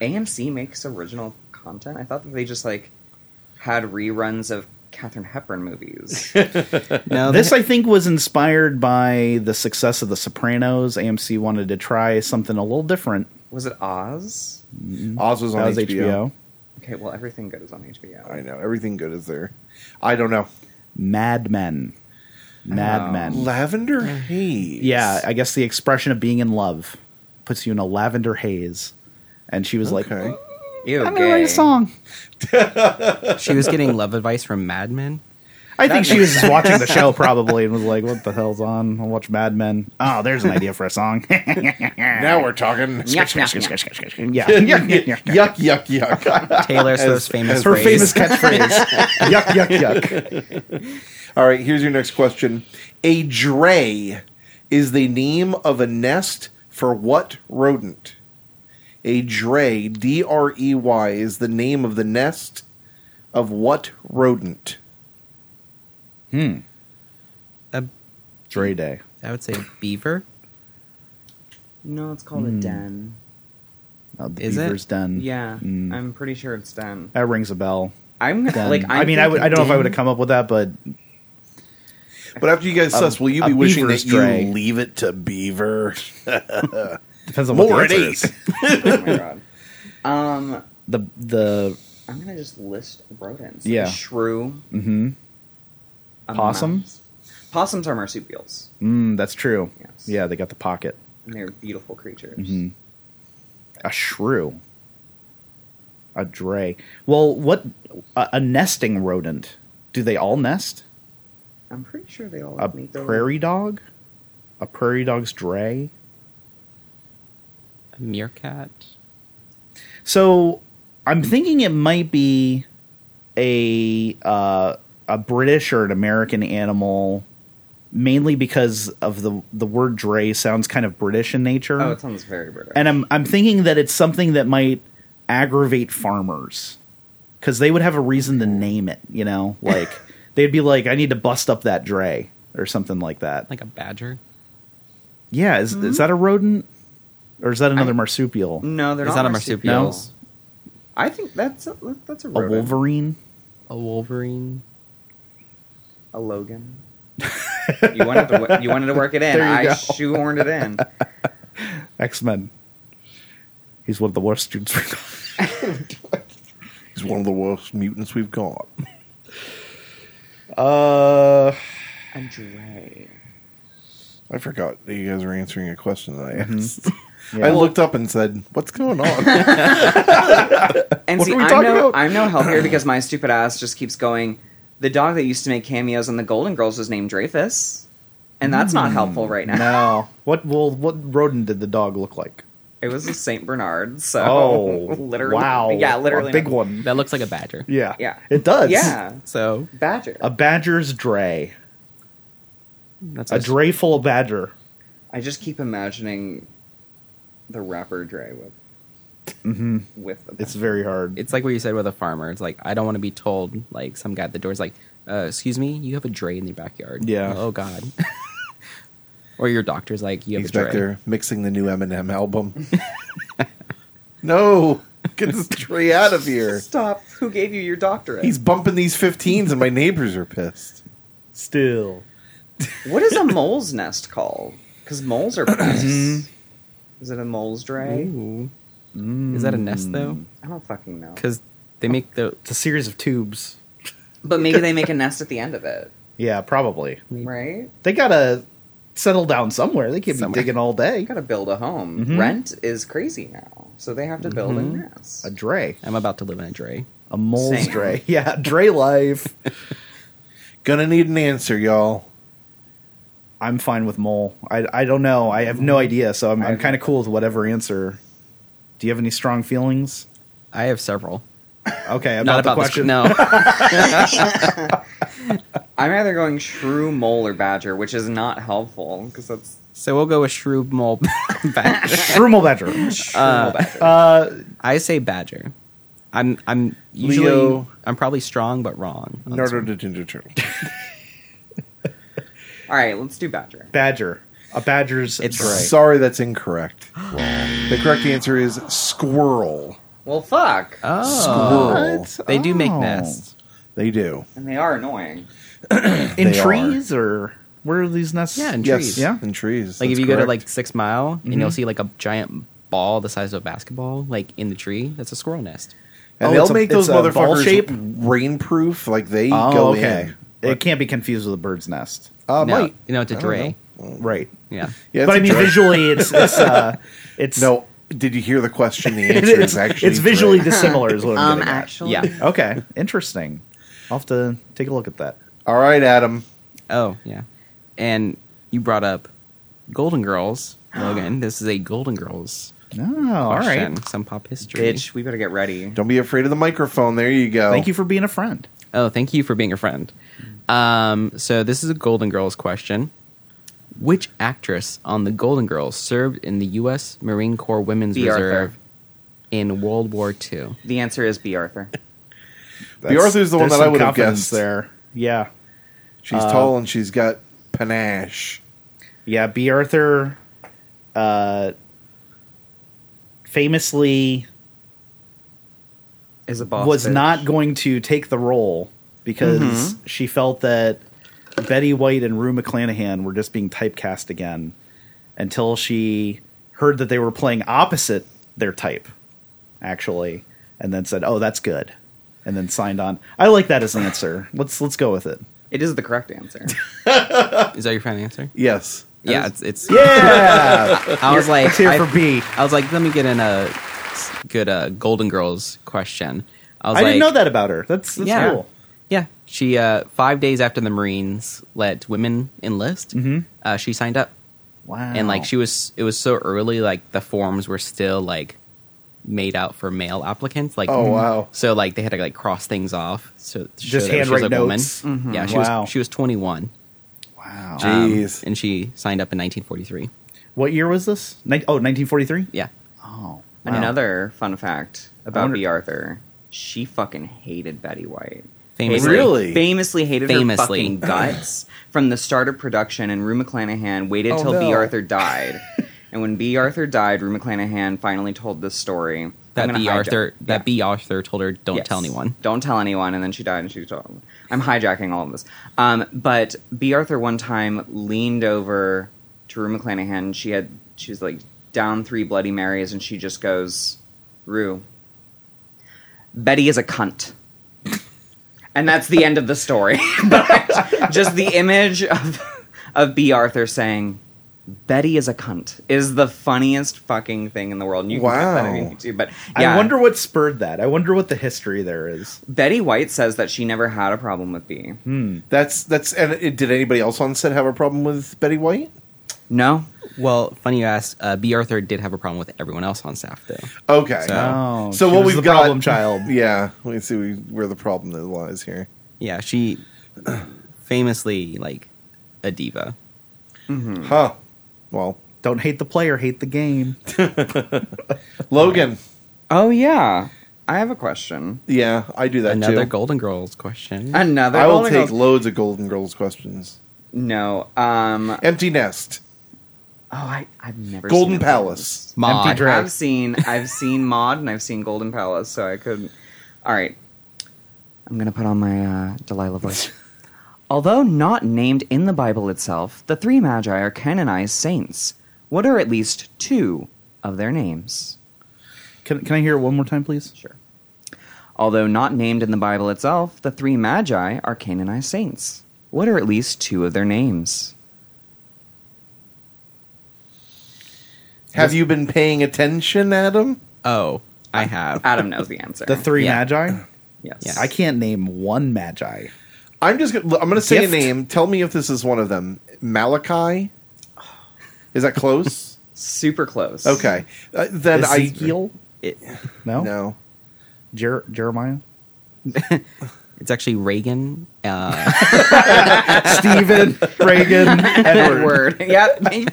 Speaker 3: AMC makes original content. I thought that they just like had reruns of Katherine Hepburn movies.
Speaker 4: No,
Speaker 2: Um,
Speaker 1: This, I think, was inspired by the success of The Sopranos. AMC wanted to try something a little different.
Speaker 3: was it Oz?
Speaker 2: Oz was
Speaker 1: That
Speaker 2: on
Speaker 1: was HBO.
Speaker 2: HBO.
Speaker 3: Okay, well everything good is on HBO.
Speaker 2: I know everything good is there. I don't know.
Speaker 1: Mad Men.
Speaker 2: Oh.
Speaker 1: Mad Men.
Speaker 2: Lavender haze.
Speaker 1: Yeah, I guess the expression of being in love puts you in a lavender haze. And she was
Speaker 2: Okay.
Speaker 1: like,
Speaker 3: Ew,
Speaker 1: I'm going to write
Speaker 3: gay.
Speaker 1: a song.
Speaker 4: she was getting love advice from Mad Men.
Speaker 1: I think she was just watching the show probably and was like, what the hell's on? I'll watch Mad Men. Oh, there's an idea for a song.
Speaker 2: Now we're talking.
Speaker 3: Yuck, yuck, yuck.
Speaker 1: yeah.
Speaker 2: yuck, yuck, yuck.
Speaker 4: Taylor Swift's famous
Speaker 1: Her famous
Speaker 4: phrase.
Speaker 1: catchphrase. yuck, yuck, yuck.
Speaker 2: All right, here's your next question. A dray is the name of a nest for what rodent? A dray, D R E Y, is the name of the nest of what rodent?
Speaker 4: A-
Speaker 1: Dre Day.
Speaker 4: uh, I would say beaver.
Speaker 3: No, it's
Speaker 1: Hmm.
Speaker 3: called a den.
Speaker 1: Oh, the
Speaker 4: Is it?
Speaker 1: beaver's den.
Speaker 3: Yeah,
Speaker 1: Mm.
Speaker 3: I'm pretty sure it's den.
Speaker 1: that rings a bell.
Speaker 3: I'm
Speaker 1: Den.
Speaker 3: like I'm
Speaker 1: I mean, I would. I
Speaker 3: thinking
Speaker 1: don't know if I
Speaker 3: den.
Speaker 1: would have come up with that, but
Speaker 2: But after you guys suss, will you
Speaker 1: a
Speaker 2: be wishing
Speaker 1: beaver's
Speaker 2: that you
Speaker 1: dray.
Speaker 2: leave it to beaver?
Speaker 1: depends on
Speaker 2: More
Speaker 1: what
Speaker 2: at
Speaker 1: the answer
Speaker 2: eight.
Speaker 1: is.
Speaker 3: oh my god. Um,
Speaker 1: The the
Speaker 3: I'm gonna just list rodents.
Speaker 1: Yeah.
Speaker 3: A shrew.
Speaker 1: mm-hmm.
Speaker 3: a
Speaker 1: Possum?
Speaker 3: mouse. Possums are marsupials.
Speaker 1: mm, that's true.
Speaker 3: Yes.
Speaker 1: Yeah, they got the pocket.
Speaker 3: And they're beautiful creatures.
Speaker 1: hmm A shrew. A dray. Well, what a, a nesting rodent? Do they all nest?
Speaker 3: I'm pretty sure they all
Speaker 1: A
Speaker 3: meet their
Speaker 1: prairie dog? A prairie dog's dray?
Speaker 4: A meerkat.
Speaker 1: So I'm thinking it might be a uh, a British or an American animal, mainly because of the the word dray sounds kind of British in nature,
Speaker 3: Oh, it sounds very British.
Speaker 1: and I'm I'm thinking that it's something that might aggravate farmers because they would have a reason
Speaker 3: Mm.
Speaker 1: to name it. You know, like they'd be like, I need to bust up that dray or something like that.
Speaker 4: Like a badger.
Speaker 1: yeah, is is
Speaker 3: hmm?
Speaker 1: that a rodent or is that another marsupial?
Speaker 3: no, they're
Speaker 4: It's
Speaker 3: not
Speaker 4: not a marsupial.
Speaker 3: marsupials. I think that's a, that's a
Speaker 1: A
Speaker 3: rodent.
Speaker 1: wolverine?
Speaker 4: A wolverine.
Speaker 3: A Logan. you wanted to wo- you wanted to work it in.
Speaker 1: There you
Speaker 3: I
Speaker 1: go.
Speaker 3: shoehorned it in.
Speaker 1: X Men. He's one of the worst students we've got.
Speaker 2: He's one of the worst mutants we've got.
Speaker 1: Uh,
Speaker 3: A dray.
Speaker 2: I forgot that you guys were answering a question that I asked.
Speaker 1: Yeah.
Speaker 2: I looked up and said, What's going on?
Speaker 3: And
Speaker 2: What
Speaker 3: see,
Speaker 2: are we
Speaker 3: I'm
Speaker 2: talking
Speaker 3: no,
Speaker 2: about?
Speaker 3: I'm no help here because my stupid ass just keeps going. the dog that used to make cameos in the Golden Girls was named Dreyfus, and that's not helpful right now.
Speaker 1: Mm, No. What well what rodent did the dog look like?
Speaker 3: It was a Saint Bernard, so
Speaker 1: Oh,
Speaker 3: literally,
Speaker 1: Wow.
Speaker 3: yeah, literally,
Speaker 1: a big
Speaker 3: no.
Speaker 1: one.
Speaker 4: That looks like a badger.
Speaker 1: Yeah.
Speaker 3: Yeah.
Speaker 1: It does.
Speaker 3: yeah,
Speaker 4: So
Speaker 3: badger.
Speaker 1: A badger's dray.
Speaker 4: that's
Speaker 1: A dray full of badger.
Speaker 3: I just keep imagining the rapper Dre with with the
Speaker 1: Mm-hmm. It's very hard.
Speaker 4: It's like what you said with a farmer. It's like I don't want to be told like some guy at the door's like, uh, "Excuse me, you have a dray in your backyard."
Speaker 1: Yeah.
Speaker 4: Oh God. or your doctor's like, "You have
Speaker 2: He's
Speaker 4: a dray."
Speaker 2: back there mixing the new Eminem album. no, get this tree out of here.
Speaker 3: Stop! Who gave you your doctorate?
Speaker 2: He's bumping these 15s, and my neighbors are pissed.
Speaker 1: Still.
Speaker 3: What is a mole's nest called? Because moles are
Speaker 1: Mm-hmm.
Speaker 3: pests. is it a mole's dray?
Speaker 4: Ooh. Is that a nest though?
Speaker 1: Mm.
Speaker 3: I don't fucking know.
Speaker 4: Because they make the
Speaker 1: Hmm. It's a series of tubes.
Speaker 3: But maybe they make a nest at the end of it,
Speaker 1: Yeah, probably.
Speaker 3: right?
Speaker 1: They gotta settle down somewhere. They can't
Speaker 4: Somewhere.
Speaker 1: be digging all day.
Speaker 3: You gotta build a home.
Speaker 1: Mhm.
Speaker 3: Rent is crazy now, so they have to build
Speaker 1: Mm-hmm.
Speaker 3: a nest.
Speaker 1: A dray.
Speaker 4: I'm about to live in a dray.
Speaker 1: A mole's
Speaker 3: Same.
Speaker 1: dray. Yeah, dray life.
Speaker 2: Gonna need an answer, y'all.
Speaker 1: I'm fine with mole. I, I don't know. I have
Speaker 2: Mm-hmm.
Speaker 1: no idea, so I'm, I'm
Speaker 3: I've-
Speaker 1: kind of cool with whatever answer. Do you have any strong feelings?
Speaker 4: I have several.
Speaker 1: Okay, about
Speaker 4: Not
Speaker 1: the
Speaker 4: about this-
Speaker 1: question.
Speaker 4: no.
Speaker 3: I'm either going shrew, mole, or badger, which is not helpful because that's
Speaker 4: so we'll go with shrew mole badger.
Speaker 1: Shroomal Badger.
Speaker 3: shrew,
Speaker 4: Uh,
Speaker 3: mole, badger.
Speaker 1: Uh,
Speaker 4: I say badger. I'm I'm usually
Speaker 2: Leo.
Speaker 4: I'm probably strong but wrong. on this
Speaker 2: Naruto the Ninja Turtle.
Speaker 3: All right, let's do badger.
Speaker 1: badger. A badger's
Speaker 4: It's
Speaker 1: dray.
Speaker 2: Sorry, that's incorrect. the correct answer is squirrel.
Speaker 3: Well, fuck,
Speaker 1: Uh.
Speaker 4: Oh,
Speaker 1: Squirrel.
Speaker 4: they do make
Speaker 1: Oh.
Speaker 4: nests.
Speaker 2: They do.
Speaker 3: and they are annoying.
Speaker 1: in
Speaker 2: They
Speaker 1: trees or where are these nests?
Speaker 4: Yeah, in
Speaker 2: Yes,
Speaker 4: trees.
Speaker 1: Yeah.
Speaker 2: in trees.
Speaker 4: Like if
Speaker 2: That's
Speaker 4: you go to
Speaker 2: correct.
Speaker 4: like Six Mile and you'll see like a giant ball the size of a basketball like in the tree. That's a squirrel nest.
Speaker 2: and
Speaker 1: Oh, it's
Speaker 2: they'll
Speaker 1: a-
Speaker 2: make
Speaker 1: it's
Speaker 2: those
Speaker 1: a ball
Speaker 2: motherfuckers
Speaker 1: shape?
Speaker 2: rainproof. Like they
Speaker 1: Oh,
Speaker 2: go
Speaker 1: okay.
Speaker 2: in.
Speaker 1: It can't be confused with a bird's nest,
Speaker 2: Uh,
Speaker 4: no,
Speaker 2: might.
Speaker 4: no, it's a
Speaker 2: I don't
Speaker 4: dray.
Speaker 2: know.
Speaker 1: right?
Speaker 4: Yeah,
Speaker 2: Yeah,
Speaker 1: but I
Speaker 2: it's a
Speaker 1: mean,
Speaker 2: dray.
Speaker 1: visually, it's it's uh, it's
Speaker 2: No, did you hear the question? The
Speaker 1: it-
Speaker 2: answer
Speaker 1: it's,
Speaker 2: is actually
Speaker 1: it's visually
Speaker 2: dray.
Speaker 1: dissimilar. Is what I'm
Speaker 3: Um,
Speaker 1: getting at.
Speaker 3: actually,
Speaker 4: yeah.
Speaker 1: Okay, interesting. I'll have to take a look at that.
Speaker 2: All right, Adam.
Speaker 4: Oh yeah, and you brought up Golden Girls, Logan. this is a Golden Girls
Speaker 1: Oh, all right.
Speaker 4: question. Some pop history.
Speaker 3: bitch, we better get ready.
Speaker 2: Don't be afraid of the microphone. There you go.
Speaker 1: Thank you for being a friend.
Speaker 4: Oh, thank you for being a friend. Um, so this is a Golden Girls question. Which actress on the Golden Girls served in the U.S. Marine Corps Women's
Speaker 3: B. Arthur.
Speaker 4: Reserve in World War II?
Speaker 3: The answer is B. Arthur.
Speaker 2: The Arthur's the one
Speaker 1: there's
Speaker 2: that I
Speaker 1: some
Speaker 2: would have
Speaker 1: confidence
Speaker 2: guessed.
Speaker 1: There, yeah,
Speaker 4: Uh,
Speaker 2: She's tall and she's got panache.
Speaker 1: yeah. B. Arthur, uh, famously
Speaker 3: Is a boss
Speaker 1: was
Speaker 3: bitch.
Speaker 1: not going to take the role because
Speaker 4: Mm-hmm.
Speaker 1: she felt that Betty White and Rue McClanahan were just being typecast again until she heard that they were playing opposite their type, actually, and then said, "Oh, that's good," and then signed on. I like that as an answer. Let's let's go with it.
Speaker 3: It is the correct answer.
Speaker 4: Is that your final answer?
Speaker 2: Yes.
Speaker 4: Yeah, it's, it's
Speaker 1: Yeah,
Speaker 4: I was like,
Speaker 1: it's here
Speaker 4: I,
Speaker 1: for B.
Speaker 4: I was like, let me get in a s- good uh, Golden Girls question. I
Speaker 1: I
Speaker 4: was like,
Speaker 1: didn't know that about her. That's that's
Speaker 4: Yeah.
Speaker 1: cool.
Speaker 4: Yeah, she uh, five days after the Marines let women enlist,
Speaker 1: Mhm.
Speaker 4: uh, she signed up,
Speaker 1: Wow,
Speaker 4: and like she was, it was so early, like the forms were still like made out for male applicants. Like, mm-hmm.
Speaker 2: Oh, wow.
Speaker 4: So like they had to like cross things off. So to show
Speaker 1: Just
Speaker 4: that she was
Speaker 1: handwrite
Speaker 4: a woman. Mm-hmm.
Speaker 1: notes.
Speaker 4: Yeah, she
Speaker 1: Wow.
Speaker 4: was she was twenty one.
Speaker 1: wow.
Speaker 2: Jeez.
Speaker 4: and she signed up in nineteen forty three.
Speaker 1: what year was this? Nin- oh, 1943?
Speaker 4: Yeah.
Speaker 1: Oh, wow.
Speaker 3: Another fun fact
Speaker 1: I
Speaker 3: about
Speaker 1: wonder-
Speaker 3: B. Arthur: she fucking hated Betty White.
Speaker 4: Famously.
Speaker 2: Really?
Speaker 3: Famously hated her
Speaker 4: Famously.
Speaker 3: fucking guts from the start of production, and Rue McClanahan waited
Speaker 2: Oh,
Speaker 3: till B.
Speaker 2: no.
Speaker 3: Arthur died. and when B. Arthur died, Rue McClanahan finally told this story. I'm
Speaker 4: That
Speaker 3: gonna
Speaker 4: B
Speaker 3: hijack-
Speaker 4: Arthur that
Speaker 3: Yeah.
Speaker 4: B Arthur told her don't
Speaker 3: Yes.
Speaker 4: tell anyone.
Speaker 3: Don't tell anyone. And then she died and she told I'm hijacking all of this. Um, but B. Arthur one time leaned over to Rue McClanahan. She had, she was like down three Bloody Marys and she just goes, Rue, Betty is a cunt. And that's the end of the story. but just the image of, of B. Arthur saying, Betty is a cunt is the funniest fucking thing in the world. And you can cut that on
Speaker 2: Wow.
Speaker 3: YouTube, but yeah,
Speaker 1: I wonder what spurred that. I wonder what the history there is.
Speaker 3: Betty White says that she never had a problem with B.
Speaker 2: That's that's. And it, did anybody else on set have a problem with Betty White?
Speaker 3: No,
Speaker 4: Well, funny you asked. Uh, B. Arthur did have a problem with everyone else on staff, though.
Speaker 2: Okay.
Speaker 4: So-
Speaker 1: Oh,
Speaker 2: so
Speaker 1: she
Speaker 2: what
Speaker 1: was the
Speaker 2: we've got,
Speaker 1: problem child.
Speaker 2: Yeah, we see we, where the problem lies here.
Speaker 4: Yeah, she famously like a diva. Hmm.
Speaker 2: Huh. Well,
Speaker 1: Don't hate the player, hate the game.
Speaker 2: Logan.
Speaker 3: oh yeah, I have a question.
Speaker 2: Yeah, I do that
Speaker 4: Another
Speaker 2: too.
Speaker 4: Golden Girls question.
Speaker 3: Another
Speaker 2: I will
Speaker 3: Golden
Speaker 2: take
Speaker 3: Girls-
Speaker 2: loads of Golden Girls questions.
Speaker 3: no. Um. Oh,
Speaker 2: Empty Nest.
Speaker 3: I I've never
Speaker 2: Golden
Speaker 3: seen it.
Speaker 2: Palace.
Speaker 4: Maude.
Speaker 1: Empty Drag.
Speaker 3: I've seen I've seen Maud and I've seen Golden Palace, so I could. All right, I'm gonna put on my uh, Delilah voice. Although not named in the Bible itself, the three magi are canonized saints. What are at least two of their names?
Speaker 1: Can, can I hear it one more time, please?
Speaker 3: Sure. Although not named in the Bible itself, the three magi are canonized saints. What are at least two of their names?
Speaker 2: Have you been paying attention, Adam?
Speaker 4: Oh, I have.
Speaker 3: Adam knows the answer.
Speaker 1: The three
Speaker 4: Yeah.
Speaker 1: magi.
Speaker 3: Yes.
Speaker 4: Yeah.
Speaker 1: I can't name one magi.
Speaker 2: I'm just. Gonna, I'm going to say
Speaker 1: Gift?
Speaker 2: a name. Tell me if this is one of them. Malachi. Is that close?
Speaker 3: Super close.
Speaker 2: okay. Uh, then
Speaker 1: Ezekiel?
Speaker 4: It,
Speaker 2: I.
Speaker 1: No.
Speaker 2: No.
Speaker 1: Jer- Jeremiah.
Speaker 4: it's actually Reagan. Uh,
Speaker 1: Stephen. Reagan. Edward.
Speaker 3: Edward. yep. You figured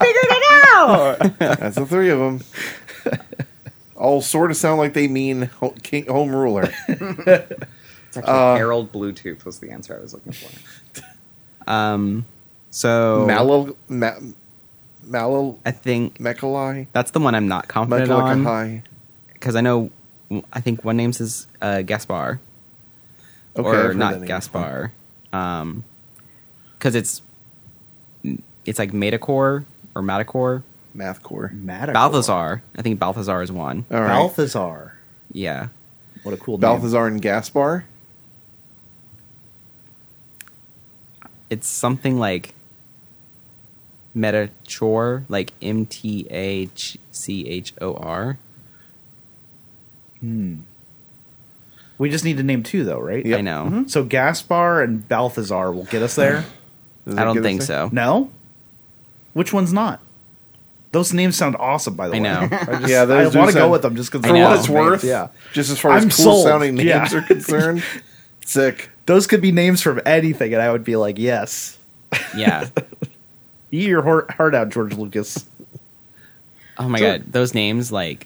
Speaker 3: it out.
Speaker 2: That's the three of them. All sort of sound like they mean ho- king, home ruler.
Speaker 3: It's actually
Speaker 1: Uh,
Speaker 3: Harold Bluetooth was the answer I was looking for.
Speaker 4: um, so
Speaker 2: Malal. Ma, Malal.
Speaker 4: I think
Speaker 2: Mechalai.
Speaker 4: that's the one I'm not confident on
Speaker 2: Mechalai.
Speaker 4: because I know I think one name's is uh, Gaspar
Speaker 2: Okay, I've
Speaker 4: or
Speaker 2: heard that
Speaker 4: not
Speaker 2: name
Speaker 4: Gaspar, because it's it's like Matacor or Matacor.
Speaker 2: Math core.
Speaker 1: Matagor.
Speaker 4: Balthazar. I think Balthazar is one.
Speaker 2: All right.
Speaker 1: Balthazar.
Speaker 4: Yeah.
Speaker 1: What a cool name.
Speaker 2: Balthazar and Gaspar.
Speaker 4: It's something like Metachor, like M T A C H O R.
Speaker 1: We just need to name two, though, right?
Speaker 2: Yep.
Speaker 4: I know.
Speaker 1: So Gaspar and Balthazar will get us there.
Speaker 2: Does
Speaker 4: I
Speaker 2: that
Speaker 4: don't
Speaker 2: get us
Speaker 4: think
Speaker 2: there?
Speaker 4: so.
Speaker 1: No? Which one's not? Those names sound awesome, by the way.
Speaker 4: I know.
Speaker 1: I just,
Speaker 2: Yeah,
Speaker 1: I
Speaker 2: those do
Speaker 1: want to go
Speaker 2: sound-
Speaker 1: with them just because
Speaker 4: I
Speaker 2: For
Speaker 4: know.
Speaker 2: what it's worth,
Speaker 1: Yeah.
Speaker 2: Just as far
Speaker 1: I'm
Speaker 2: as cool
Speaker 1: sold.
Speaker 2: sounding names
Speaker 1: Yeah.
Speaker 2: are concerned, sick.
Speaker 1: Those could be names from anything, and I would be like, yes.
Speaker 4: Yeah.
Speaker 1: Eat your heart, heart out, George Lucas.
Speaker 4: Oh my
Speaker 1: So-
Speaker 4: god. Those names, like,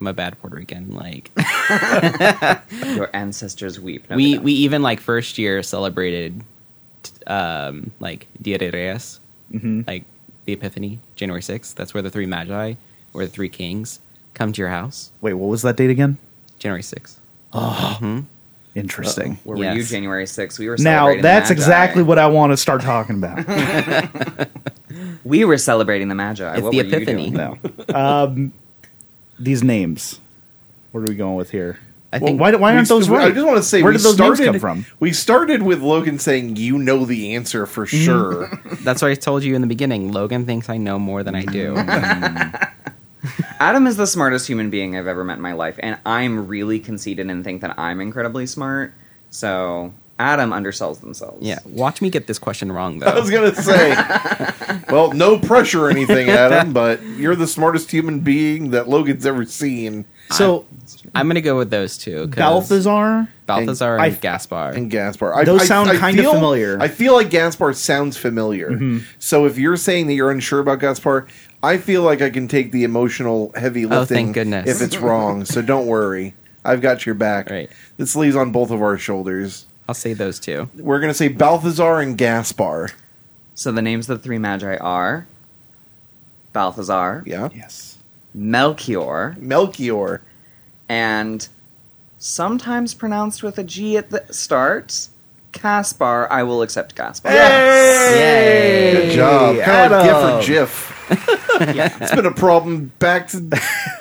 Speaker 4: I'm a bad Puerto Rican. Like,
Speaker 3: Your ancestors weep. No, they
Speaker 4: we,
Speaker 3: don't.
Speaker 4: we even, like, first year celebrated, t- um, like, Dia de Reyes,
Speaker 1: Mhm.
Speaker 4: like, the Epiphany, January 6th. That's where the three magi or the three kings come to your house,
Speaker 1: Wait, what was that date again?
Speaker 4: January 6th.
Speaker 1: Interesting.
Speaker 3: Where
Speaker 4: Yes.
Speaker 3: were you January 6th? We were
Speaker 1: Now,
Speaker 3: celebrating the
Speaker 1: that's
Speaker 3: Magi.
Speaker 1: exactly what I want to start talking about.
Speaker 3: we were celebrating the Magi.
Speaker 4: It's
Speaker 3: what
Speaker 4: the
Speaker 3: were you
Speaker 4: Epiphany.
Speaker 3: doing?
Speaker 1: no. Um, these names. What are we going with here?
Speaker 4: I
Speaker 1: Well,
Speaker 4: think-
Speaker 1: why, why
Speaker 2: We-
Speaker 1: aren't those right?
Speaker 2: I just want to say,
Speaker 1: where
Speaker 2: we
Speaker 1: did those
Speaker 2: started,
Speaker 1: names come from?
Speaker 2: We started with Logan saying, "You know the answer for sure."
Speaker 1: Mm.
Speaker 4: That's what I told you in the beginning. Logan thinks I know more than I do.
Speaker 3: Adam is the smartest human being I've ever met in my life, and I'm really conceited and think that I'm incredibly smart. So Adam undersells themselves.
Speaker 4: yeah, watch me get this question wrong
Speaker 2: I was
Speaker 4: though.
Speaker 2: gonna say, well, no pressure or anything, Adam, but you're the smartest human being that Logan's ever seen.
Speaker 1: So
Speaker 4: I'm gonna go with those two. 'cause
Speaker 1: Balthazar.
Speaker 4: Balthazar and,
Speaker 1: I-
Speaker 4: Gaspar.
Speaker 2: And Gaspar, I,
Speaker 1: Those
Speaker 2: I-
Speaker 1: sound
Speaker 2: I
Speaker 1: kinda
Speaker 2: feel-
Speaker 1: familiar. Mm-hmm.
Speaker 2: I feel like Gaspar sounds familiar. So if you're saying that you're unsure about Gaspar, I feel like I can take the emotional heavy lifting.
Speaker 4: Oh, thank goodness.
Speaker 2: If it's wrong, so don't worry, I've got your back.
Speaker 4: Right.
Speaker 2: This leaves on both of our shoulders.
Speaker 4: I'll say those two.
Speaker 2: We're gonna say Balthazar and Gaspar.
Speaker 3: So the names of the three Magi are Balthazar,
Speaker 2: Yeah,
Speaker 1: Yes.
Speaker 3: Melchior,
Speaker 2: Melchior.
Speaker 3: and sometimes pronounced with a G at the start, Caspar. I will accept Caspar.
Speaker 2: Yay! Good job. Kind of
Speaker 1: Adam.
Speaker 2: like GIF or GIF. It's been a problem back to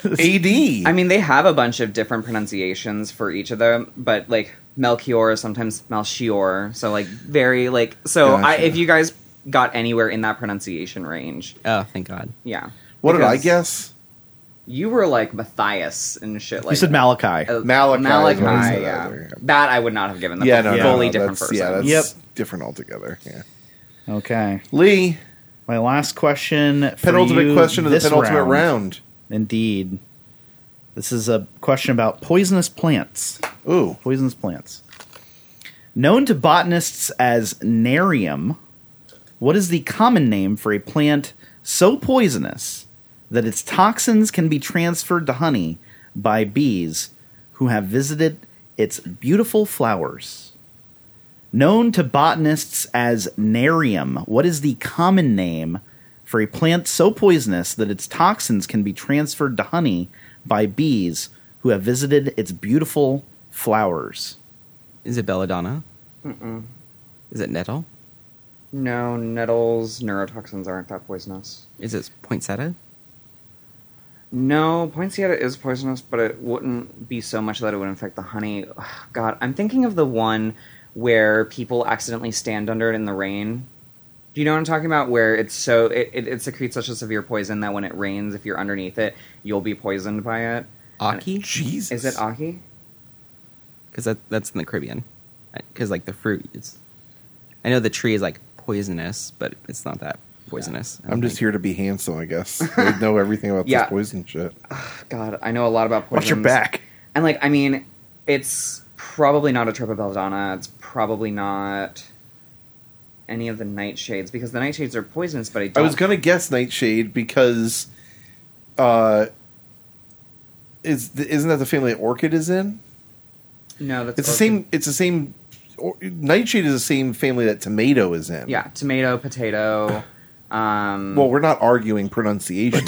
Speaker 2: AD.
Speaker 3: I mean, they have a bunch of different pronunciations for each of them, but like Melchior is sometimes Malchior, so like very like so. I
Speaker 2: Gotcha.
Speaker 3: if you guys got anywhere in that pronunciation range.
Speaker 4: Oh, thank God.
Speaker 3: Yeah.
Speaker 2: What did I
Speaker 3: Because
Speaker 2: guess?
Speaker 3: You were like Matthias and shit. Like
Speaker 1: you said Malachi.
Speaker 3: uh,
Speaker 2: Malachi is what I
Speaker 3: Malachi,
Speaker 2: said
Speaker 3: yeah.
Speaker 2: earlier.
Speaker 3: That I would not have given them.
Speaker 2: Yeah,
Speaker 3: Yeah,
Speaker 2: no, no,
Speaker 3: fully
Speaker 2: no,
Speaker 3: different
Speaker 2: that's,
Speaker 3: person.
Speaker 2: Yeah, that's
Speaker 1: Yep.
Speaker 2: different altogether. Yeah.
Speaker 1: okay.
Speaker 2: Lee,
Speaker 1: My last question. for
Speaker 2: penultimate
Speaker 1: you
Speaker 2: question of the
Speaker 1: this
Speaker 2: penultimate round.
Speaker 1: Indeed. This is a question about poisonous plants.
Speaker 2: Ooh,
Speaker 1: Poisonous plants. Known to botanists as narium, what is the common name for a plant so poisonous that its toxins can be transferred to honey by bees who have visited its beautiful flowers? Known to botanists as narium, what is the common name for a plant so poisonous that its toxins can be transferred to honey by bees who have visited its beautiful flowers?
Speaker 4: Is it belladonna? Is it nettle?
Speaker 3: No, nettles, neurotoxins aren't that poisonous.
Speaker 4: Is it poinsettia?
Speaker 3: No, poinsettia is poisonous, but it wouldn't be so much that it would infect the honey. Ugh, God, I'm thinking of the one where people accidentally stand under it in the rain. Do you know what I'm talking about? Where it's so it, it, it secretes such a severe poison that when it rains, if you're underneath it, you'll be poisoned by it.
Speaker 4: Aki?
Speaker 2: Jesus.
Speaker 3: Is it ahi?
Speaker 4: Because that, that's in the Caribbean. Because like the fruit, it's. I know the tree is like poisonous, but it's not that poisonous. I
Speaker 2: I'm
Speaker 4: don't
Speaker 2: just
Speaker 4: think.
Speaker 2: here to be handsome, I guess. They know everything about
Speaker 3: Yeah.
Speaker 2: this poison shit.
Speaker 3: God, I know a lot about poisons.
Speaker 1: Watch your back.
Speaker 3: And like, I mean, it's probably not a triple belladonna. It's probably not any of the nightshades because the nightshades are poisonous. But I,
Speaker 2: I
Speaker 3: don't
Speaker 2: was gonna guess Nightshade because, uh, is isn't that the family that Orchid is in?
Speaker 3: No, that's
Speaker 2: It's the
Speaker 3: orchid.
Speaker 2: same. It's the same. Or, Nightshade is the same family that Tomato is in.
Speaker 3: Yeah, tomato, potato. Um,
Speaker 2: Well, we're not arguing pronunciation.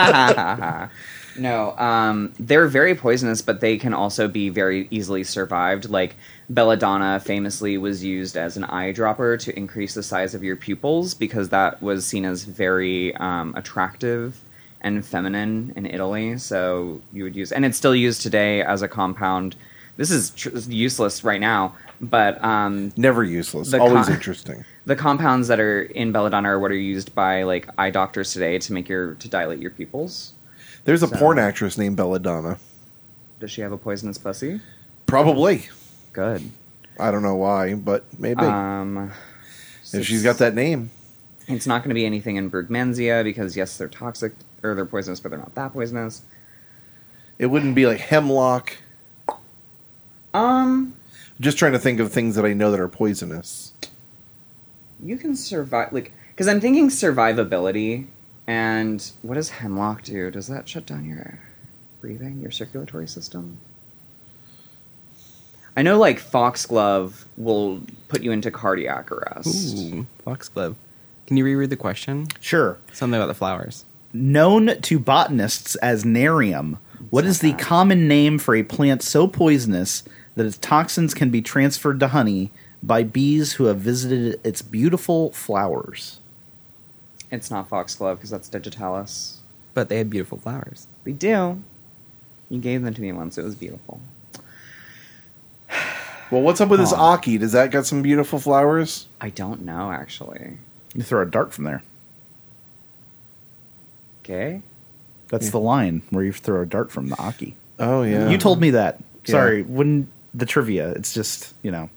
Speaker 3: no, um, they're very poisonous, but they can also be very easily survived. Like belladonna famously was used as an eyedropper to increase the size of your pupils because that was seen as very um, attractive and feminine in Italy. So you would use, and it's still used today as a compound. This is tr- useless right now, but um,
Speaker 2: Never useless.
Speaker 3: The
Speaker 2: always
Speaker 3: con-
Speaker 2: interesting.
Speaker 3: the compounds that are in belladonna are what are used by like eye doctors today to make your to dilate your pupils.
Speaker 2: There's a
Speaker 3: So-
Speaker 2: porn actress named Belladonna.
Speaker 3: Does she have a poisonous pussy?
Speaker 2: Probably.
Speaker 3: Good.
Speaker 2: I don't know why, but maybe
Speaker 3: Um,
Speaker 2: if she's got that name.
Speaker 3: it's not going to be anything in Brugmansia because yes, they're toxic or they're poisonous, but they're not that poisonous.
Speaker 2: It wouldn't be like hemlock.
Speaker 3: Um,
Speaker 2: Just trying to think of things that I know that are poisonous.
Speaker 3: you can survive like because I'm thinking survivability and what does hemlock do? Does that shut down your breathing, your circulatory system? I know like foxglove will put you into cardiac arrest.
Speaker 4: Ooh, foxglove. Can you reread the question?
Speaker 1: Sure.
Speaker 4: Something about the flowers.
Speaker 1: Known to botanists as narium, what is the common name for a plant so poisonous that its toxins can be transferred to honey by bees who have visited its beautiful flowers?
Speaker 3: It's not foxglove because that's digitalis.
Speaker 4: But they had beautiful flowers.
Speaker 3: We do. You gave them to me once. It was beautiful.
Speaker 2: Well, what's up with this
Speaker 3: Aw.
Speaker 2: Aki? Does that got some beautiful flowers?
Speaker 3: I don't know actually.
Speaker 1: You throw a dart from there.
Speaker 3: Okay.
Speaker 1: That's the line where you throw a dart from the Aki.
Speaker 2: Oh yeah.
Speaker 1: You told me that.
Speaker 2: Yeah.
Speaker 1: Sorry, wouldn't the trivia. It's just, you know,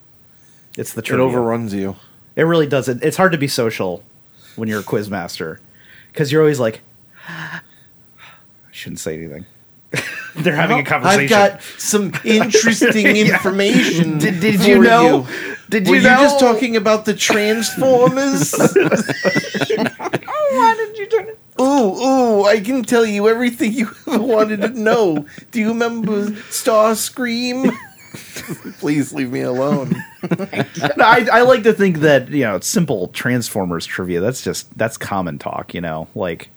Speaker 1: it's the
Speaker 2: it
Speaker 1: trivia.
Speaker 2: overruns you.
Speaker 1: It really does. It, it's hard to be social when you're a quiz master because you're always like, I shouldn't say anything. They're having a conversation.
Speaker 2: I've got some interesting information.
Speaker 1: Did- did
Speaker 2: for
Speaker 1: you know? Did
Speaker 2: Were
Speaker 1: you
Speaker 2: you
Speaker 1: know?
Speaker 2: just talking about the Transformers?
Speaker 3: Oh, Why did you turn it?
Speaker 2: ooh, ooh! I can tell you everything you ever wanted to know. Do you remember Starscream? Please leave me alone.
Speaker 1: No, I, I like to think that you know simple Transformers trivia. That's just that's common talk. You know, like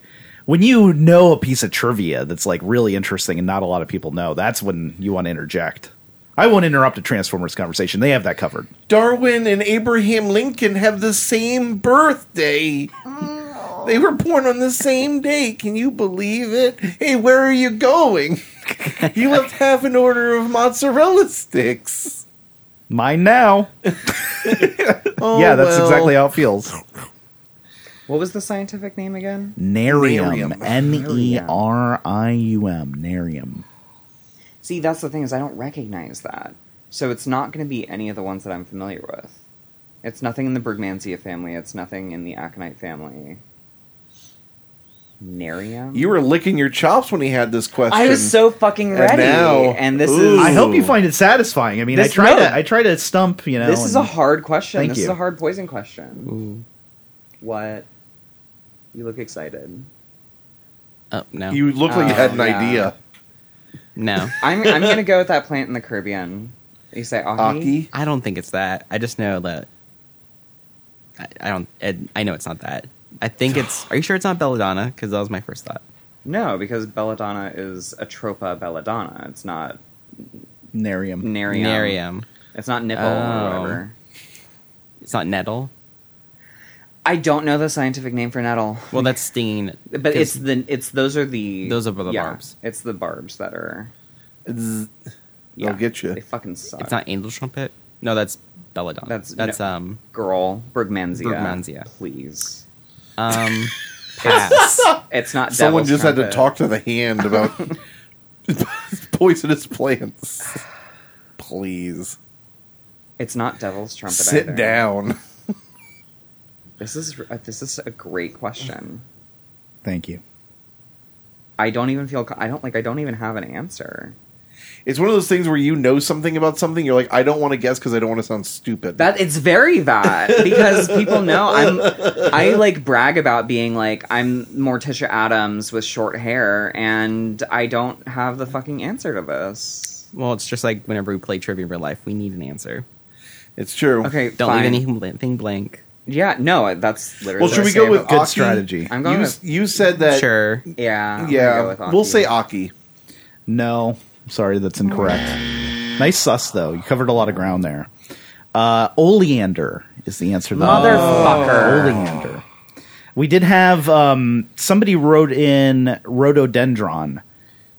Speaker 1: when you know a piece of trivia that's like really interesting and not a lot of people know. That's when you want to interject. I won't interrupt a Transformers conversation. They have that covered.
Speaker 2: Darwin and Abraham Lincoln have the same birthday.
Speaker 3: Oh.
Speaker 2: They were born on the same day. Can you believe it? Hey, where are you going? you left half an order of mozzarella sticks.
Speaker 1: Mine now.
Speaker 3: Oh,
Speaker 1: yeah, that's
Speaker 2: Oh, well.
Speaker 1: exactly how it feels.
Speaker 3: What was the scientific name again?
Speaker 1: Nerium.
Speaker 2: Nerium.
Speaker 1: N E R I U M. Nerium.
Speaker 3: See, that's the thing is I don't recognize that. So it's not going to be any of the ones that I'm familiar with. It's nothing in the Bergmansia family. It's nothing in the Aconite family. Nerium?
Speaker 2: You were licking your chops when he had this question.
Speaker 3: I was so fucking
Speaker 2: And
Speaker 3: ready. And,
Speaker 2: now-
Speaker 3: this
Speaker 2: Ooh.
Speaker 3: is
Speaker 1: I hope you find it satisfying. I mean, I
Speaker 3: This-
Speaker 1: try
Speaker 3: no.
Speaker 1: to I try to stump, you know.
Speaker 3: this is a
Speaker 1: and-
Speaker 3: hard question.
Speaker 1: Thank
Speaker 3: this
Speaker 1: you.
Speaker 3: is a hard poison question.
Speaker 4: Ooh.
Speaker 3: What? You look excited.
Speaker 4: Oh, no.
Speaker 2: You looked like you
Speaker 3: Oh,
Speaker 2: had an
Speaker 3: yeah.
Speaker 2: idea.
Speaker 4: no.
Speaker 3: I'm I'm gonna go with that plant in the Caribbean. You say Aki?
Speaker 2: Aki?
Speaker 4: I don't think it's that. I just know that. I, I don't. I, I know it's not that. I think it's. Are you sure it's not Belladonna? Because that was my first thought.
Speaker 3: No, because belladonna is atropa belladonna. It's not
Speaker 1: Nerium.
Speaker 3: nerium.
Speaker 4: Nerium.
Speaker 3: It's not nipple
Speaker 4: Oh.
Speaker 3: or whatever.
Speaker 4: It's not nettle.
Speaker 3: I don't know the scientific name for nettle.
Speaker 4: Well, that's stinging.
Speaker 3: but it's
Speaker 4: 'cause
Speaker 3: the it's those are the
Speaker 4: Those are the barbs.
Speaker 3: It's the barbs that are
Speaker 2: Zzz.
Speaker 3: yeah,
Speaker 2: They'll get you.
Speaker 3: They fucking suck.
Speaker 4: it's not angel trumpet. No, that's Belladonna.
Speaker 3: That's-
Speaker 4: that's
Speaker 3: no.
Speaker 4: um
Speaker 3: girl Bergmansia.
Speaker 4: Bergmansia.
Speaker 3: please.
Speaker 4: um pass.
Speaker 3: It's not.
Speaker 2: Someone
Speaker 3: devil's
Speaker 2: just had
Speaker 3: trumpet.
Speaker 2: to talk to the hand about poisonous plants. Please
Speaker 3: It's not devil's trumpet.
Speaker 2: sit
Speaker 3: either.
Speaker 2: down.
Speaker 3: This is uh, this is a great question.
Speaker 1: Thank you.
Speaker 3: I don't even feel. co- I don't like. I don't even have an answer.
Speaker 2: It's one of those things where you know something about something. You're like, I don't want to guess because I don't want to sound stupid.
Speaker 3: That it's very that because people know I'm I like brag about being like I'm Morticia Adams with short hair and I don't have the fucking answer to this.
Speaker 4: well, it's just like whenever we play trivia in real life, we need an answer.
Speaker 2: it's true.
Speaker 3: Okay,
Speaker 4: Don't
Speaker 3: fine.
Speaker 4: leave anything blank.
Speaker 3: Yeah, no, that's literally.
Speaker 2: Well,
Speaker 3: what
Speaker 2: should
Speaker 3: I
Speaker 2: we
Speaker 3: say
Speaker 2: go with
Speaker 3: about-
Speaker 1: Good
Speaker 2: Aki?
Speaker 1: strategy.
Speaker 3: I'm going
Speaker 2: you,
Speaker 3: with-
Speaker 2: you said that.
Speaker 4: sure.
Speaker 3: Yeah, I'm
Speaker 2: Yeah,
Speaker 3: gonna go with
Speaker 2: we'll
Speaker 3: Aki.
Speaker 2: say Aki.
Speaker 1: No, sorry, that's incorrect. Nice sus though. You covered a lot of ground there. Uh, oleander is the answer. to that.
Speaker 3: Motherfucker.
Speaker 1: Oleander. We did have um, somebody wrote in rhododendron,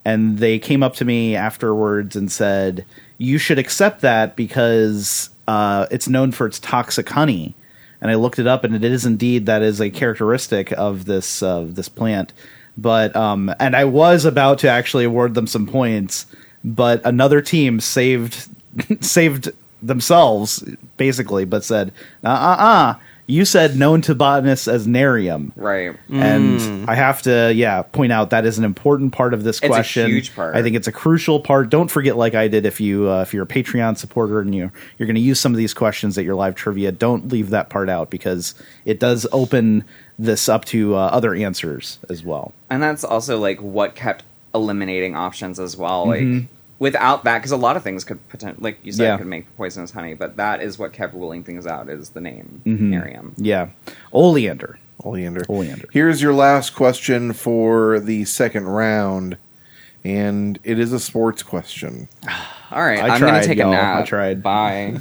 Speaker 1: and they came up to me afterwards and said, "You should accept that because uh, it's known for its toxic honey." And I looked it up, and it is indeed that is a characteristic of this of this plant. But um, and I was about to actually award them some points, but another team saved saved themselves basically, but said, "Uh uh uh." You said known to botanists as nerium
Speaker 3: right.
Speaker 1: and I have to yeah point out that is an important part of this
Speaker 3: Mm. a
Speaker 1: question.
Speaker 3: huge part.
Speaker 1: I think it's a crucial part. Don't forget, like I did, if you uh, if you're a Patreon supporter and you you're going to use some of these questions at your live trivia, don't leave that part out because it does open this up to uh, other answers as well.
Speaker 3: And that's also like what kept eliminating options as well. Like
Speaker 2: Mm-hmm.
Speaker 3: without that, because a lot of things could potentially, like you said,
Speaker 1: Yeah.
Speaker 3: could make poisonous honey. But that is what kept ruling things out is the name
Speaker 2: Mm-hmm.
Speaker 3: Miriam.
Speaker 1: Yeah, oleander.
Speaker 2: Oleander.
Speaker 1: Oleander.
Speaker 2: Here's your last question for the second round, and it is a sports question.
Speaker 3: All right,
Speaker 1: I
Speaker 3: I am gonna
Speaker 1: tried,
Speaker 3: take
Speaker 1: y'all.
Speaker 3: a nap.
Speaker 1: I tried.
Speaker 3: Bye.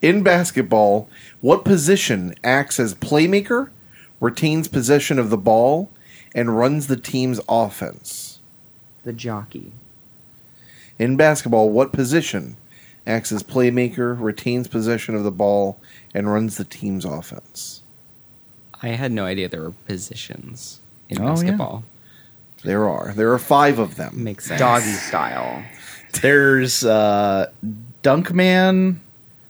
Speaker 2: In basketball, what position acts as playmaker, retains possession of the ball, and runs the team's offense?
Speaker 3: the jockey.
Speaker 2: In basketball, what position acts as playmaker, retains possession of the ball, and runs the team's offense?
Speaker 4: I had no idea there were positions in
Speaker 1: Oh, yeah.
Speaker 4: basketball.
Speaker 2: There are. There are five of them.
Speaker 4: Makes sense.
Speaker 3: Doggy style.
Speaker 1: There's uh, dunkman,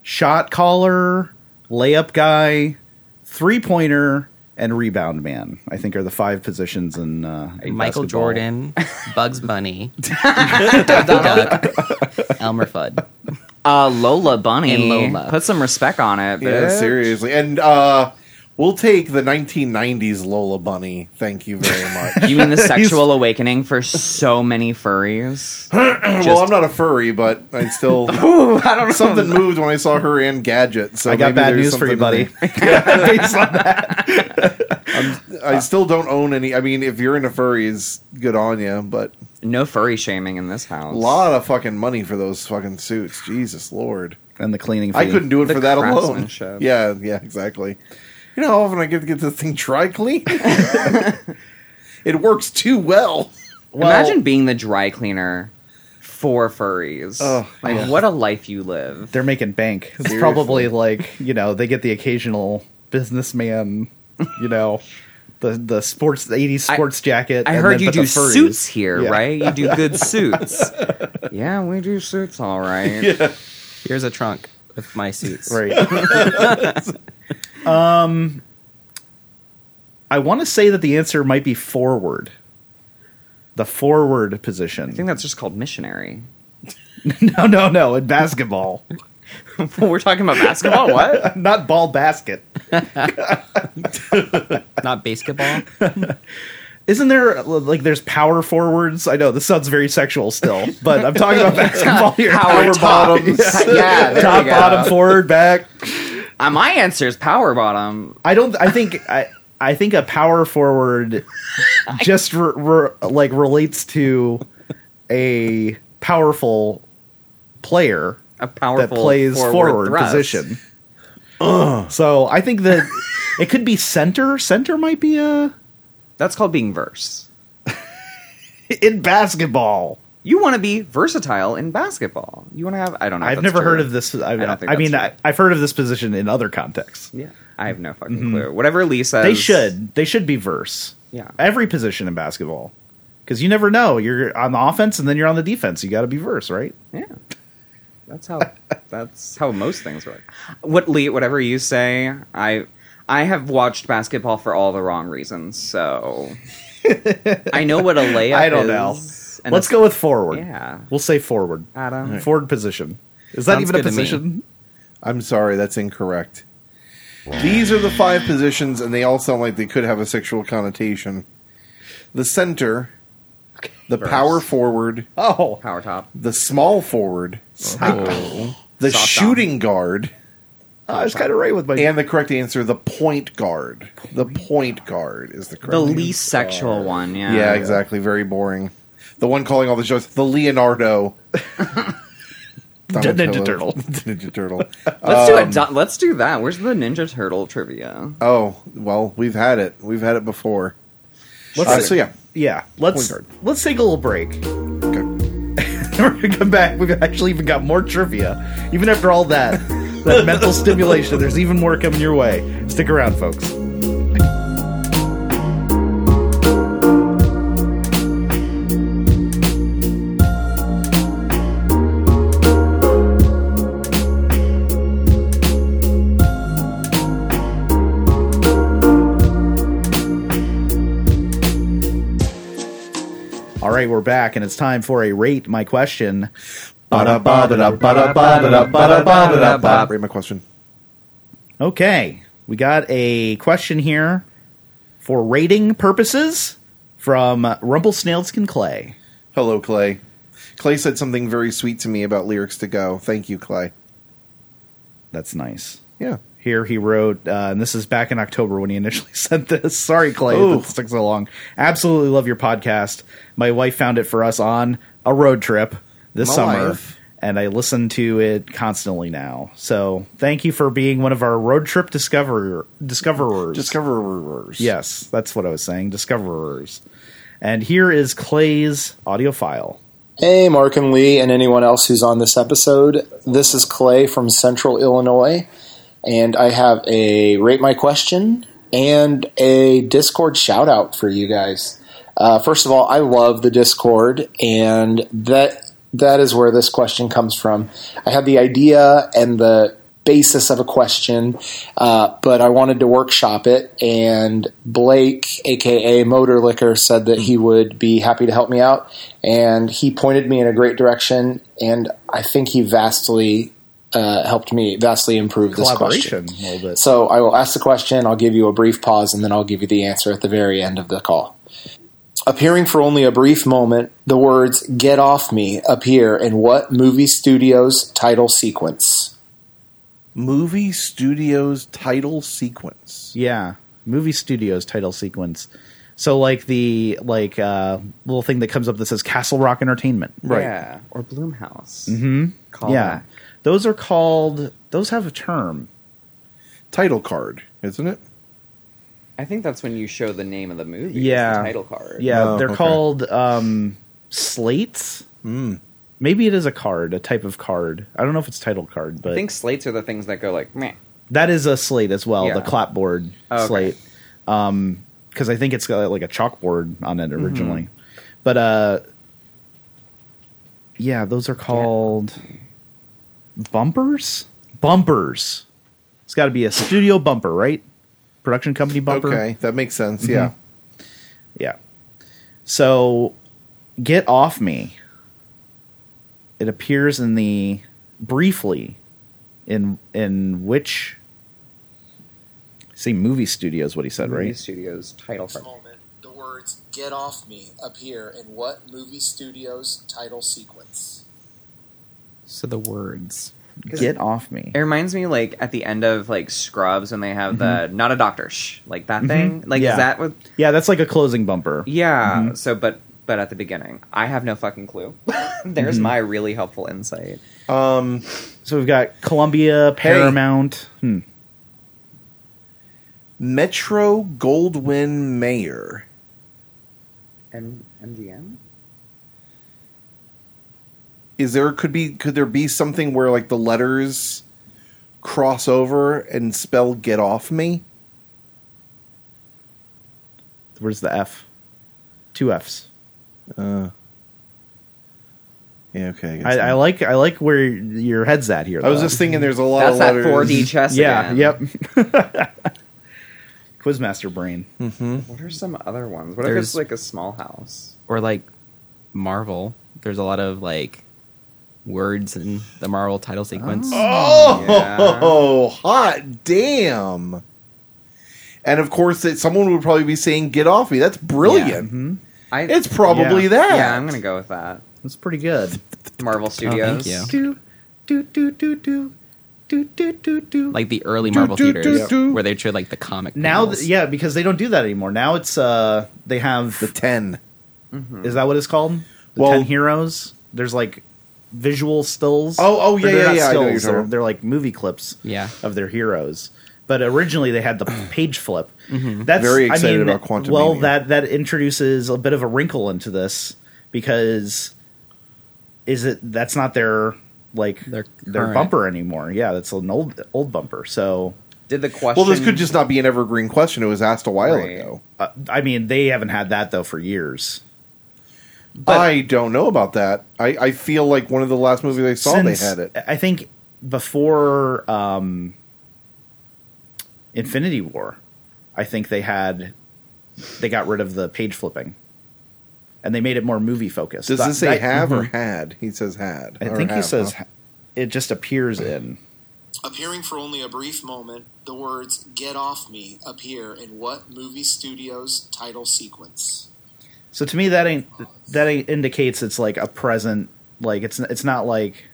Speaker 1: shot caller, layup guy, three pointer, and rebound man. I think are the five positions in, uh, in
Speaker 4: Michael
Speaker 1: basketball.
Speaker 4: Jordan, Bugs Bunny, Daffy Duck, Elmer Fudd.
Speaker 3: Uh, Lola Bunny.
Speaker 4: And Lola.
Speaker 3: Put some respect on it.
Speaker 2: Yeah,
Speaker 3: bitch.
Speaker 2: seriously. And uh we'll take the 1990s Lola Bunny. Thank you very much.
Speaker 3: You mean the sexual awakening for so many furries?
Speaker 2: well, I'm not a furry, but I still
Speaker 3: I don't know.
Speaker 2: something moved when I saw her and Gadget. So
Speaker 1: I got
Speaker 2: maybe
Speaker 1: bad
Speaker 2: there's
Speaker 1: news for you, buddy.
Speaker 2: something there. I still don't own any. I mean, if you're into furries, good on you. But
Speaker 3: No furry shaming in this
Speaker 2: a
Speaker 3: house.
Speaker 2: lot of fucking money for those fucking suits. Jesus Lord,
Speaker 1: and the cleaning. Fee.
Speaker 2: I couldn't do it
Speaker 3: The
Speaker 2: for that alone.
Speaker 3: craftsmanship.
Speaker 2: Yeah, yeah, exactly. You know how often I get to get this thing dry clean? it works too well.
Speaker 1: Well,
Speaker 3: Imagine being the dry cleaner for furries.
Speaker 2: Oh,
Speaker 3: like
Speaker 2: yeah.
Speaker 3: what a life you live.
Speaker 1: They're making bank. It's
Speaker 2: Seriously.
Speaker 1: probably like you know they get the occasional businessman, you know, the the sports the '80s
Speaker 3: I-
Speaker 1: sports jacket.
Speaker 3: I
Speaker 1: and
Speaker 3: heard
Speaker 1: then-
Speaker 3: you
Speaker 1: but the
Speaker 3: do
Speaker 1: furries.
Speaker 3: suits here,
Speaker 1: Yeah.
Speaker 3: right? You do good suits. yeah, we do suits all right.
Speaker 4: Here's a trunk with my suits.
Speaker 1: Right. um, I want to say that the answer might be forward. The forward position.
Speaker 3: I think that's just called missionary.
Speaker 1: no, no, no. In basketball,
Speaker 3: We're talking about basketball. What?
Speaker 1: not ball basket.
Speaker 4: Not basketball.
Speaker 1: Isn't there like there's power forwards? I know this sounds very sexual still, but I'm talking about basketball here.
Speaker 3: Power top.
Speaker 2: bottoms.
Speaker 3: Yeah, there
Speaker 1: top,
Speaker 3: you go.
Speaker 1: bottom, forward, back.
Speaker 3: Uh, my answer is power bottom.
Speaker 1: I don't. I think. I. I think a power forward just re, re, like relates to a powerful player
Speaker 3: A powerful
Speaker 1: that plays forward,
Speaker 3: thrust.
Speaker 1: position. So I think that it could be center. Center might be a
Speaker 3: That's called being verse.
Speaker 1: in basketball.
Speaker 3: You want to be versatile in basketball. You want to have. I don't know. if
Speaker 1: I've
Speaker 3: that's
Speaker 1: never
Speaker 3: true.
Speaker 1: heard of this. I've,
Speaker 3: I
Speaker 1: I,
Speaker 3: don't think that's
Speaker 1: mean,
Speaker 3: true.
Speaker 1: I, I've heard of this position in other contexts.
Speaker 3: Yeah, I have no fucking clue. Whatever Lee says,
Speaker 1: Mm-hmm. They should. They should be verse.
Speaker 3: Yeah.
Speaker 1: Every position in basketball, because you never know. You're on the offense and then you're on the defense. You got to be verse, right?
Speaker 3: Yeah, that's how. that's how most things work. What Lee? Whatever you say, I. I have watched basketball for all the wrong reasons, so I know what a layup is.
Speaker 1: I don't know.
Speaker 3: and
Speaker 1: Let's
Speaker 3: a-
Speaker 1: go with forward.
Speaker 3: Yeah.
Speaker 1: We'll say forward.
Speaker 3: Adam.
Speaker 1: Forward position. Is that
Speaker 4: Sounds
Speaker 1: even a
Speaker 4: good to me.
Speaker 1: position?
Speaker 2: I'm sorry, that's incorrect. These are the five positions, and they all sound like they could have a sexual connotation. The center, the power forward,
Speaker 1: Oh.
Speaker 3: Power top.
Speaker 2: the small forward,
Speaker 3: Oh.
Speaker 2: the
Speaker 3: Soft
Speaker 2: shooting guard,
Speaker 1: I was kind of right with my.
Speaker 2: and the correct answer, the point guard. the point guard is the correct.
Speaker 3: The
Speaker 2: answer.
Speaker 3: least sexual one. Yeah.
Speaker 2: Yeah, exactly. Very boring. The one calling all the shots, the Leonardo.
Speaker 1: Ninja Turtle.
Speaker 2: Ninja Turtle.
Speaker 3: Let's do it. Let's do that. Where's the Ninja Turtle trivia?
Speaker 2: Oh well, we've had it. We've had it before.
Speaker 1: Let's
Speaker 2: Uh, so yeah,
Speaker 1: yeah. Let's
Speaker 2: Point
Speaker 1: let's take a little break.
Speaker 2: okay.
Speaker 1: We're gonna come back. We've actually even got more trivia. Even after all that, that mental stimulation. There's even more coming your way. Stick around, folks. All right, we're back, and it's time for a rate my question.
Speaker 3: Ba-da-ba-da-ba-da-ba-da-ba-da-ba.
Speaker 2: Read my question.
Speaker 1: Okay, we got a question here for rating purposes from Rumpelsnailskin Clay.
Speaker 2: Hello, Clay. Clay said something very sweet to me about lyrics to go. Thank you, Clay.
Speaker 1: That's nice.
Speaker 2: Yeah.
Speaker 1: Here he wrote, uh, and this is back in October when he initially sent this. Sorry, Clay,
Speaker 2: Oh.
Speaker 1: that this took so long. Absolutely love your podcast. My wife found it for us on a road trip this
Speaker 2: My
Speaker 1: summer,
Speaker 2: wife.
Speaker 1: and I listen to it constantly now. So thank you for being one of our road trip discoverer discoverers.
Speaker 2: Discoverers.
Speaker 1: Yes, that's what I was saying. Discoverers. And here is Clay's audio file.
Speaker 5: Hey, Mark and Lee, and anyone else who's on this episode. This is Clay from Central Illinois, and I have a rate my question and a Discord shout out for you guys. Uh, first of all, I love the Discord, and that that is where this question comes from. I had the idea and the basis of a question, uh, but I wanted to workshop it. And Blake, aka Motor Liquor, said that he would be happy to help me out, and he pointed me in a great direction. And I think he vastly uh, helped me vastly improve this question.
Speaker 1: Collaboration a little bit.
Speaker 5: So I will ask the question, I'll give you a brief pause, and then I'll give you the answer at the very end of the call. Appearing for only a brief moment, the words Get Off Me appear in what movie studio's title sequence?
Speaker 2: Movie studios title sequence.
Speaker 1: Yeah. Movie studios title sequence. So like the like uh little thing that comes up that says Castle Rock Entertainment.
Speaker 2: Right.
Speaker 3: Yeah. Or Bloomhouse. Mm-hmm. Call
Speaker 1: yeah.
Speaker 3: back.
Speaker 1: Those are called those have a term.
Speaker 2: Title card, isn't it?
Speaker 3: I think that's when you show the name of the movie.
Speaker 1: Yeah.
Speaker 3: The title card.
Speaker 1: Yeah,
Speaker 2: Oh,
Speaker 1: they're
Speaker 2: okay.
Speaker 1: called um slates. Maybe it is a card, a type of card. I don't know if it's title card, but
Speaker 3: I think slates are the things that go like meh.
Speaker 1: that is a slate as well, the
Speaker 3: Yeah.
Speaker 1: clapboard
Speaker 3: Oh, okay.
Speaker 1: slate. Because I think it's got like a chalkboard on
Speaker 3: Mm-hmm.
Speaker 1: it originally. But uh, yeah, those are called bumpers? Bumpers. It's got to be a studio bumper, right? Production company bumper.
Speaker 2: Okay, that makes sense. Yeah.
Speaker 1: Yeah. So, Get Off Me. It appears in the briefly in in which see movie studio is what he said,
Speaker 3: Movie
Speaker 1: right?
Speaker 3: Studios title card.
Speaker 5: moment, the words "Get off me" appear in what movie studio's title sequence?
Speaker 4: So the words.
Speaker 1: Get Off Me.
Speaker 3: It reminds me like at the end of like Scrubs when they have the not a doctor shh like that thing. Like
Speaker 1: Yeah.
Speaker 3: is that what?
Speaker 1: Yeah, that's like a closing bumper.
Speaker 3: Yeah. So but but at the beginning, I have no fucking clue. There's my really helpful insight.
Speaker 2: Um,
Speaker 1: So we've got Columbia, Paramount. Hmm.
Speaker 2: Metro Goldwyn Mayer.
Speaker 3: M- MGM.
Speaker 2: Is there could be could there be something where like the letters cross over and spell "get off me"?
Speaker 1: Where's the F? Two Fs.
Speaker 2: Uh, yeah. Okay. guess
Speaker 1: I, I
Speaker 2: not.
Speaker 1: like I like where your head's at here.
Speaker 2: I was
Speaker 1: though.
Speaker 2: just thinking. There's a lot
Speaker 3: That's
Speaker 2: of
Speaker 3: that
Speaker 2: letters.
Speaker 3: 4D chess.
Speaker 1: yeah.
Speaker 3: again.
Speaker 1: Yep. Quizmaster brain.
Speaker 2: Mm-hmm.
Speaker 3: What are some other ones? What if
Speaker 4: There's-
Speaker 3: it's like a small house?
Speaker 4: Or like Marvel. There's a lot of like words in the Marvel title sequence.
Speaker 2: Oh,
Speaker 3: Yeah.
Speaker 2: hot damn! And of course, that someone would probably be saying, "Get off me!" That's brilliant.
Speaker 3: I,
Speaker 2: It's probably
Speaker 1: Yeah.
Speaker 2: that.
Speaker 3: yeah. I'm gonna go with that.
Speaker 1: That's pretty good.
Speaker 3: Marvel Studios.
Speaker 4: you.
Speaker 1: do do do do do do do do do.
Speaker 4: Like the early
Speaker 2: Do,
Speaker 4: Marvel
Speaker 2: do, do,
Speaker 4: theaters
Speaker 2: do.
Speaker 4: where they showed like the comic.
Speaker 1: now, th-
Speaker 4: panels.
Speaker 1: yeah, because they don't do that anymore. Now it's uh, they have
Speaker 2: The ten.
Speaker 1: is that what it's called? The
Speaker 2: Well-
Speaker 1: Ten Heroes. There's like visual stills.
Speaker 2: Oh, oh,
Speaker 1: Or
Speaker 2: yeah,
Speaker 1: they're
Speaker 2: yeah,
Speaker 1: not
Speaker 2: yeah, I know what you're
Speaker 1: Stills.
Speaker 2: talking
Speaker 1: They're,
Speaker 2: about.
Speaker 1: they're like movie clips.
Speaker 4: Yeah.
Speaker 1: of their heroes. But originally they had the page flip. That's
Speaker 2: Mm-hmm. Very excited
Speaker 1: I mean,
Speaker 2: about Quantumania.
Speaker 1: Well, that that introduces a bit of a wrinkle into this because is it that's not their like
Speaker 4: Their
Speaker 1: their
Speaker 4: current.
Speaker 1: bumper anymore. Yeah, that's an old old bumper. So
Speaker 3: Did the question?
Speaker 2: Well, this could just not be an evergreen question. It was asked a while
Speaker 3: Right.
Speaker 2: ago.
Speaker 1: uh, I mean, they haven't had that though for years.
Speaker 2: I don't know about that. I, I feel like one of the last movies I saw,
Speaker 1: Since-
Speaker 2: they had it.
Speaker 1: I think before um, Infinity War, I think they had they got rid of the page flipping, and they made it more movie focused.
Speaker 2: Does
Speaker 1: That-
Speaker 2: this say
Speaker 1: that-
Speaker 2: have or had? He says had.
Speaker 1: Mm-hmm. I
Speaker 2: or
Speaker 1: think he
Speaker 2: have,
Speaker 1: says
Speaker 2: huh?
Speaker 1: it just appears in.
Speaker 5: Appearing for only a brief moment, the words "Get off me" appear in what movie studio's title sequence?
Speaker 1: So to me, that ain't that ain't indicates it's like a present. Like it's it's not like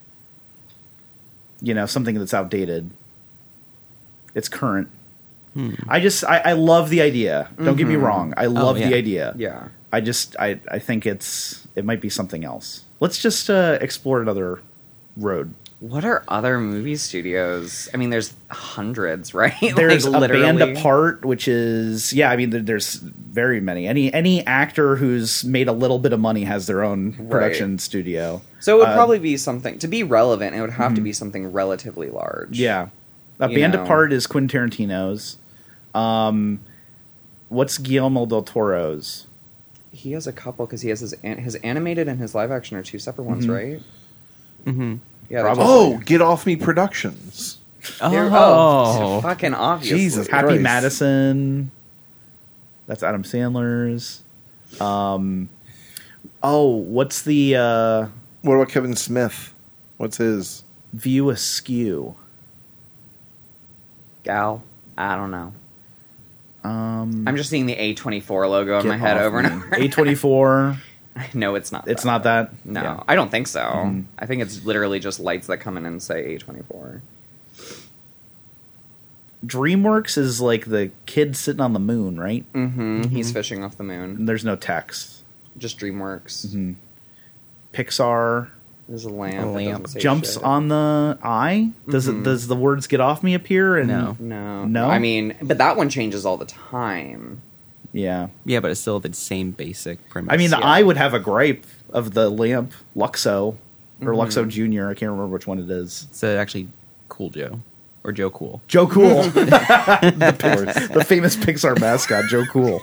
Speaker 1: you know something that's outdated. It's current. I just I, I love the idea. Don't get me wrong. I love
Speaker 4: yeah.
Speaker 1: the idea.
Speaker 3: Yeah.
Speaker 1: I just I I think it's it might be something else. Let's just uh, explore another road.
Speaker 3: What are other movie studios? I mean, there's hundreds, right? Like,
Speaker 1: There's a band
Speaker 3: literally.
Speaker 1: apart, which is yeah. I mean, there, there's very many. Any any actor who's made a little bit of money has their own production studio.
Speaker 3: So it would
Speaker 1: Uh,
Speaker 3: probably be something to be relevant. It would have to be something relatively large.
Speaker 1: Yeah, a
Speaker 3: You
Speaker 1: band
Speaker 3: know.
Speaker 1: apart is Quentin Tarantino's. Um, what's Guillermo del Toro's?
Speaker 3: he has a couple because he has his an- his animated and his live action are two separate ones, right? Mm-hmm. Yeah. that's
Speaker 2: Oh, Get Off Me Productions.
Speaker 3: what- they're-
Speaker 4: Oh.
Speaker 3: it's fucking obvious.
Speaker 2: Jesus
Speaker 1: Happy
Speaker 2: Christ.
Speaker 1: Madison. That's Adam Sandler's. Um, oh, what's the uh,
Speaker 2: What about Kevin Smith? What's his?
Speaker 1: View Askew?
Speaker 3: gal. I don't know.
Speaker 1: Um,
Speaker 3: I'm just seeing the A24 logo in my head over and over.
Speaker 1: A twenty four.
Speaker 3: no, it's not.
Speaker 1: It's
Speaker 3: that.
Speaker 1: not that.
Speaker 3: No,
Speaker 1: Yeah. Mm-hmm.
Speaker 3: I don't think so. I think it's literally just lights that come in and say A24.
Speaker 1: DreamWorks is like the kid sitting on the moon, right?
Speaker 3: Mm-hmm. He's fishing off the moon.
Speaker 1: And there's no text.
Speaker 3: Just DreamWorks.
Speaker 1: Mm-hmm. Pixar
Speaker 3: There's a lamp.
Speaker 4: A
Speaker 3: that
Speaker 4: lamp.
Speaker 3: doesn't say
Speaker 1: jumps
Speaker 3: shit.
Speaker 1: on the eye. Does it? Does the words "get off me" appear? And
Speaker 4: No.
Speaker 3: No.
Speaker 1: No?
Speaker 3: I mean, but that one changes all the time.
Speaker 1: Yeah.
Speaker 4: Yeah, but it's still the same basic premise.
Speaker 1: I mean, the
Speaker 3: Yeah.
Speaker 1: eye would have a gripe of the lamp Luxo or Luxo Junior. I can't remember which one it is.
Speaker 4: It's uh, actually Cool Joe or Joe Cool.
Speaker 1: Joe Cool, the,
Speaker 2: Or
Speaker 1: the famous Pixar mascot, Joe Cool.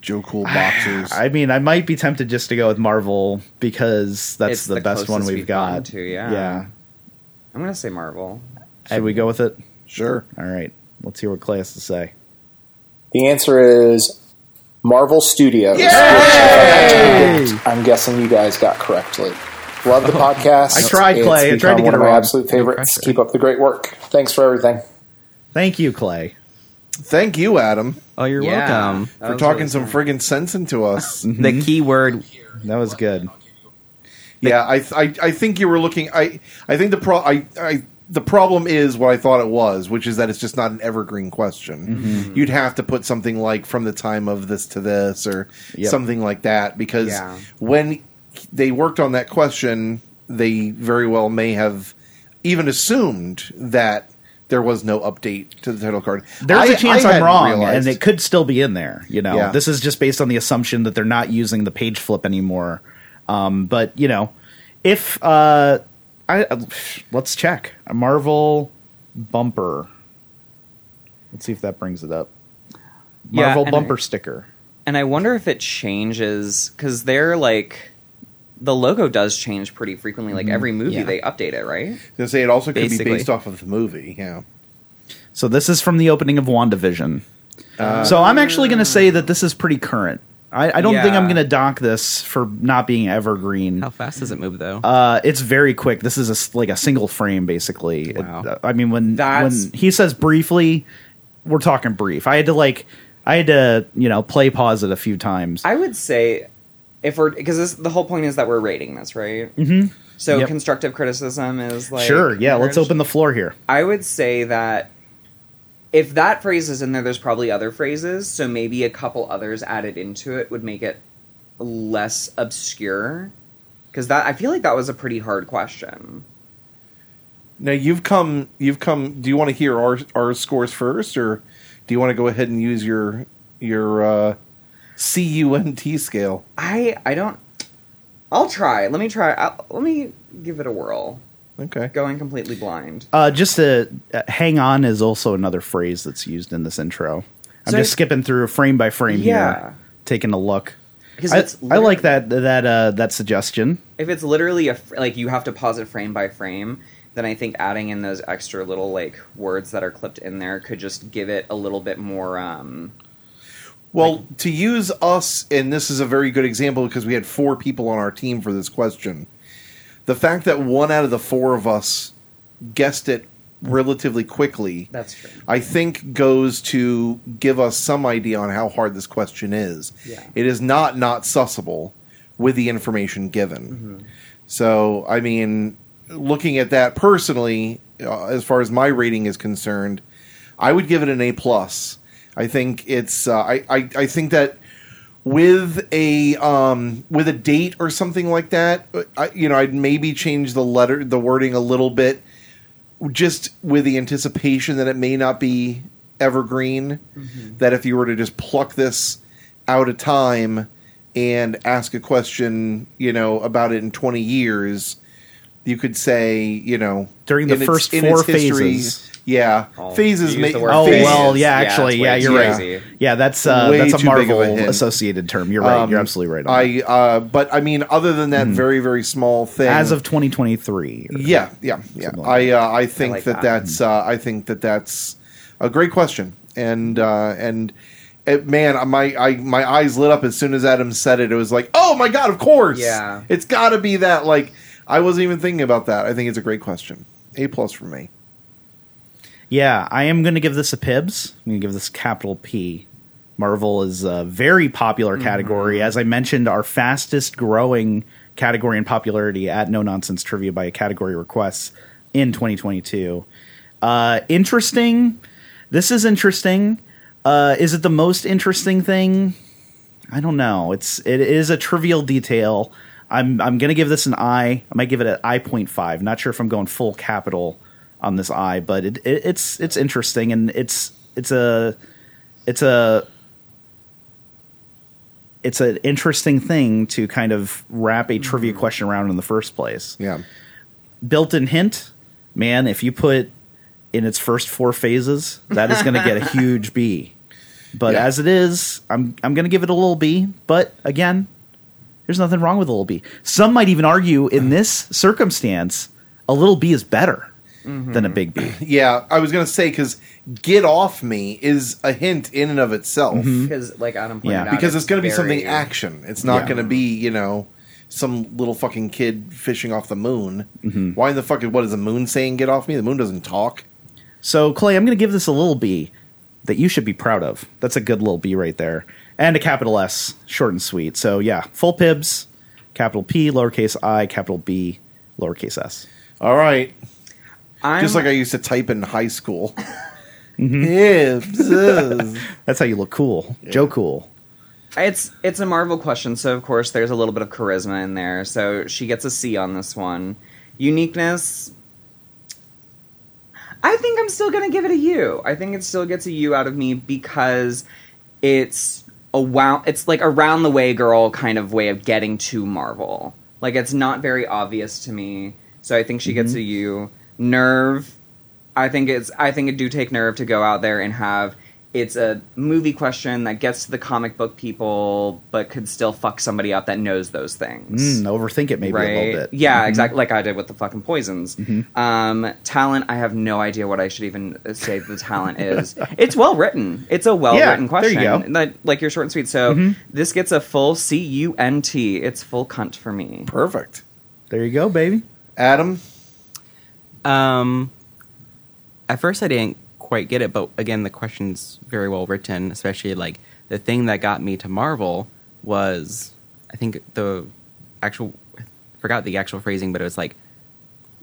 Speaker 2: Joe Cool boxers.
Speaker 1: I mean, I might be tempted just to go with Marvel because that's
Speaker 3: It's
Speaker 1: the,
Speaker 3: the
Speaker 1: best one
Speaker 3: closest
Speaker 1: we've,
Speaker 3: we've gotten
Speaker 1: got.
Speaker 3: to, yeah.
Speaker 1: yeah.
Speaker 3: I'm gonna say Marvel.
Speaker 1: Should we go with it?
Speaker 2: sure.
Speaker 1: All right. Let's hear what Clay has to say.
Speaker 5: The answer is Marvel Studios. which I'm guessing you guys got correctly. Love the podcast.
Speaker 1: Oh, I tried,
Speaker 5: It's
Speaker 1: Clay. I tried to
Speaker 5: become
Speaker 1: get
Speaker 5: one
Speaker 1: it
Speaker 5: of my
Speaker 1: wrong.
Speaker 5: absolute favorites.
Speaker 4: pressure.
Speaker 5: Keep up the great work. Thanks for everything.
Speaker 1: Thank you, Clay.
Speaker 2: Thank you, Adam,
Speaker 4: Oh, you're
Speaker 3: Yeah.
Speaker 4: welcome.
Speaker 3: That
Speaker 2: for
Speaker 3: was
Speaker 2: talking
Speaker 3: really
Speaker 2: some
Speaker 3: fun.
Speaker 2: friggin' sense into us.
Speaker 1: Mm-hmm.
Speaker 4: The key word
Speaker 1: That was good.
Speaker 2: yeah, I, th- I I think you were looking. I I think the pro I, I the problem is what I thought it was, which is that it's just not an evergreen question.
Speaker 1: Mm-hmm.
Speaker 2: You'd have to put something like from the time of this to this, or
Speaker 1: Yep.
Speaker 2: something like that, because
Speaker 3: Yeah.
Speaker 2: when they worked on that question, they very well may have even assumed that. There was no update to the title card.
Speaker 1: There's
Speaker 2: a
Speaker 1: a chance I, am wrong, and it
Speaker 2: could.
Speaker 1: could still be in there. You know,
Speaker 2: Yeah.
Speaker 1: this is just based on the assumption that they're not using the page flip anymore. Um, but you know, if uh, I uh, let's check a Marvel bumper. Let's see if that brings it up.
Speaker 3: Yeah,
Speaker 1: Marvel
Speaker 3: and I-
Speaker 1: bumper sticker.
Speaker 3: And I wonder if it changes because they're like the logo does change pretty frequently.
Speaker 1: Mm-hmm.
Speaker 3: Like every movie,
Speaker 4: Yeah.
Speaker 3: they update it, right?
Speaker 2: They say it also could
Speaker 4: Basically.
Speaker 2: be based off of the movie. Yeah.
Speaker 1: So this is from the opening of WandaVision. so I'm actually going to say that this is pretty current. I, I don't think I'm
Speaker 3: Yeah.
Speaker 1: going to dock this for not being evergreen.
Speaker 4: How fast does it move though?
Speaker 1: Uh, it's very quick. This is a s like a single frame, basically.
Speaker 4: Wow.
Speaker 1: It- uh, I mean, when
Speaker 3: That's-
Speaker 1: when he says briefly, we're talking brief. I had to like, I had to you know play pause it a few times.
Speaker 3: I would say if we're because the whole point is that we're rating this, right?
Speaker 1: Mhm.
Speaker 3: So
Speaker 1: Yep.
Speaker 3: constructive criticism is like
Speaker 1: sure, yeah. Let's
Speaker 3: encouraged.
Speaker 1: open the floor here.
Speaker 3: I would say that if that phrase is in there, there's probably other phrases. So maybe a couple others added into it would make it less obscure. Because that I feel like that was a pretty hard question.
Speaker 2: Now you've come. You've come. Do you want to hear our our scores first, or do you want to go ahead and use your your uh, C U N T scale?
Speaker 3: I I don't. I'll try. Let me try. I'll, let me give it a whirl.
Speaker 2: Okay.
Speaker 3: Going completely blind.
Speaker 1: Uh, just to uh, hang on is also another phrase that's used in this intro. I'm
Speaker 3: So
Speaker 1: just
Speaker 3: it-
Speaker 1: skipping through frame by frame
Speaker 3: Yeah.
Speaker 1: here, taking a look.
Speaker 3: 'Cause
Speaker 1: I,
Speaker 3: it's
Speaker 1: I like
Speaker 3: literally-
Speaker 1: that that uh, that suggestion.
Speaker 3: If it's literally a fr- like you have to pause it frame by frame, then I think adding in those extra little like words that are clipped in there could just give it a little bit more. um
Speaker 2: Well, to use us, and this is a very good example because we had four people on our team for this question. The fact that one out of the four of us guessed it relatively quickly.
Speaker 3: That's true.
Speaker 2: I think goes to give us some idea on how hard this question is.
Speaker 3: Yeah.
Speaker 2: It is not not sussable with the information given. So, I mean, looking at that personally, uh, as far as my rating is concerned, I would give it an A plus. I think it's uh, I, I I think that with a um with a date or something like that, uh, I, you know, I'd maybe change the letter the wording a little bit just with the anticipation that it may not be evergreen,
Speaker 1: Mm-hmm.
Speaker 2: that if you were to just pluck this out of time and ask a question, you know, about it in 20 years, you could say, you know,
Speaker 1: During the
Speaker 2: in
Speaker 1: first
Speaker 2: in
Speaker 1: four phases.
Speaker 2: Yeah.
Speaker 3: Oh,
Speaker 2: phases
Speaker 3: you
Speaker 2: may
Speaker 3: used the word
Speaker 1: Oh
Speaker 3: Phase.
Speaker 1: well, yeah.
Speaker 3: Yeah,
Speaker 1: Actually,
Speaker 3: it's
Speaker 1: yeah,
Speaker 3: way
Speaker 1: you're
Speaker 3: too
Speaker 1: right.
Speaker 3: easy.
Speaker 1: Yeah, that's uh,
Speaker 2: Way
Speaker 1: that's a
Speaker 2: too big of a
Speaker 1: Marvel
Speaker 2: hint.
Speaker 1: associated term. You're right. you're
Speaker 2: Um,
Speaker 1: absolutely right. On that.
Speaker 2: I uh, but I mean other than that very very small thing
Speaker 1: Hmm. As of 2023. or-
Speaker 2: Yeah, yeah, yeah.
Speaker 1: Something like
Speaker 2: I uh, I think
Speaker 3: like
Speaker 2: that,
Speaker 3: that.
Speaker 2: that's uh, I think that that's a great question, and uh, and it, man, my I my eyes lit up as soon as Adam said it. It was like, oh my god, of course,
Speaker 3: Yeah.
Speaker 2: it's got to be that. Like, I wasn't even thinking about that. I think it's a great question. A plus for me.
Speaker 1: Yeah, I am going to give this a Pibs. I'm going to give this capital P. Marvel is a very popular category. As I mentioned, our fastest growing category in popularity at No Nonsense Trivia by category requests in 2022. Uh, interesting. This is interesting. Uh, is it the most interesting thing? I don't know. It's it is a trivial detail. I'm I'm gonna give this an I. I might give it an I point five. Not sure if I'm going full capital on this I, but it, it it's it's interesting and it's it's a it's a it's an interesting thing to kind of wrap a trivia question around in the first place.
Speaker 2: Yeah.
Speaker 1: Built-in hint, man. If you put in its first four phases, that is going to get a huge B. But
Speaker 2: Yeah.
Speaker 1: as it is, I'm I'm going to give it a little B. But again, there's nothing wrong with a little B. Some might even argue in this circumstance, a little B is better than a big B.
Speaker 2: Yeah, I was going to say because "Get Off Me" is a hint in and of itself
Speaker 3: because Hmm? like Adam pointed
Speaker 1: Yeah.
Speaker 3: out,
Speaker 2: because it's, going to be
Speaker 3: very-
Speaker 2: something action. It's not
Speaker 1: Yeah.
Speaker 2: going to be you know some little fucking kid fishing off the moon. Why in the fuck? What is the moon saying? Get off me! The moon doesn't talk.
Speaker 1: So Clay, I'm going to give this a little B that you should be proud of. That's a good little B right there, and a capital S, short and sweet. So yeah, full pibs, capital P, lowercase I, capital B, lowercase S.
Speaker 2: All right,
Speaker 3: I'm,
Speaker 2: just like I used to type in high school. Mm-hmm. Yeah, bzzz.
Speaker 1: That's how you look cool, Joe Cool.
Speaker 3: It's it's a Marvel question, so of course there's a little bit of charisma in there. So she gets a C on this one. Uniqueness. I think I'm still gonna give it a U. I think it still gets a U out of me because it's a wow. It's like a round the way girl kind of way of getting to Marvel. Like it's not very obvious to me, so I think she gets a U. Nerve. I think it's I think it do take nerve to go out there and have it's a movie question that gets to the comic book people but could still fuck somebody up that knows those
Speaker 1: Mm,
Speaker 3: things.
Speaker 1: overthink it maybe
Speaker 3: right?
Speaker 1: a little bit. Mm-hmm.
Speaker 3: Yeah, exactly like I did with the fucking poisons. Um, talent, I have no idea what I should even uh, say the talent is. It's well written. It's a well written
Speaker 1: there
Speaker 3: question.
Speaker 1: you go. Mm-hmm.
Speaker 3: Like, like you're short and sweet. So this gets a full C U N T. It's full cunt for me.
Speaker 2: perfect.
Speaker 1: There you go, baby.
Speaker 2: Adam,
Speaker 4: Um, at first, I didn't quite get it, but again, the question's very well written. Especially like the thing that got me to Marvel was, I think the actual I forgot the actual phrasing, but it was like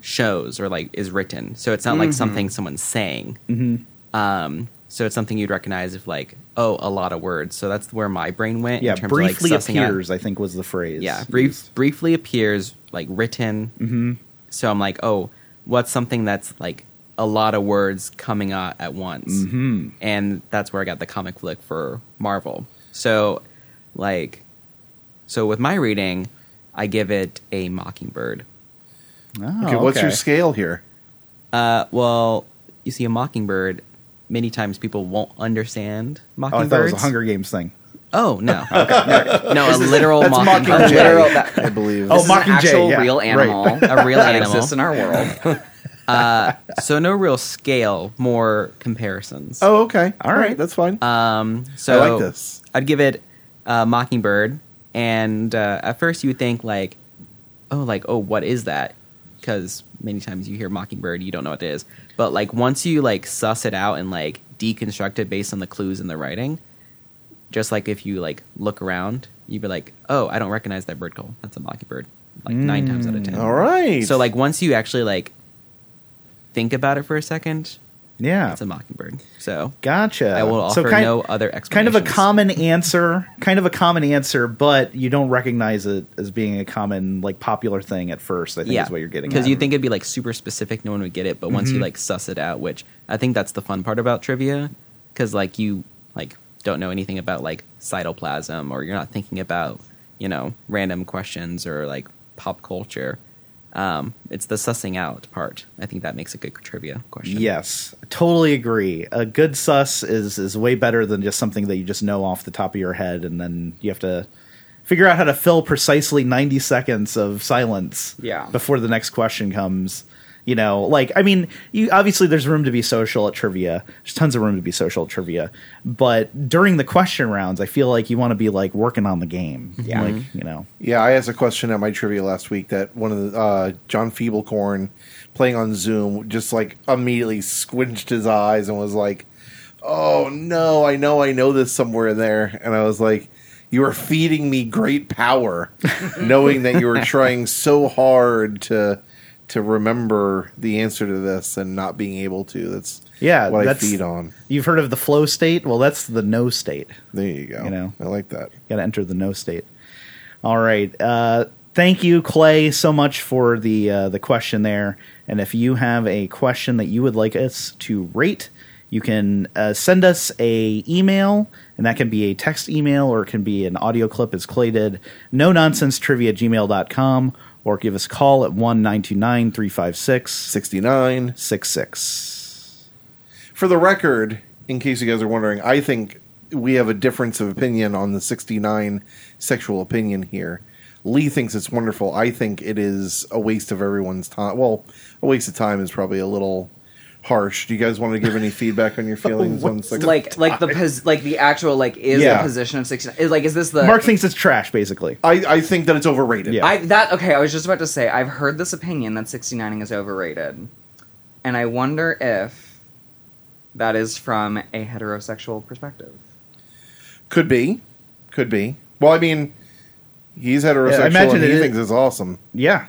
Speaker 4: shows or like is written. So it's not
Speaker 1: Mm-hmm.
Speaker 4: like something someone's saying. Mm-hmm. Um, so it's something you'd recognize if like oh a lot of words. So that's where my brain went.
Speaker 1: Yeah,
Speaker 4: in terms
Speaker 1: briefly
Speaker 4: of, like, sussing out-
Speaker 1: appears. I think was the phrase.
Speaker 4: yeah, brief, briefly appears like written. Mm-hmm. So I'm like, oh, what's something that's like a lot of words coming out at once? Mm-hmm. And that's where I got the comic flick for Marvel. So, like, so with my reading, I give it a Mockingbird.
Speaker 1: Oh,
Speaker 2: okay, what's your
Speaker 1: okay.
Speaker 2: scale here?
Speaker 4: Uh, well, you see, a Mockingbird. Many times people won't understand
Speaker 1: Oh, I
Speaker 4: mockingbirds.
Speaker 1: thought it was a Hunger Games thing.
Speaker 4: Oh no, no, no, a literal
Speaker 2: That's
Speaker 4: mockingbird.
Speaker 2: Mockingjay,
Speaker 3: literal- that-
Speaker 2: I believe.
Speaker 1: Oh,
Speaker 3: This is an
Speaker 1: Mockingjay,
Speaker 3: actual
Speaker 1: yeah,
Speaker 3: real
Speaker 1: right.
Speaker 3: animal.
Speaker 4: A real
Speaker 3: that
Speaker 4: animal.
Speaker 3: exists in our world.
Speaker 4: So no real scale, more comparisons.
Speaker 2: oh, okay. All
Speaker 1: right.
Speaker 2: right, that's fine.
Speaker 4: Um, so
Speaker 2: I like this.
Speaker 4: would give it uh, Mockingbird, and uh, at first you would think like, oh, like oh, what is that? Because many times you hear Mockingbird, you don't know what it is. But like once you like suss it out and like deconstruct it based on the clues in the writing, just like if you like look around, you'd be like, oh, I don't recognize that bird call. That's a Mockingbird. Like nine times out of ten.
Speaker 2: Mm, All right.
Speaker 4: So like once you actually like think about it for a second,
Speaker 1: Yeah,
Speaker 4: it's a Mockingbird. So
Speaker 1: gotcha.
Speaker 4: I will offer
Speaker 1: kind,
Speaker 4: no other
Speaker 1: kind
Speaker 4: explanation.
Speaker 1: of a common answer, kind of a common answer, but you don't recognize it as being a common, like, popular thing at first. I think is what you're getting
Speaker 4: because
Speaker 1: at. Mm-hmm.
Speaker 4: you think it'd be like super specific, no one would get it. But once you like suss it out, which I think that's the fun part about trivia, because like you like don't know anything about like cytoplasm, or you're not thinking about you know random questions or like pop culture. Um, it's the sussing out part. I think that makes a good trivia question.
Speaker 1: Yes, totally agree. A good sus is is way better than just something that you just know off the top of your head, and then you have to figure out how to fill precisely ninety seconds of silence.
Speaker 3: Yeah.
Speaker 1: before the next question comes. You know, like I mean, you obviously there's room to be social at trivia. There's tons of room to be social at trivia, but during the question rounds, I feel like you want to be like working on the game. Yeah, like you know,
Speaker 2: Yeah, I asked a question at my trivia last week that one of the uh, John Feeblecorn playing on Zoom just like immediately squinched his eyes and was like, "Oh no, I know, I know this somewhere in there." And I was like, "You are feeding me great power, knowing that you were trying so hard to to remember the answer to this and not being able to." That's
Speaker 1: yeah.
Speaker 2: what I
Speaker 1: that's-
Speaker 2: feed on.
Speaker 1: You've heard of the flow state? Well, that's the no state.
Speaker 2: There you go.
Speaker 1: You know.
Speaker 2: I like that.
Speaker 1: got to enter the no state. All right. Uh, thank you, Clay, so much for the uh, the question there. And if you have a question that you would like us to rate, You can uh, send us a email, and that can be a text email or it can be an audio clip, as Clay did, no nonsense trivia at gmail.com, or give us a call at 1 929 356
Speaker 2: 69.
Speaker 1: 66.
Speaker 2: For the record, in case you guys are wondering, I think we have a difference of opinion on the 69 sexual opinion here. Lee thinks it's wonderful. I think it is a waste of everyone's time. Well, a waste of time is probably a little harsh. Do you guys want to give any feedback on your feelings on sex?
Speaker 3: like like the pos- like the actual like is
Speaker 2: Yeah.
Speaker 3: the position of sixty nine like is this the
Speaker 1: Mark thinks it's trash, basically.
Speaker 2: I, I think that it's overrated.
Speaker 1: Yeah.
Speaker 3: I that okay, I was just about to say I've heard this opinion that 69ing is overrated. And I wonder if that is from a heterosexual perspective.
Speaker 2: Could be. Could be. Well, I mean, he's heterosexual
Speaker 1: Yeah, I imagine
Speaker 2: and he
Speaker 1: it is-
Speaker 2: thinks it's awesome.
Speaker 1: Yeah.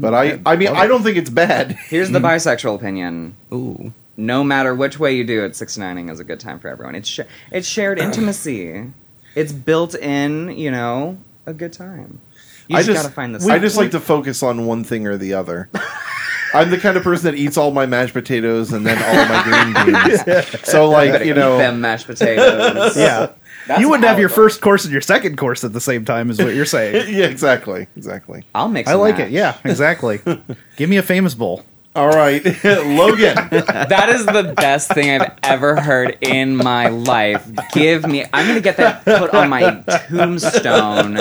Speaker 2: But I, I mean,
Speaker 1: love
Speaker 2: I
Speaker 1: it.
Speaker 2: don't think it's bad.
Speaker 3: Here's the bisexual opinion.
Speaker 4: Ooh.
Speaker 3: No matter which way you do it, 69ing is a good time for everyone. It's sh- it's shared intimacy. It's built in, you know, a good time. You
Speaker 2: I
Speaker 3: just,
Speaker 2: just
Speaker 3: gotta find this.
Speaker 2: I just like to focus on one thing or the other. I'm the kind of person that eats all my mashed potatoes and then all my green beans. So, like, you know,
Speaker 3: them mashed potatoes.
Speaker 1: Yeah.
Speaker 3: That's
Speaker 1: you wouldn't have your
Speaker 3: horrible.
Speaker 1: first course and your second course at the same time, is what you're saying.
Speaker 2: yeah, exactly, exactly.
Speaker 3: I'll mix.
Speaker 1: I
Speaker 3: and
Speaker 1: like
Speaker 3: match.
Speaker 1: it. Yeah, exactly. Give me a famous bowl.
Speaker 2: All right, Logan.
Speaker 3: That is the best thing I've ever heard in my life. Give me. I'm gonna get that put on my tombstone.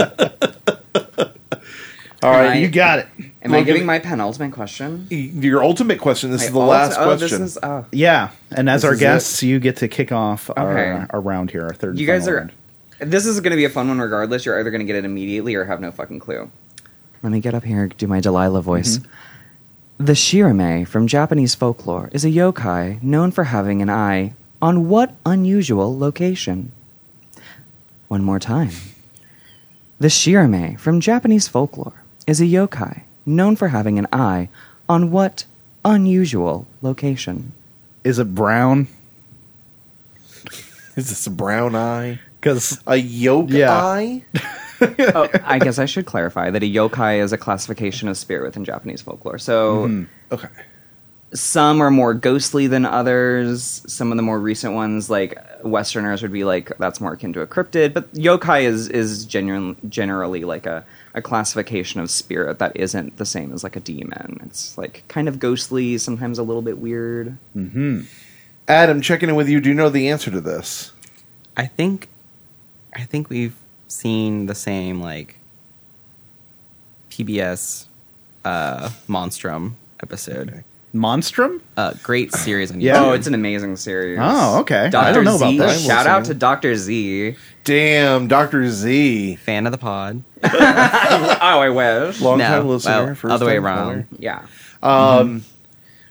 Speaker 2: All
Speaker 3: I-
Speaker 2: right,
Speaker 1: You got it.
Speaker 3: Am I
Speaker 2: Logan-
Speaker 3: giving my penultimate question?
Speaker 2: your ultimate question. This
Speaker 3: I
Speaker 2: is the
Speaker 3: also-
Speaker 2: last
Speaker 3: oh,
Speaker 2: question.
Speaker 3: This is, oh.
Speaker 1: Yeah, and as
Speaker 2: This
Speaker 1: our
Speaker 2: is
Speaker 1: guests, you get to kick off
Speaker 3: Okay.
Speaker 1: our, our round here, our third. and
Speaker 3: You guys
Speaker 1: final
Speaker 3: are.
Speaker 1: round.
Speaker 3: This is going to be a fun one, regardless. You're either going to get it immediately or have no fucking clue. Let me get up here, do my Delilah voice. The shirame from Japanese folklore is a yokai known for having an eye on what unusual location? One more time. The shirame from Japanese folklore is a yokai known for having an eye on what unusual location?
Speaker 1: Is it brown?
Speaker 2: is this a brown eye?
Speaker 1: Because
Speaker 2: A yolk
Speaker 1: Yeah.
Speaker 2: eye?
Speaker 3: oh, I guess I should clarify that a yokai is a classification of spirit within Japanese folklore. So
Speaker 1: Mm-hmm.
Speaker 2: Okay.
Speaker 3: some are more ghostly than others. Some of the more recent ones, like Westerners, would be like that's more akin to a cryptid. But yokai is is genuine, generally like a a classification of spirit that isn't the same as like a demon. It's like kind of ghostly, sometimes a little bit weird.
Speaker 2: Adam, checking in with you. Do you know the answer to this?
Speaker 6: I think, I think we've seen the same like PBS uh, Monstrum episode.
Speaker 1: monstrum?
Speaker 6: Uh, great series on YouTube.
Speaker 1: Yeah.
Speaker 3: Oh, it's an amazing series.
Speaker 1: Oh, okay. I
Speaker 3: Dr.
Speaker 1: don't know about
Speaker 3: Z,
Speaker 1: that. I
Speaker 2: will
Speaker 3: Shout out
Speaker 2: see.
Speaker 3: to Doctor Z.
Speaker 2: Damn, Doctor Z,
Speaker 6: fan of the pod.
Speaker 3: oh, I wish. Um,
Speaker 2: long
Speaker 6: No,
Speaker 2: time listener,
Speaker 6: well,
Speaker 2: first
Speaker 6: other way
Speaker 2: time
Speaker 6: around.
Speaker 3: Yeah.
Speaker 2: caller. Um,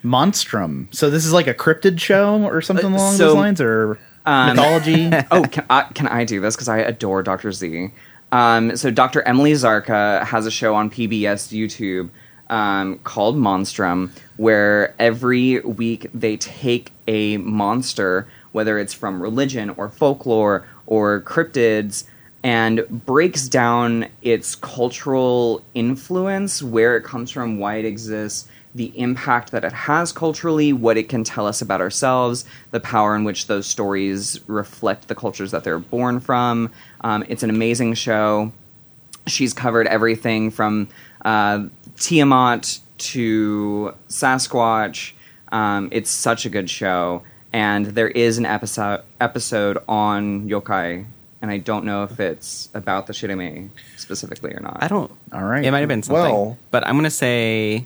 Speaker 1: Monstrum. So this is like a cryptid show or something
Speaker 3: Uh,
Speaker 1: along
Speaker 3: so,
Speaker 1: those lines, or
Speaker 3: um,
Speaker 1: mythology.
Speaker 3: oh, can I, can I do this? Because I adore Dr. Z. Um, so Dr. Emily Zarka has a show on PBS YouTube um, called Monstrum, where every week they take a monster, whether it's from religion or folklore or cryptids, and breaks down its cultural influence, where it comes from, why it exists, the impact that it has culturally, what it can tell us about ourselves, the power in which those stories reflect the cultures that they're born from. Um, it's an amazing show. She's covered everything from uh, Tiamat to Sasquatch. Um, it's such a good show, and there is an episode episode on yokai, and I don't know if it's about the Shirame specifically or not.
Speaker 6: I don't.
Speaker 1: All right.
Speaker 6: It might have been something.
Speaker 2: Well-
Speaker 6: but I'm gonna say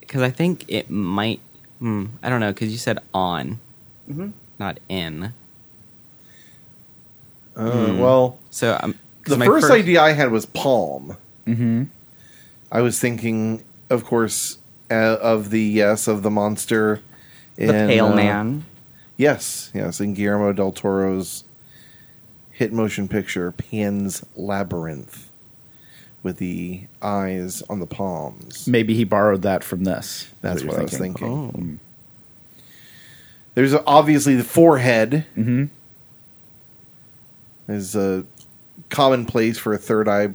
Speaker 6: because I think it might. Hmm, I don't know because you said on,
Speaker 2: Mm-hmm.
Speaker 3: Mhm.
Speaker 6: not in.
Speaker 2: uh,
Speaker 3: Mm-hmm.
Speaker 2: Well,
Speaker 6: So um, 'cause
Speaker 2: the
Speaker 6: my
Speaker 2: first, idea I had was palm. I was thinking, of course, uh, of the yes of the monster, in,
Speaker 3: the Pale
Speaker 2: uh,
Speaker 3: Man.
Speaker 2: Yes, yes, in Guillermo del Toro's hit motion picture Pan's Labyrinth, with the eyes on the palms.
Speaker 1: Maybe he borrowed that from this. is
Speaker 2: That's
Speaker 1: you're
Speaker 2: what I was thinking. There's obviously the forehead.
Speaker 1: Mhm.
Speaker 2: Is a common place for a third eye.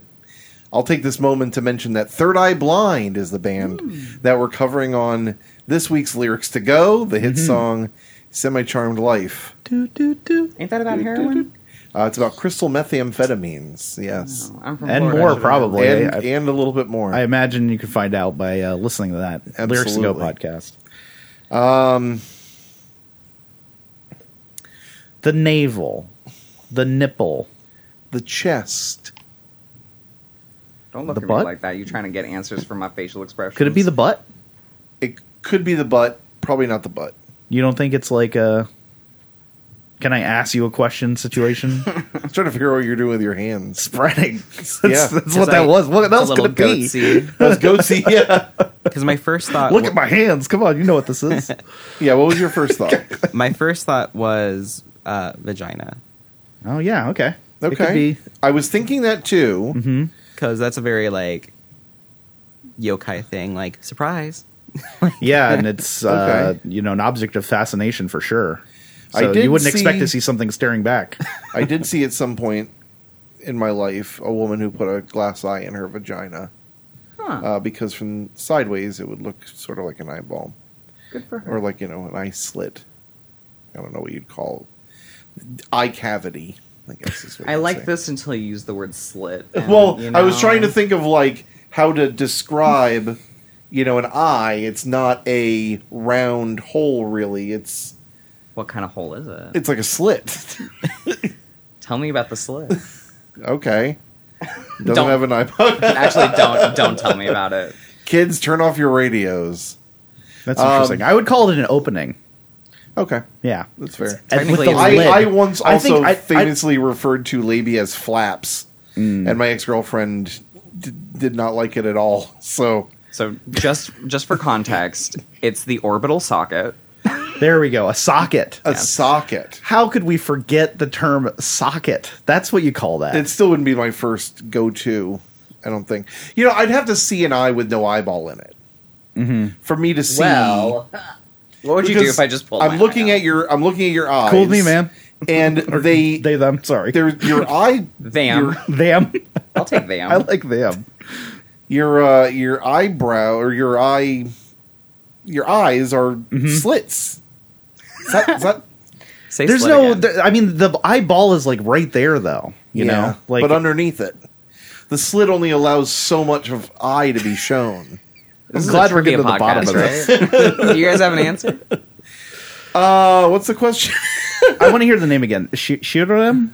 Speaker 2: I'll take this moment to mention that Third Eye Blind is the band that we're covering on this week's lyrics to go, the hit song Semi Charmed Life.
Speaker 3: Ain't that about heroin?
Speaker 2: Uh, it's about crystal methamphetamines. Yes.
Speaker 3: I'm from
Speaker 1: and
Speaker 3: Florida, I
Speaker 1: more
Speaker 3: should've known.
Speaker 1: probably.
Speaker 2: and,
Speaker 1: Oh, I,
Speaker 2: and a little bit more.
Speaker 1: I imagine you can find out by uh, listening to that Lyrics to Go
Speaker 2: Absolutely. Um,
Speaker 1: podcast. Um, the navel, the nipple.
Speaker 2: the chest.
Speaker 3: Don't look
Speaker 1: The
Speaker 3: at
Speaker 1: butt?
Speaker 3: me like that. You're trying to get answers from my facial expression.
Speaker 1: Could it be the butt?
Speaker 2: It could be the butt, probably not the butt.
Speaker 1: You don't think it's like a can I ask you a question situation?
Speaker 2: I'm trying to figure out what you're doing with your hands.
Speaker 1: Spreading. That's,
Speaker 2: Yeah.
Speaker 1: that's what that was. What else could it be?
Speaker 2: Let's go see. Yeah.
Speaker 4: Because my first thought,
Speaker 1: Look at my hands. Come on, you know what this is.
Speaker 2: Yeah. What was your first thought?
Speaker 4: my first thought was uh, vagina,
Speaker 1: oh yeah, okay. It could
Speaker 2: Okay.
Speaker 1: be- Mm-hmm.
Speaker 2: I was thinking that too.
Speaker 4: because that's a very like yokai thing. Like surprise,
Speaker 1: Yeah, and it's uh,
Speaker 2: Okay.
Speaker 1: you know an object of fascination for sure.
Speaker 2: I
Speaker 1: So
Speaker 2: did
Speaker 1: you wouldn't expect
Speaker 2: see-
Speaker 1: to see something staring back.
Speaker 2: I did see at some point in my life a woman who put a glass eye in her vagina
Speaker 3: Huh.
Speaker 2: uh, because from sideways it would look sort of like an eyeball
Speaker 3: Good for her.
Speaker 2: or like you know an eye slit. I don't know what you'd call it. eye cavity. I guess is what
Speaker 3: I
Speaker 2: you'd
Speaker 3: like
Speaker 2: say.
Speaker 3: this until you use the word slit. and,
Speaker 2: well,
Speaker 3: you
Speaker 2: I was
Speaker 3: know,
Speaker 2: trying to think of like how to describe, you know, an eye. It's not a round hole, really. It's
Speaker 3: What kind of hole is it?
Speaker 2: it's like a slit.
Speaker 3: Tell me about the slit.
Speaker 2: okay, doesn't
Speaker 3: Don't.
Speaker 2: have an eye.
Speaker 3: Actually, don't don't tell me about it.
Speaker 2: Kids, turn off your radios.
Speaker 1: That's
Speaker 2: Um,
Speaker 1: interesting. I would call it an opening.
Speaker 2: Okay,
Speaker 1: Yeah,
Speaker 2: that's fair.
Speaker 1: and with
Speaker 3: Technically,
Speaker 1: the
Speaker 3: it's-
Speaker 1: lid,
Speaker 2: I, I once
Speaker 1: I
Speaker 2: also
Speaker 1: think I- I-
Speaker 2: famously referred to labia as flaps,
Speaker 3: Mm.
Speaker 2: and my ex girlfriend d- did not like it at all. So
Speaker 3: So just just for context, it's the orbital socket.
Speaker 1: there we go. A socket.
Speaker 2: a socket.
Speaker 1: How could we forget the term socket? That's what you call that.
Speaker 2: It still wouldn't be my first go to. I don't think. You know, I'd have to see an eye with no eyeball in it for me to see.
Speaker 3: Mm-hmm. Well, what would you do
Speaker 2: because
Speaker 3: if I just pulled?
Speaker 2: I'm looking at your. I'm looking at your eyes.
Speaker 1: Cool with me, man.
Speaker 2: And they,
Speaker 1: they them. Sorry,
Speaker 2: they're your eye,
Speaker 3: them.
Speaker 1: them.
Speaker 3: I'll take them.
Speaker 2: Um,
Speaker 1: I like them.
Speaker 2: your uh, your eyebrow or your eye, your eyes are
Speaker 1: Mm-hmm.
Speaker 2: slits. Is that, is that
Speaker 4: say
Speaker 1: There's
Speaker 4: slit
Speaker 1: no.
Speaker 4: again.
Speaker 1: There, I mean, the eyeball is like right there, though. You
Speaker 2: Yeah,
Speaker 1: know, like
Speaker 2: but underneath it, the slit only allows so much of eye to be shown.
Speaker 1: I'm glad we're getting to the bottom of this.
Speaker 3: this. right? Do you guys have an answer?
Speaker 2: Uh, what's the question?
Speaker 1: I want to hear the name again. Shi Shirame.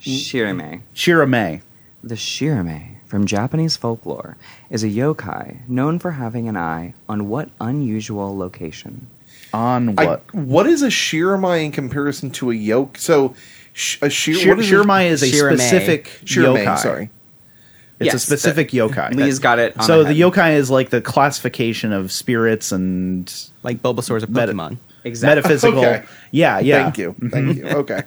Speaker 3: Shirame.
Speaker 1: Shirame.
Speaker 3: The shirame from Japanese folklore is a yokai known for having an eye on what unusual location?
Speaker 1: On what?
Speaker 2: I, what is a shiramai in comparison to a yoke? So, sh- a shir-
Speaker 1: Shir-
Speaker 2: what is
Speaker 1: Shirmai is a
Speaker 4: Shirame.
Speaker 1: specific
Speaker 2: a shiramai?
Speaker 1: yokai.
Speaker 2: Sorry,
Speaker 1: It's a
Speaker 3: Yes,
Speaker 1: specific yokai.
Speaker 3: Lee's got it. On
Speaker 1: so the
Speaker 3: head.
Speaker 1: yokai is like the classification of spirits and
Speaker 4: like Bulbasaur's a
Speaker 1: Meta-
Speaker 4: Pokemon.
Speaker 3: exactly.
Speaker 1: metaphysical.
Speaker 2: Okay.
Speaker 1: Yeah, yeah. Mm-hmm.
Speaker 2: thank you, thank you. Okay,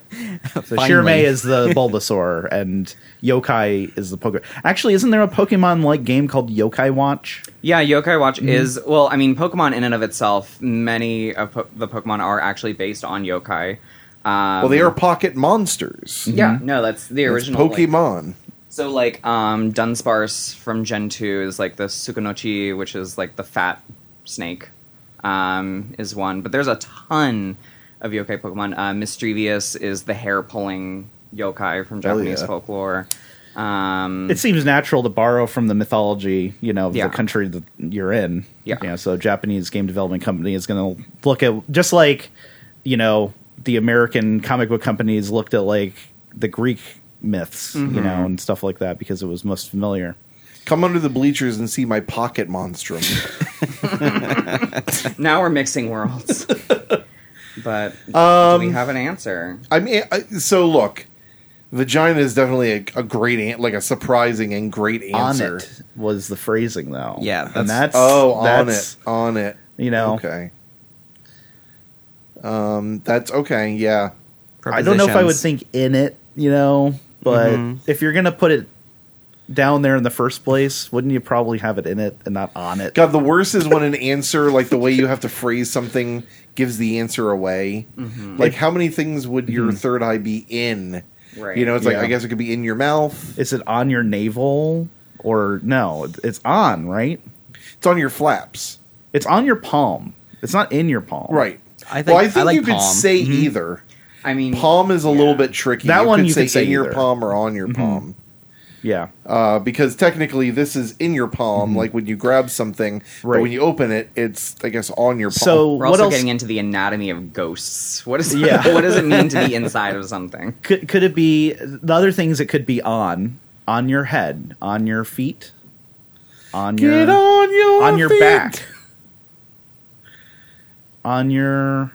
Speaker 1: So
Speaker 4: Finally.
Speaker 1: Shirame is the Bulbasaur and yokai is the Pokemon. Actually, isn't there a Pokemon like game called Yokai Watch?
Speaker 3: Yeah, Yokai Watch
Speaker 2: Mm-hmm.
Speaker 3: is well. I mean, Pokemon in and of itself, many of po- the Pokemon are actually based on yokai. Um,
Speaker 2: well they are pocket monsters.
Speaker 1: Mm-hmm.
Speaker 3: Yeah, no, that's the
Speaker 2: It's
Speaker 3: original like-
Speaker 2: Pokemon.
Speaker 3: so like um, Dunsparce from Gen two is like the Sukunochi, which is like the fat snake, um, is one. But there's a ton of yokai Pokemon. Uh, Mischievous is the hair pulling yokai from
Speaker 2: Hell
Speaker 3: Japanese
Speaker 2: yeah.
Speaker 3: folklore. Um,
Speaker 1: It seems natural to borrow from the mythology, you know, of
Speaker 3: Yeah.
Speaker 1: the country that you're in.
Speaker 3: Yeah.
Speaker 1: You know, so Japanese game development company is going to look at just like, you know, the American comic book companies looked at like the Greek myths, you know, and stuff like that because it was most familiar.
Speaker 2: Come under the bleachers and see my pocket monstrum.
Speaker 3: now we're mixing worlds. but
Speaker 2: Um,
Speaker 3: do we have an answer?
Speaker 2: I mean, I, so look, vagina is definitely a, a great, an- like a surprising and great answer.
Speaker 1: On it was the phrasing though.
Speaker 4: Yeah,
Speaker 1: and that's
Speaker 4: that's-
Speaker 2: Oh, on
Speaker 1: that's,
Speaker 2: it, on it.
Speaker 1: You know,
Speaker 2: Okay. Um, that's okay. Yeah,
Speaker 1: I don't know if I would
Speaker 4: Prepositions.
Speaker 1: think in it, you know, but
Speaker 2: Mm-hmm.
Speaker 1: if you're gonna put it down there in the first place, wouldn't you probably have it in it and not on it?
Speaker 2: God, the worst is when an answer, like the way you have to phrase something, gives the answer away. Like, how many things would your third eye be in?
Speaker 3: Right.
Speaker 2: You know, it's like
Speaker 1: Yeah.
Speaker 2: I guess it could be in your mouth.
Speaker 1: Is it on your navel or no? It's on, right?
Speaker 2: It's on your flaps,
Speaker 1: It's on your palm. It's not in your palm.
Speaker 2: right?
Speaker 4: I think
Speaker 2: well, I think
Speaker 4: like
Speaker 2: you could
Speaker 4: palm.
Speaker 2: say either.
Speaker 3: I mean,
Speaker 2: Palm is a
Speaker 3: yeah.
Speaker 2: little bit tricky.
Speaker 1: That one
Speaker 2: could
Speaker 1: you
Speaker 2: say,
Speaker 1: could say
Speaker 2: in your
Speaker 1: either. Mm-hmm.
Speaker 2: palm or on your palm.
Speaker 1: Yeah.
Speaker 2: uh, because technically this is in your palm, like when you grab something,
Speaker 1: Mm-hmm. Right.
Speaker 2: but when you open it, it's I guess on your palm.
Speaker 1: So
Speaker 3: We're
Speaker 1: what
Speaker 3: also
Speaker 1: else
Speaker 3: getting into the anatomy of ghosts. What is
Speaker 1: Yeah.
Speaker 3: what does it mean to be inside of something?
Speaker 1: could could it be? The other things it could be on on your head, on your feet, on
Speaker 2: get
Speaker 1: your
Speaker 2: on your
Speaker 1: on your
Speaker 2: feet.
Speaker 1: back, on your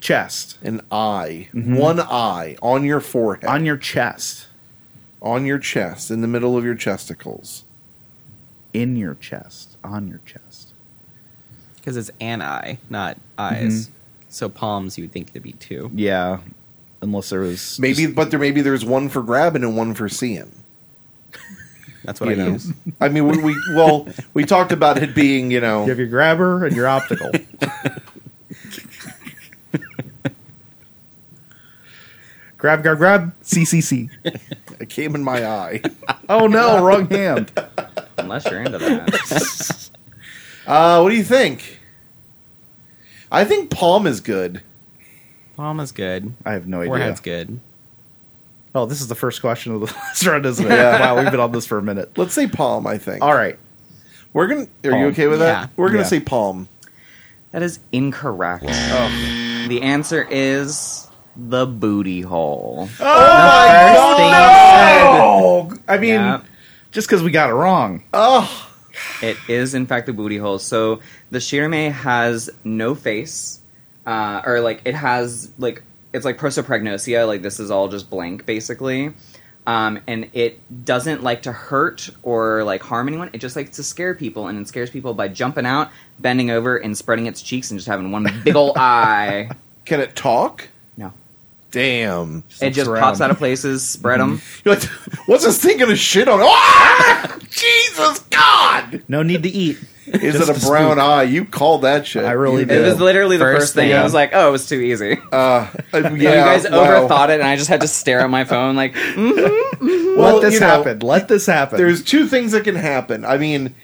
Speaker 1: chest,
Speaker 2: an eye, one eye on your forehead,
Speaker 1: Mm-hmm. on your chest,
Speaker 2: on your chest, in the middle of your chesticles.
Speaker 1: in your chest, on your chest.
Speaker 6: because it's an eye, not eyes.
Speaker 2: Mm-hmm.
Speaker 6: So palms, you would think to be two.
Speaker 1: Yeah, unless there was
Speaker 2: Maybe, but there maybe there's one for grabbing and one for seeing.
Speaker 6: That's what
Speaker 2: You
Speaker 6: I
Speaker 2: know,
Speaker 6: use.
Speaker 2: I mean, we, we well, we talked about it being, you know,
Speaker 1: You have your grabber and your optical. grab, grab, grab. CCC.
Speaker 2: it came in my eye.
Speaker 1: Oh no, wrong hand.
Speaker 3: Unless you're into that.
Speaker 2: Uh, what do you think? I think palm is good.
Speaker 6: Palm is good.
Speaker 1: I have no idea.
Speaker 6: Forehead's good.
Speaker 1: Oh, this is the first question of the last round, isn't it?
Speaker 2: Yeah.
Speaker 1: Wow, we've been on this for a minute.
Speaker 2: Let's say palm. I think.
Speaker 1: All right.
Speaker 2: We're gonna. Are you
Speaker 1: Palm.
Speaker 2: okay with that?
Speaker 6: Yeah.
Speaker 2: We're gonna
Speaker 1: Yeah.
Speaker 2: say palm.
Speaker 3: That is incorrect. Oh. The answer is the booty hole.
Speaker 2: Oh
Speaker 1: Oh, I mean,
Speaker 3: Yeah.
Speaker 1: just because we got it wrong.
Speaker 2: Oh,
Speaker 3: It is, in fact, the booty hole. So the Shirame has no face, uh, or like it has like it's like prosopagnosia. Like this is all just blank, basically. Um, and it doesn't like to hurt or like harm anyone. It just likes to scare people, and it scares people by jumping out, bending over, and spreading its cheeks, and just having one big ol' eye.
Speaker 2: can it talk?
Speaker 3: No,
Speaker 2: Damn.
Speaker 3: it just
Speaker 1: around.
Speaker 3: pops out of places, spread them.
Speaker 2: You're like, what's this thing gonna shit on? Ah! Jesus God!
Speaker 1: No need to eat.
Speaker 2: Is it a brown eye? You called that shit.
Speaker 1: I really
Speaker 2: You
Speaker 1: did.
Speaker 3: It was literally the first,
Speaker 6: First
Speaker 3: thing.
Speaker 6: thing.
Speaker 3: I was like, oh, it was too easy.
Speaker 2: Uh, uh, yeah,
Speaker 3: you guys
Speaker 2: wow.
Speaker 3: overthought it, and I just had to stare at my phone like, mm,
Speaker 2: Well,
Speaker 1: Let this
Speaker 2: you know,
Speaker 1: happen. Let this happen.
Speaker 2: There's two things that can happen. I mean,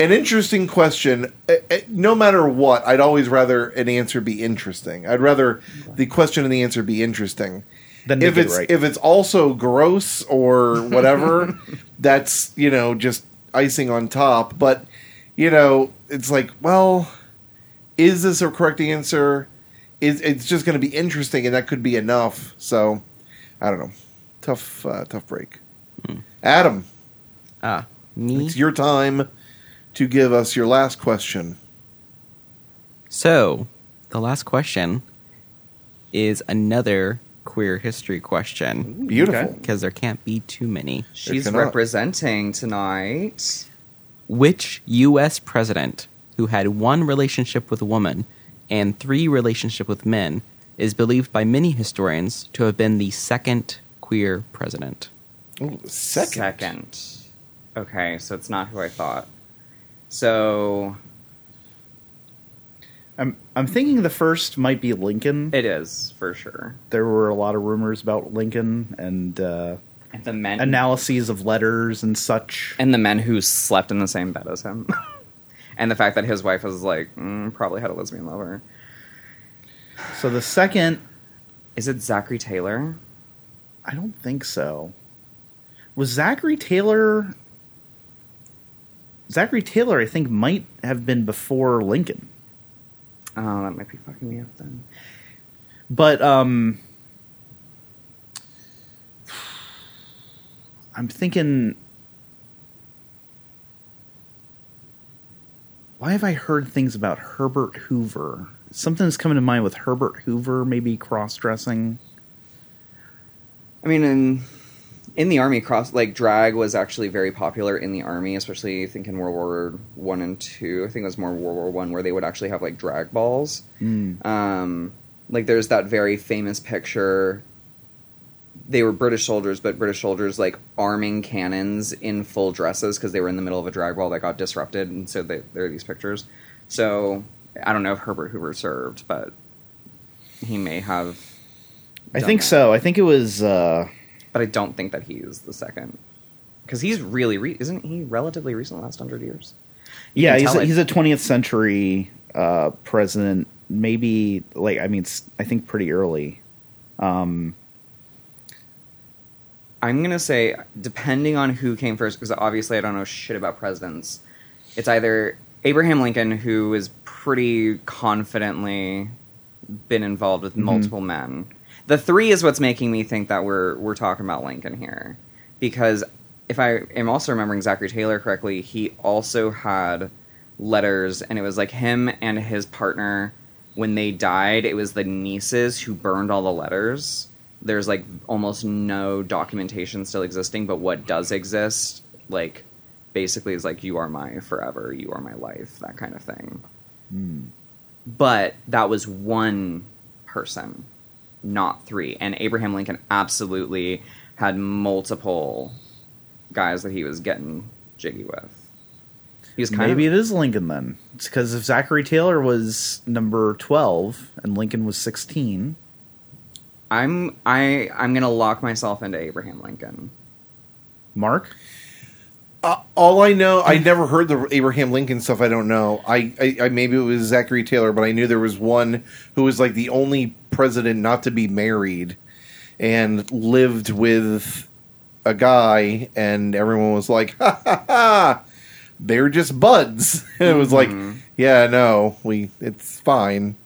Speaker 2: an interesting question. uh, uh, No matter what, I'd always rather an answer be interesting. I'd rather the question and the answer be interesting.
Speaker 1: Then they
Speaker 2: if
Speaker 1: do it
Speaker 2: it's
Speaker 1: right.
Speaker 2: if it's also gross or whatever, that's you know just icing on top. But you know, it's like, well, is this a correct answer? Is it's just going to be interesting, and that could be enough. So, I don't know. Tough, uh, tough break.
Speaker 1: Hmm.
Speaker 2: Adam,
Speaker 6: Ah,
Speaker 4: Mm-hmm.
Speaker 6: me.
Speaker 2: it's your time to give us your last question.
Speaker 6: So the last question is another queer history question
Speaker 2: Beautiful.
Speaker 6: because there can't be too many.
Speaker 3: she's
Speaker 2: cannot.
Speaker 3: representing tonight.
Speaker 6: Which U.S. president who had one relationship with a woman and three relationship with men is believed by many historians to have been the second queer president?
Speaker 2: Ooh, second.
Speaker 3: Second. Okay, so it's not who I thought. So
Speaker 1: I'm I'm thinking the first might be Lincoln.
Speaker 3: it is for sure.
Speaker 1: there were a lot of rumors about Lincoln and uh,
Speaker 3: And the men
Speaker 1: analyses of letters and such.
Speaker 3: and the men who slept in the same bed as him, and the fact that his wife was like mm, probably had a lesbian lover.
Speaker 1: So the second,
Speaker 3: Is it Zachary Taylor?
Speaker 1: I don't think so. Was Zachary Taylor? Zachary Taylor, I think, might have been before Lincoln,
Speaker 3: Oh, that might be fucking me up then.
Speaker 1: but um, I'm thinking. Why have I heard things about Herbert Hoover? Something's coming to mind with Herbert Hoover, maybe cross dressing.
Speaker 3: I mean, in in the army, cross like drag was actually very popular in the army, especially I think in World War One and Two. I think it was more World War One where they would actually have like drag balls.
Speaker 1: Hmm.
Speaker 3: Um, like there's that very famous picture. They were British soldiers, but British soldiers like arming cannons in full dresses because they were in the middle of a drag ball that got disrupted, and so they, there are these pictures. So I don't know if Herbert Hoover served, but he may have.
Speaker 1: I
Speaker 3: done
Speaker 1: think
Speaker 3: that
Speaker 1: so. I think it was. Uh,
Speaker 3: but I don't think that he's the second because he's really re- isn't he relatively recent last hundred years?
Speaker 1: yeah,
Speaker 3: can
Speaker 1: he's
Speaker 3: tell
Speaker 1: a,
Speaker 3: it.
Speaker 1: he's a 20th century uh, president. Maybe like I mean, s- I think pretty early.
Speaker 3: I'm gonna say, depending on who came first, because obviously I don't know shit about presidents. It's either Abraham Lincoln, who is pretty confidently been involved with multiple men. The three is what's making me think that we're we're talking about Lincoln here, because if I am also remembering Zachary Taylor correctly, he also had letters, and it was like him and his partner when they died. It was the nieces who burned all the letters. There's like almost no documentation still existing, but what does exist, like basically is like you are my forever, you are my life, that kind of thing but that was one person, not three. And Abraham Lincoln absolutely had multiple guys that he was getting jiggy with. He was kind
Speaker 1: Maybe
Speaker 3: of
Speaker 1: it is Lincoln then, because if Zachary Taylor was number twelve and Lincoln was sixteen,
Speaker 3: I'm I I'm gonna lock myself into Abraham Lincoln.
Speaker 1: Mark.
Speaker 2: Uh, All I know, I never heard the Abraham Lincoln stuff. I don't know. I, I, I maybe it was Zachary Taylor, but I knew there was one who was like the only president not to be married, and lived with a guy, and everyone was like, "Ha ha ha! They're just buds." And it was like, "Yeah, no, we, it's fine."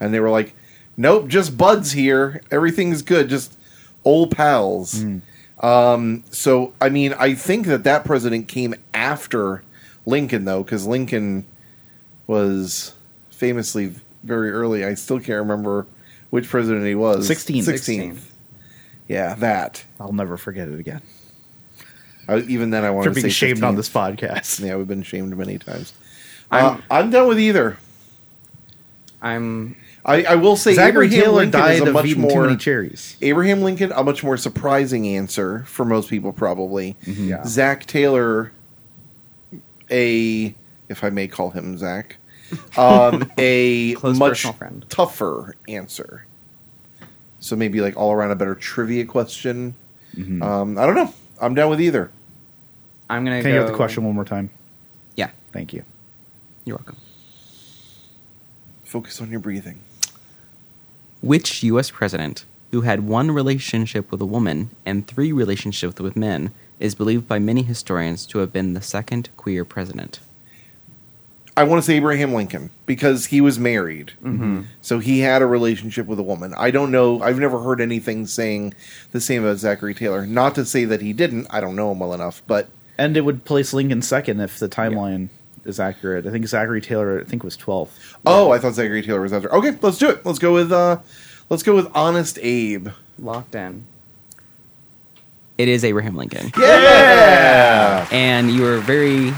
Speaker 2: And they were like, "Nope, just buds here. Everything's good. Just old pals." Um, So, I mean, I think that that president came after Lincoln, though, because Lincoln was famously very early. I still can't remember which president he was.
Speaker 1: 16th.
Speaker 2: 16th. Yeah, that.
Speaker 1: I'll never forget it again
Speaker 2: I, even then, I wanted
Speaker 1: for
Speaker 2: to
Speaker 1: being
Speaker 2: say
Speaker 1: shamed on
Speaker 2: 15th.
Speaker 1: this podcast.
Speaker 2: Yeah, we've been shamed many times. I'm, uh, I'm done with either.
Speaker 3: I'm
Speaker 2: I, I will say
Speaker 1: Zachary
Speaker 2: Abraham
Speaker 1: Taylor
Speaker 2: Lincoln is
Speaker 1: died
Speaker 2: a
Speaker 1: of
Speaker 2: much
Speaker 1: eating
Speaker 2: more
Speaker 1: too many cherries.
Speaker 2: Abraham Lincoln, a much more surprising answer for most people, probably.
Speaker 1: Mm-hmm.
Speaker 3: Yeah.
Speaker 2: Zach Taylor, a if I may call him Zach, um, a
Speaker 3: Close
Speaker 2: much
Speaker 3: personal friend.
Speaker 2: tougher answer. So maybe like all around a better trivia question.
Speaker 1: Mm-hmm.
Speaker 2: Um, I don't know. I'm down with either.
Speaker 3: I'm gonna
Speaker 1: Can you
Speaker 3: go
Speaker 1: get the question one more time?
Speaker 4: Yeah,
Speaker 1: Thank you.
Speaker 4: you're welcome.
Speaker 2: Focus on your breathing.
Speaker 4: Which U.S. president, who had one relationship with a woman and three relationships with men, is believed by many historians to have been the second queer president?
Speaker 2: I want to say Abraham Lincoln because he was married. So he had a relationship with a woman. I don't know. I've never heard anything saying the same about Zachary Taylor. Not to say that he didn't. I don't know him well enough, but
Speaker 1: And it would place Lincoln second if the timeline is accurate. I think Zachary Taylor, I think was twelfth.
Speaker 2: oh, I thought Zachary Taylor was after. Okay, let's do it. Let's go with uh let's go with Honest Abe.
Speaker 3: locked in.
Speaker 4: It is Abraham Lincoln.
Speaker 2: Yeah.
Speaker 4: And you were very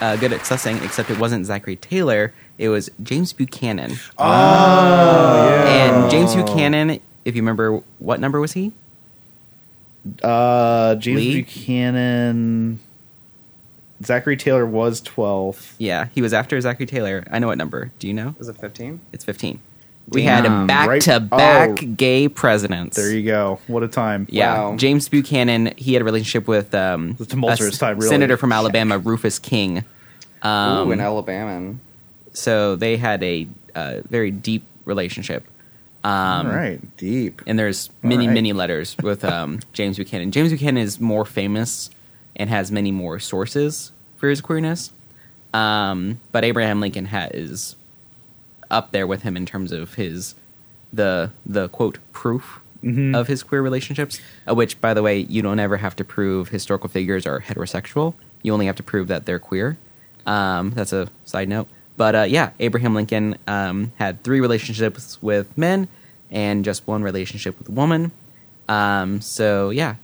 Speaker 4: uh, good at sussing, except it wasn't Zachary Taylor. It was James Buchanan. Oh, And James Buchanan, if you remember, what number was he?
Speaker 1: Uh, James
Speaker 4: Lee?
Speaker 1: Buchanan. Zachary Taylor was twelfth.
Speaker 4: Yeah, he was after Zachary Taylor. I know what number. Do you know?
Speaker 3: Is it fifteen?
Speaker 4: It's 15. We had
Speaker 3: Damn,
Speaker 4: a back to back gay presidents.
Speaker 1: Oh. There you go. What a time.
Speaker 4: yeah,
Speaker 3: Wow.
Speaker 4: James Buchanan. He had a relationship with um,
Speaker 1: The tumultuous
Speaker 4: a s-
Speaker 1: time, really.
Speaker 4: senator from Alabama, Rufus King. Um,
Speaker 3: Ooh, in Alabama.
Speaker 4: so they had a uh, very deep relationship.
Speaker 1: All
Speaker 4: Um,
Speaker 1: right. Deep.
Speaker 4: And there's many,
Speaker 1: right.
Speaker 4: many letters with um, James Buchanan. James Buchanan is more famous and has many more sources for his queerness. Um, but Abraham Lincoln ha- is up there with him in terms of his the the quote proof
Speaker 1: Mm-hmm.
Speaker 4: of his queer relationships. uh, Which, by the way, you don't ever have to prove historical figures are heterosexual. You only have to prove that they're queer. Um, that's a side note. But uh, yeah, Abraham Lincoln um, had three relationships with men and just one relationship with a woman. Um, so yeah,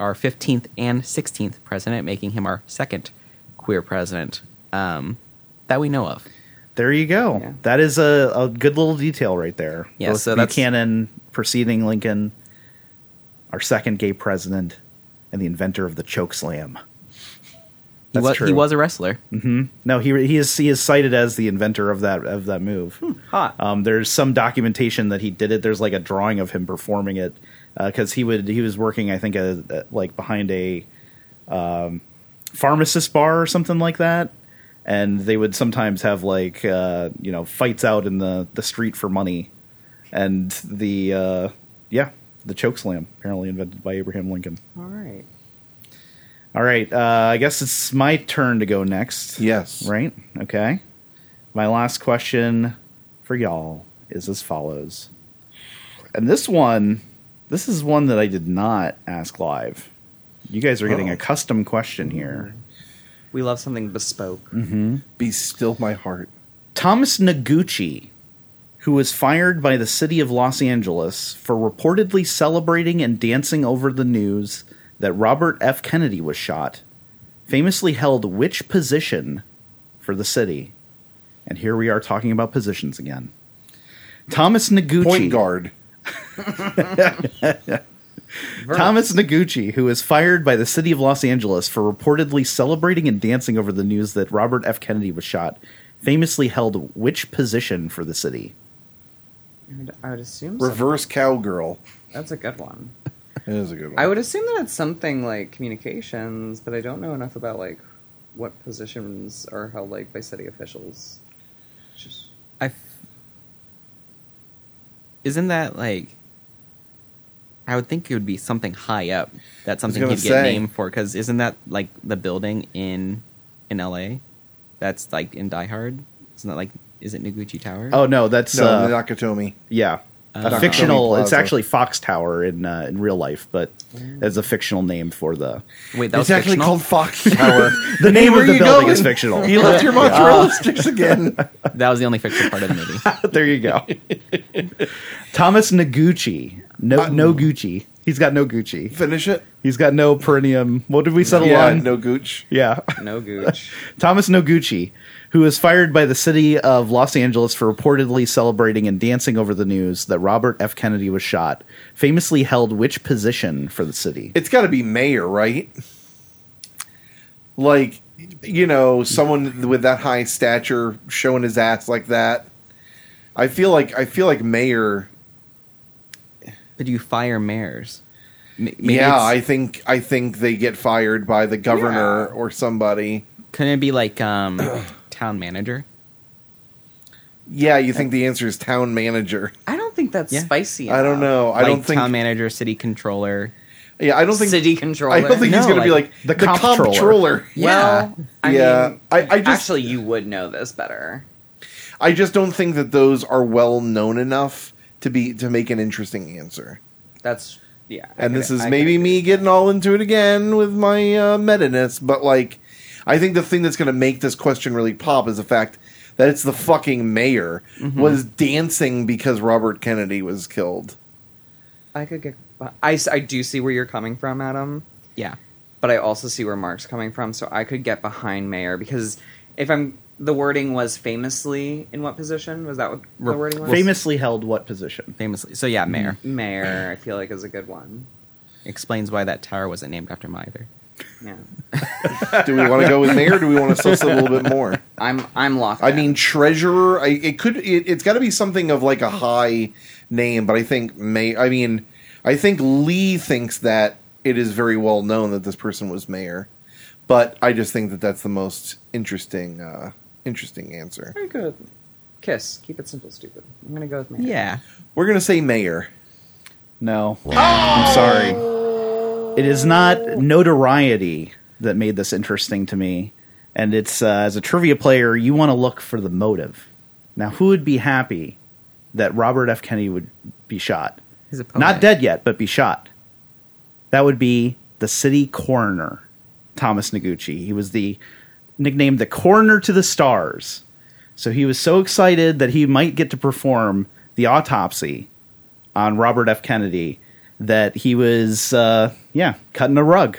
Speaker 4: our 15th and 16th president, making him our second queer president um, that we know of.
Speaker 1: There you go.
Speaker 3: Yeah.
Speaker 1: That is a, a good little detail right there.
Speaker 4: Yeah, so that's-
Speaker 1: Buchanan preceding Lincoln, our second gay president, and the inventor of the choke slam.
Speaker 4: He
Speaker 1: That's
Speaker 4: was,
Speaker 1: true.
Speaker 4: he was a wrestler.
Speaker 1: No, he he is he is cited as the inventor of that of that move.
Speaker 3: Hot.
Speaker 1: Um, there's some documentation that he did it. There's like a drawing of him performing it because he would he was working I think uh uh like behind a um, pharmacist bar or something like that, and they would sometimes have like uh, you know fights out in the the street for money, and the uh, yeah the choke slam apparently invented by Abraham Lincoln.
Speaker 3: All right.
Speaker 1: All right, uh, I guess it's my turn to go next.
Speaker 2: Yes.
Speaker 1: Right? Okay. My last question for y'all is as follows. And this one, this is one that I did not ask live. You guys are getting
Speaker 2: Oh.
Speaker 1: a custom question here.
Speaker 3: We love something bespoke.
Speaker 1: Mm.
Speaker 2: Be still my heart.
Speaker 1: Thomas Noguchi, who was fired by the city of Los Angeles for reportedly celebrating and dancing over the news that Robert F. Kennedy was shot, famously held which position for the city? And here we are talking about positions again. Thomas Noguchi.
Speaker 2: Point guard.
Speaker 1: Thomas Noguchi, who was fired by the city of Los Angeles for reportedly celebrating and dancing over the news that Robert F. Kennedy was shot, famously held which position for the city?
Speaker 3: I would, I would assume so.
Speaker 2: Reverse cowgirl.
Speaker 3: That's a good one.
Speaker 2: It is a good one.
Speaker 3: I would assume that it's something like communications, but I don't know enough about like what positions are held like by city officials. Just
Speaker 6: I. f- Isn't that like? I would think it would be something high up. That's something
Speaker 2: gonna
Speaker 6: he'd get
Speaker 2: say.
Speaker 6: named for. Because isn't that like the building in in L.A. That's like in Die Hard? Isn't that like? Is it Noguchi Tower?
Speaker 1: Oh no, that's
Speaker 2: no,
Speaker 1: uh,
Speaker 2: Nakatomi.
Speaker 1: yeah, a
Speaker 6: Nakatomi
Speaker 1: fictional. It's
Speaker 2: Plaza.
Speaker 1: actually Fox Tower in uh, in real life, but as a fictional name for the
Speaker 6: wait, that was
Speaker 2: It's actually
Speaker 6: fictional?
Speaker 2: called Fox Tower.
Speaker 1: the name
Speaker 2: where
Speaker 1: of the
Speaker 2: you
Speaker 1: building is
Speaker 2: going?
Speaker 1: fictional.
Speaker 2: you left your mozzarella sticks again.
Speaker 6: That was the only fictional part of the movie.
Speaker 1: there you go. Thomas Noguchi, no no Gucci. He's got no Gucci.
Speaker 2: Finish it.
Speaker 1: He's got no perineum. What did we settle
Speaker 2: Yeah,
Speaker 1: on?
Speaker 2: no gooch.
Speaker 1: Yeah.
Speaker 3: no gooch.
Speaker 1: Thomas Noguchi, who was fired by the city of Los Angeles for reportedly celebrating and dancing over the news that Robert F. Kennedy was shot, famously held which position for the city?
Speaker 2: It's got to be mayor, right? Like, you know, someone with that high stature showing his ass like that. I feel like I feel like mayor.
Speaker 6: But you fire mayors. M- maybe
Speaker 2: Yeah,
Speaker 6: it's-
Speaker 2: I think I think they get fired by the governor or somebody.
Speaker 6: couldn't it be like um, town manager?
Speaker 2: Yeah, you think the answer is town manager?
Speaker 3: I don't think that's
Speaker 6: Yeah.
Speaker 3: spicy.
Speaker 2: I don't
Speaker 3: enough.
Speaker 2: know. I
Speaker 6: like
Speaker 2: don't think.
Speaker 6: town manager, city controller.
Speaker 2: yeah, I don't think.
Speaker 3: city controller.
Speaker 2: I don't think he's
Speaker 6: No,
Speaker 2: going to be
Speaker 6: like,
Speaker 2: like
Speaker 1: the
Speaker 2: the,
Speaker 1: comptroller.
Speaker 2: comptroller.
Speaker 3: Well, I
Speaker 2: Yeah.
Speaker 3: mean,
Speaker 2: I- I just-
Speaker 3: actually you would know this better.
Speaker 2: I just don't think that those are well known enough to be to make an interesting answer.
Speaker 3: That's yeah. I
Speaker 2: and
Speaker 3: could-
Speaker 2: this is
Speaker 3: I could
Speaker 2: maybe
Speaker 3: agree.
Speaker 2: me getting all into it again with my uh, meta-ness, but like, I think the thing that's going to make this question really pop is the fact that it's the fucking mayor was dancing because Robert Kennedy was killed.
Speaker 3: I could get. I s- I do see where you're coming from, Adam.
Speaker 6: Yeah,
Speaker 3: but I also see where Mark's coming from, so I could get behind Mayor because if I'm the wording was famously in what position was that what the
Speaker 6: Re-
Speaker 3: wording was?
Speaker 1: Famously held what position?
Speaker 6: famously. So yeah, mayor
Speaker 3: Mayor, I feel like is a good one.
Speaker 6: explains why that tower wasn't named after him either.
Speaker 3: Yeah,
Speaker 2: Do we want to go with mayor? or Do we want to suss it a little bit more?
Speaker 3: I'm I'm locked.
Speaker 2: I
Speaker 3: in.
Speaker 2: mean, treasurer. I, it could. It, it's got to be something of like a high name, but I think may. I mean, I think Lee thinks that it is very well known that this person was mayor, but I just think that that's the most interesting, uh, interesting answer.
Speaker 3: very good. Kiss, keep it simple, stupid. I'm gonna go with Mayor.
Speaker 6: Yeah,
Speaker 2: We're gonna say mayor.
Speaker 1: No. I'm sorry. It is not notoriety that made this interesting to me. And it's, uh, as a trivia player, you want to look for the motive. Now, who would be happy that Robert F. Kennedy would be shot?
Speaker 6: he's a poet.
Speaker 1: Not dead yet, but be shot. That would be the city coroner, Thomas Noguchi. He was the nicknamed the coroner to the stars. So he was so excited that he might get to perform the autopsy on Robert F. Kennedy that he was, uh, yeah, cutting a rug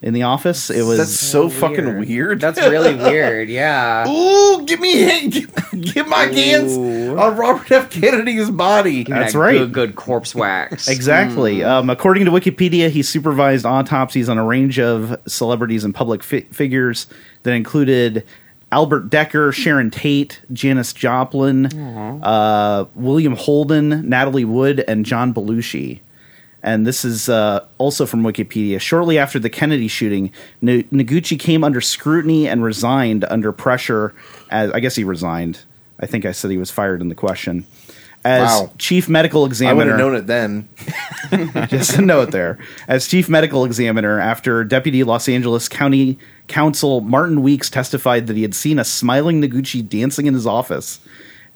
Speaker 1: in the office. It was
Speaker 2: that's so fucking weird.
Speaker 3: That's really weird. Yeah.
Speaker 2: Ooh, give me, give, give my hands
Speaker 3: Ooh.
Speaker 2: on Robert F. Kennedy's body.
Speaker 1: That's
Speaker 3: That
Speaker 1: right.
Speaker 3: Good, good corpse wax.
Speaker 1: Exactly.
Speaker 2: Mm-hmm.
Speaker 1: Um, according to Wikipedia, he supervised autopsies on a range of celebrities and public fi- figures that included Albert Decker, Sharon Tate, Janis
Speaker 2: Mm-hmm.
Speaker 1: Joplin, uh, William Holden, Natalie Wood, and John Belushi. And this is uh, also from Wikipedia. Shortly after the Kennedy shooting, N- Noguchi came under scrutiny and resigned under pressure. As I guess he resigned. I think I said he was fired in the question. As
Speaker 2: Wow.
Speaker 1: chief medical
Speaker 2: I would
Speaker 1: examiner,
Speaker 2: have known it then.
Speaker 1: just a note there. As chief medical examiner, after Deputy Los Angeles County Council Martin Weeks testified that he had seen a smiling Noguchi dancing in his office,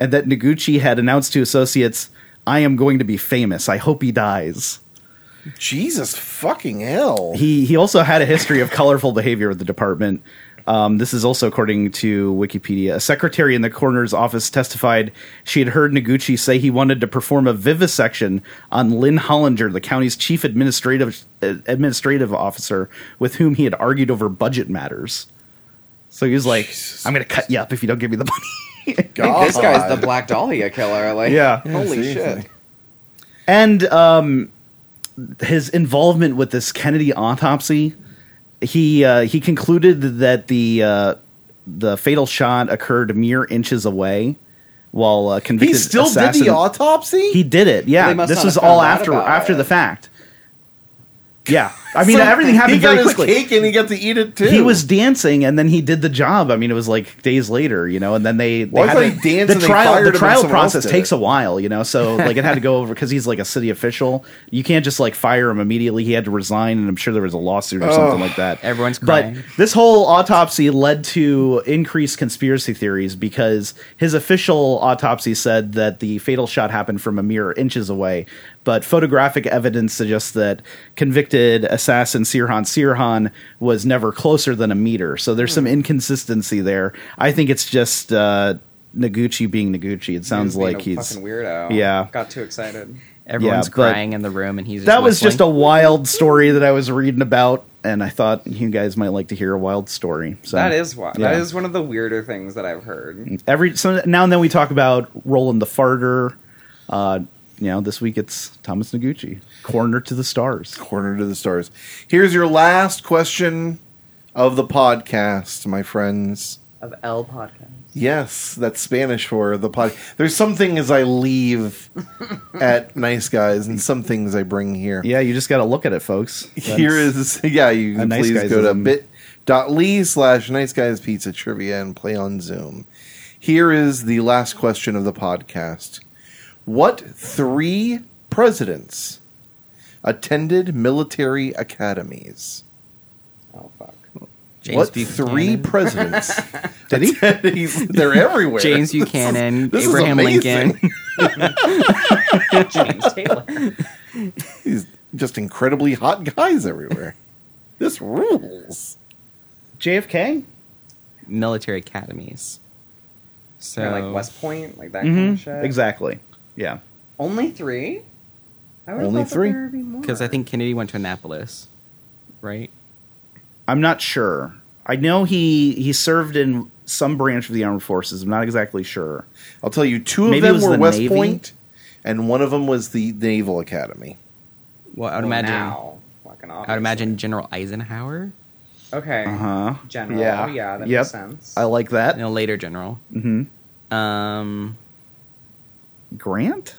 Speaker 1: and that Noguchi had announced to associates, "I am going to be famous. I hope he dies."
Speaker 2: Jesus fucking hell.
Speaker 1: He he also had a history of colorful behavior with the department. Um, this is also according to Wikipedia. A secretary in the coroner's office testified she had heard Noguchi say he wanted to perform a vivisection on Lynn Hollinger, the county's chief administrative uh, administrative officer, with whom he had argued over budget matters. So he was like, "I'm going to cut you up if you don't give me the money."
Speaker 2: God.
Speaker 3: This guy's the Black Dahlia killer. Like,
Speaker 1: Yeah.
Speaker 3: holy
Speaker 2: seriously.
Speaker 3: shit.
Speaker 1: and um, his involvement with this Kennedy autopsy, he uh, he concluded that the uh, the fatal shot occurred mere inches away, while uh,
Speaker 2: He
Speaker 1: convicted
Speaker 2: still did
Speaker 1: assassin
Speaker 2: the autopsy?
Speaker 1: he did it.
Speaker 3: They
Speaker 1: Yeah,
Speaker 3: must
Speaker 1: this
Speaker 3: not
Speaker 1: was
Speaker 3: have
Speaker 1: all
Speaker 3: found out
Speaker 1: after
Speaker 3: about
Speaker 1: after
Speaker 3: it.
Speaker 1: the fact. Yeah, I mean
Speaker 2: So
Speaker 1: everything happened
Speaker 2: he got
Speaker 1: very
Speaker 2: his
Speaker 1: quickly.
Speaker 2: cake and he got to eat it too.
Speaker 1: He was dancing, and then he did the job. I mean, it was like days later, you know. And then they, they
Speaker 2: Well, I thought
Speaker 1: to-
Speaker 2: he danced
Speaker 1: the
Speaker 2: and they
Speaker 1: trial.
Speaker 2: fired him
Speaker 1: the
Speaker 2: and
Speaker 1: trial
Speaker 2: someone else
Speaker 1: process
Speaker 2: did
Speaker 1: takes
Speaker 2: it.
Speaker 1: a while, you know. So like, it had to go over because he's like a city official. You can't just like fire him immediately. He had to resign, and I'm sure there was a lawsuit or something
Speaker 2: Oh.
Speaker 1: like that.
Speaker 6: Everyone's
Speaker 1: But
Speaker 6: crying.
Speaker 1: this whole autopsy led to increased conspiracy theories because his official autopsy said that the fatal shot happened from a mere inches away. But photographic evidence suggests that convicted assassin Sirhan Sirhan was never closer than a meter. So there's some
Speaker 3: Hmm.
Speaker 1: inconsistency there. I think it's just uh, Noguchi being Noguchi. It sounds
Speaker 3: He was being
Speaker 1: like
Speaker 3: a
Speaker 1: he's.
Speaker 3: fucking weirdo.
Speaker 1: Yeah.
Speaker 3: got too excited.
Speaker 6: Everyone's
Speaker 1: Yeah, but-
Speaker 6: crying in the room, and he's just
Speaker 1: That was just a
Speaker 6: whistling.
Speaker 1: wild story that I was reading about, and I thought you guys might like to hear a wild story. So
Speaker 3: That is why.
Speaker 1: yeah. Mm.
Speaker 3: That is one of the weirder things that I've heard.
Speaker 1: every so now and then we talk about Roland the Farter. Uh, you know, this week it's Thomas Noguchi, Corner to the Stars.
Speaker 2: corner to the stars. Here's your last question of the podcast, my friends.
Speaker 3: Of L podcast.
Speaker 2: Yes, that's Spanish for the pod. There's some things I leave at Nice Guys and some things I bring here.
Speaker 1: Yeah, you just got to look at it, folks. That's-
Speaker 2: Here is yeah, you
Speaker 1: A
Speaker 2: can
Speaker 1: Nice
Speaker 2: please
Speaker 1: Guys
Speaker 2: go to
Speaker 1: ism.
Speaker 2: bit.ly slash nice guys pizza trivia and play on Zoom. Here is the last question of the podcast. What three presidents attended military academies?
Speaker 3: Oh fuck.
Speaker 6: James
Speaker 2: what
Speaker 6: Buchanan.
Speaker 2: three presidents?
Speaker 1: Did he?
Speaker 2: He's- They're everywhere.
Speaker 6: James Buchanan,
Speaker 2: this is
Speaker 6: Abraham
Speaker 2: amazing.
Speaker 6: Lincoln.
Speaker 3: James Taylor.
Speaker 2: These just incredibly hot guys everywhere. this rules.
Speaker 1: JFK?
Speaker 6: military academies. So
Speaker 3: They're like West Point, like that kind of shit.
Speaker 1: Mm-hmm. Exactly. Yeah.
Speaker 3: Only three. I would've
Speaker 2: Only
Speaker 3: thought that
Speaker 2: three?
Speaker 3: there would be more.
Speaker 6: because I think Kennedy went to Annapolis, right?
Speaker 1: I'm not sure. I know he he served in some branch of the armed forces. I'm not exactly sure.
Speaker 2: I'll tell you, two of
Speaker 1: Maybe it
Speaker 2: them
Speaker 1: was
Speaker 2: were
Speaker 1: the
Speaker 2: West
Speaker 1: Navy?
Speaker 2: Point, and one of them was the Naval Academy.
Speaker 6: Well, I would
Speaker 3: Well,
Speaker 6: imagine.
Speaker 3: now, fucking
Speaker 6: I would imagine General Eisenhower,
Speaker 3: obviously. Okay.
Speaker 1: Uh huh.
Speaker 3: General.
Speaker 1: Yeah.
Speaker 3: Yeah. yeah that
Speaker 1: Yep.
Speaker 3: makes sense.
Speaker 1: I like
Speaker 6: you
Speaker 1: that.
Speaker 6: know, later General.
Speaker 1: hmm
Speaker 6: Um,
Speaker 1: Grant?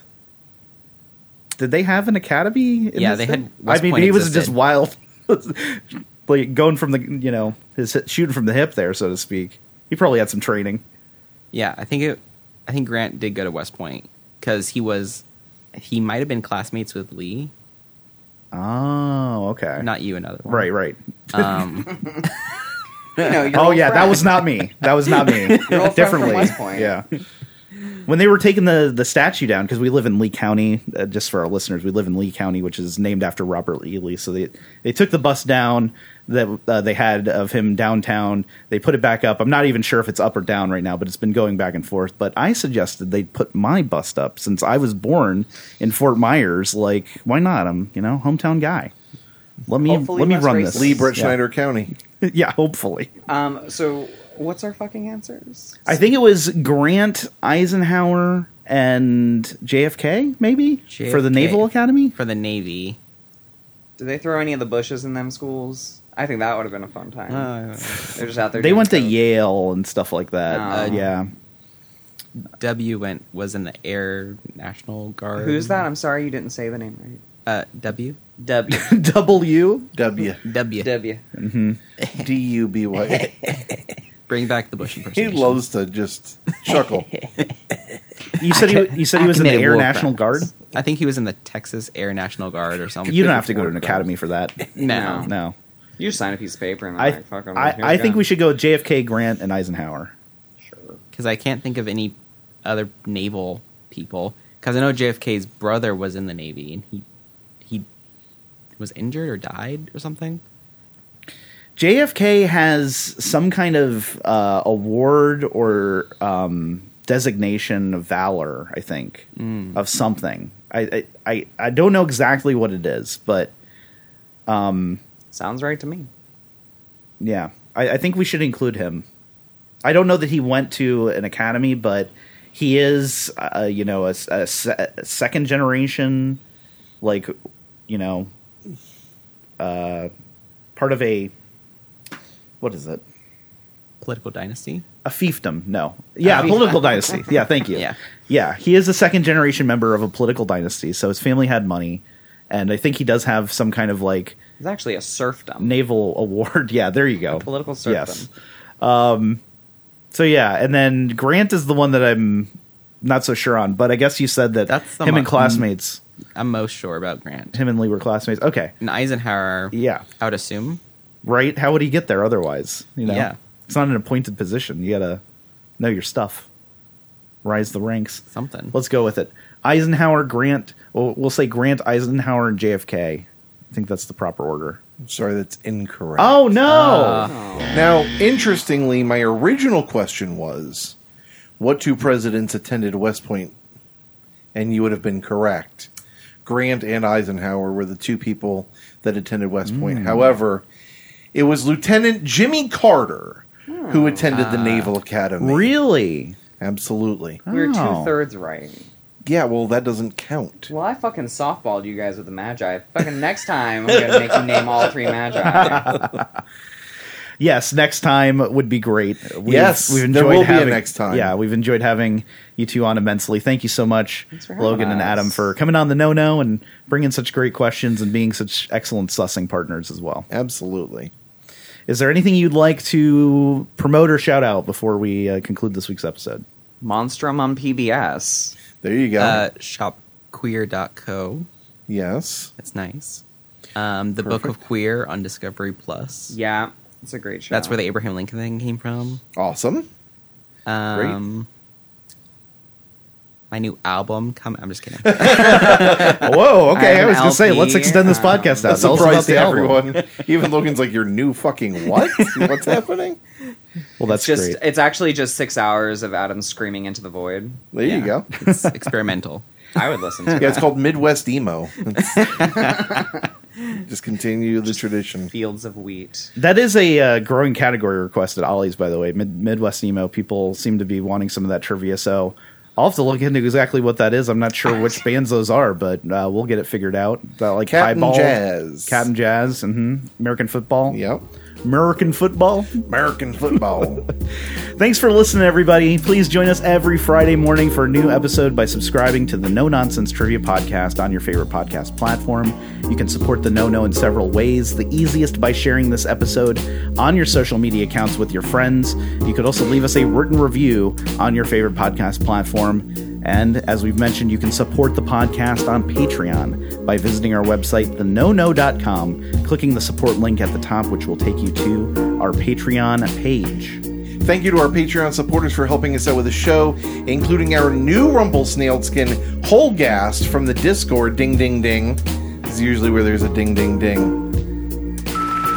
Speaker 1: Did they have an academy? in
Speaker 6: Yeah, they
Speaker 1: this thing?
Speaker 6: had West
Speaker 1: I mean,
Speaker 6: Point
Speaker 1: he was
Speaker 6: existed.
Speaker 1: just wild, like going from the you know his hip- shooting from the hip there, so to speak. He probably had some training.
Speaker 6: yeah, I think it. I think Grant did go to West Point because he was, he might have been classmates with Lee.
Speaker 1: Oh, okay.
Speaker 6: Not you, another one.
Speaker 1: right, right.
Speaker 6: Um,
Speaker 3: You know, your
Speaker 1: oh
Speaker 3: old
Speaker 1: yeah, that
Speaker 3: friend.
Speaker 1: was not me. That was not me.
Speaker 3: Your old friend from
Speaker 1: Differently.
Speaker 3: West Point.
Speaker 1: Yeah. When they were taking the the statue down, because we live in Lee County, uh, just for our listeners, we live in Lee County, which is named after Robert E. Lee. So they they took the bus down that uh, they had of him downtown. They put it back up. I'm not even sure if it's up or down right now, but it's been going back and forth. But I suggested they put my bust up since I was born in Fort Myers. Like, why not? I'm you know hometown guy. Let me
Speaker 3: Hopefully
Speaker 1: let me
Speaker 3: less
Speaker 1: run
Speaker 3: racist.
Speaker 1: this.
Speaker 2: Lee Brett
Speaker 1: Yeah.
Speaker 2: Schneider County.
Speaker 1: yeah, hopefully.
Speaker 3: Um. So, what's our fucking answers?
Speaker 1: I think it was Grant Eisenhower and JFK, maybe for the
Speaker 6: JFK.
Speaker 1: Naval Academy.
Speaker 6: for the Navy.
Speaker 3: Did they throw any of the bushes in them schools? I think that would have been a fun time.
Speaker 6: Uh,
Speaker 3: They're just out there.
Speaker 1: They
Speaker 3: doing
Speaker 1: went to
Speaker 3: coke.
Speaker 1: Yale and stuff like that.
Speaker 3: Oh.
Speaker 1: yeah,
Speaker 6: w went was in the Air National Guard.
Speaker 3: Who's that? I'm sorry you didn't say the name right.
Speaker 6: Uh, w?
Speaker 1: W.
Speaker 3: W.
Speaker 1: Mm-hmm.
Speaker 2: W
Speaker 6: W.
Speaker 3: W.
Speaker 2: D U B Y.
Speaker 6: Bring back the Bush
Speaker 2: He
Speaker 6: impersonation.
Speaker 2: loves to just chuckle.
Speaker 1: You said he, you said he was in the
Speaker 6: committed
Speaker 1: Air
Speaker 6: war
Speaker 1: National Guard.
Speaker 6: crimes. I think he was in the Texas Air National Guard or something.
Speaker 1: You don't have to go to an
Speaker 6: War
Speaker 1: academy for that.
Speaker 6: No.
Speaker 1: No.
Speaker 3: You just sign a piece of paper and I'm
Speaker 1: I
Speaker 3: like, fuck 'em,
Speaker 1: I,
Speaker 3: here
Speaker 1: I think
Speaker 3: go.
Speaker 1: we should go with JFK, Grant, and Eisenhower.
Speaker 6: because I can't think of any other naval people. Because I know JFK's brother was in the Navy and he he was injured or died or something.
Speaker 1: JFK has some kind of uh, award or um, designation of valor, I think, of something. I, I I I don't know exactly what it is, but
Speaker 3: Sounds right to me.
Speaker 1: yeah, I, I think we should include him. I don't know that he went to an academy, but he is, uh, you know, a, a se- a second generation, like, you know, uh, part of a what is it?
Speaker 6: Political dynasty.
Speaker 1: a fiefdom. No, yeah, a
Speaker 6: fiefdom.
Speaker 1: political dynasty. Yeah, thank you.
Speaker 6: Yeah.
Speaker 1: yeah. He is a second generation member of a political dynasty, so his family had money, and I think he does have some kind of like
Speaker 3: It's actually a serfdom.
Speaker 1: naval award. Yeah, there you go.
Speaker 3: political serfdom.
Speaker 1: Um. So yeah, and then Grant is the one that I'm not so sure on, but I guess you said that
Speaker 6: That's the
Speaker 1: him
Speaker 6: mo-
Speaker 1: and classmates,
Speaker 6: I'm most sure about Grant.
Speaker 1: him and Lee were classmates. Okay,
Speaker 6: And Eisenhower,
Speaker 1: yeah,
Speaker 6: I would assume.
Speaker 1: right. How would he get there otherwise? You know,
Speaker 6: Yeah.
Speaker 1: it's not an appointed position. You gotta know your stuff, rise the ranks.
Speaker 6: Something.
Speaker 1: Let's go with it. Eisenhower, Grant. Well, we'll say Grant, Eisenhower, and JFK. I think that's the proper order.
Speaker 2: I'm sorry, that's incorrect.
Speaker 1: Oh no!
Speaker 3: Ah. Oh.
Speaker 2: Now, interestingly, my original question was what two presidents attended West Point? And you would have been correct. Grant and Eisenhower were the two people that attended West
Speaker 1: Hmm.
Speaker 2: Point. However, it was Lieutenant Jimmy Carter who attended the Naval Academy.
Speaker 1: Hmm. Ah. really?
Speaker 2: Absolutely.
Speaker 3: We were
Speaker 1: Oh.
Speaker 3: two thirds right.
Speaker 2: Yeah, well, that doesn't count.
Speaker 3: Well, I fucking softballed you guys with the Magi. Fucking next time, I'm gonna make you name all three Magi.
Speaker 1: Yes. Next time would be great. We've,
Speaker 2: Yes, there will be a next time.
Speaker 1: Yeah, we've enjoyed having you two on immensely. Thank you so much,
Speaker 3: Thanks for having
Speaker 1: Logan and
Speaker 3: us.
Speaker 1: Adam, for coming on the No No and bringing such great questions and being such excellent sussing partners as well.
Speaker 2: Absolutely.
Speaker 1: Is there anything you'd like to promote or shout out before we uh, conclude this week's episode?
Speaker 3: Monstrum on PBS.
Speaker 2: There you go.
Speaker 6: Uh, shopqueer.co.
Speaker 2: yes.
Speaker 6: That's nice. Um, the Book of Queer on Discovery Plus.
Speaker 3: Yeah, it's a great show.
Speaker 6: That's where the Abraham Lincoln thing came from.
Speaker 2: Awesome.
Speaker 6: Um, My new album come. I'm just kidding.
Speaker 1: Whoa,
Speaker 3: I
Speaker 1: okay. I,
Speaker 3: have
Speaker 1: was
Speaker 3: an
Speaker 1: going to say,
Speaker 3: LP.
Speaker 1: let's extend this
Speaker 3: Um,
Speaker 1: podcast out.
Speaker 2: That's
Speaker 1: Tell
Speaker 2: a
Speaker 1: us about
Speaker 2: surprise to
Speaker 1: the album.
Speaker 2: everyone. Even Logan's like, your new fucking what? What's happening?
Speaker 1: Well, that's
Speaker 3: just
Speaker 1: great.
Speaker 3: it's actually just six hours of Adam screaming into the void.
Speaker 2: There you
Speaker 6: Yeah.
Speaker 2: go.
Speaker 6: It's experimental.
Speaker 3: I would listen to
Speaker 2: Yeah,
Speaker 3: that.
Speaker 2: it's called Midwest Emo. It's- Just continue the tradition.
Speaker 3: Fields of Wheat.
Speaker 1: That is a uh, growing category request at Ollie's, by the way. Mid- Midwest emo people seem to be wanting some of that trivia, so I'll have to look into exactly what that is. I'm not sure which bands those are, but uh, we'll get it figured out. Uh, like
Speaker 2: Captain
Speaker 1: Highball,
Speaker 2: Jazz.
Speaker 1: Captain Jazz, hmm American football,
Speaker 2: Yep.
Speaker 1: American football.
Speaker 2: American football.
Speaker 1: Thanks for listening, everybody. Please join us every Friday morning for a new episode by subscribing to the No Nonsense Trivia Podcast on your favorite podcast platform. You can support the No No in several ways. The easiest by sharing this episode on your social media accounts with your friends. You could also leave us a written review on your favorite podcast platform. And as we've mentioned, you can support the podcast on Patreon by visiting our website, thenono.com, clicking the support link at the top, which will take you to our Patreon page.
Speaker 2: Thank you to our Patreon supporters for helping us out with the show, including our new Rumble Snailskin, Whole Gas from the Discord. Ding, ding, ding. This is usually where there's a ding, ding, ding.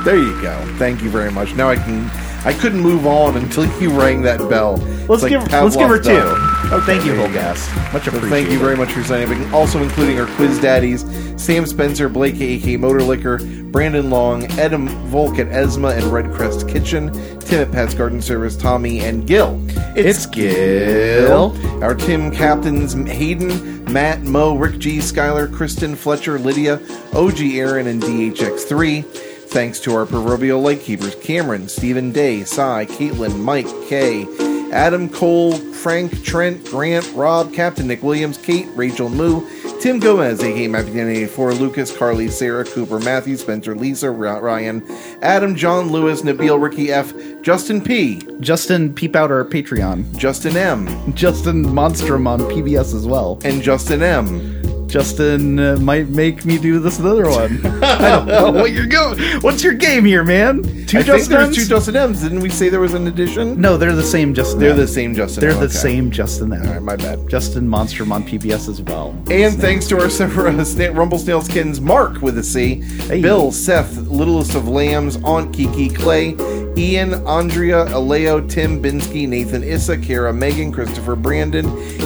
Speaker 2: There you go. Thank you very much. Now I can. I couldn't move on until you rang that bell.
Speaker 1: Let's
Speaker 2: It's like
Speaker 1: give let's give her
Speaker 2: Pavlov's
Speaker 1: two.
Speaker 2: dog.
Speaker 1: Oh, thank you,
Speaker 2: there you go.
Speaker 1: Holgas. Much appreciated.
Speaker 2: Thank you very much for signing up, and also including our quiz daddies, Sam Spencer, Blake A.K. Motor Liquor, Brandon Long, Adam Volk at Esma and Red Crest Kitchen, Tim at Pat's Garden Service, Tommy and Gil. It's, Gil. Our Tim captains Hayden, Matt, Mo, Rick G, Skylar, Kristen, Fletcher, Lydia, OG Aaron, and DHX3. Thanks to our proverbial lightkeepers Cameron, Stephen Day, Cy, Caitlin, Mike, Kay, Adam Cole, Frank, Trent, Grant, Rob, Captain Nick Williams, Kate, Rachel Moo, Tim Gomez, aka Mappy 1984, Lucas, Carly, Sarah, Cooper, Matthew, Spencer, Lisa, Ra- Ryan, Adam, John, Lewis, Nabil, Ricky F, Justin P,
Speaker 1: Justin, peep out our Patreon.
Speaker 2: Justin M,
Speaker 1: Justin Monstrum on PBS as well.
Speaker 2: and Justin M.
Speaker 1: Justin uh, might make me do this another one. I don't know what you're going. What's your game here, man? Two
Speaker 2: I think there's
Speaker 1: Justins?
Speaker 2: two Justin M's. Didn't we say there was an addition?
Speaker 1: no, they're the same Justin.
Speaker 2: They're
Speaker 1: M.
Speaker 2: the same Justin.
Speaker 1: They're
Speaker 2: M,
Speaker 1: the
Speaker 2: okay.
Speaker 1: same Justin. M.
Speaker 2: All right, my bad.
Speaker 1: Justin Monstrum on PBS as well.
Speaker 2: And thanks to our several sna- Rumblesnailskins, Mark with a C,
Speaker 1: Hey.
Speaker 2: Bill, Seth, Littlest of Lambs, Aunt Kiki, Clay, Ian, Andrea, Aleo, Tim, Binsky, Nathan, Issa, Kara, Megan, Christopher, Brandon,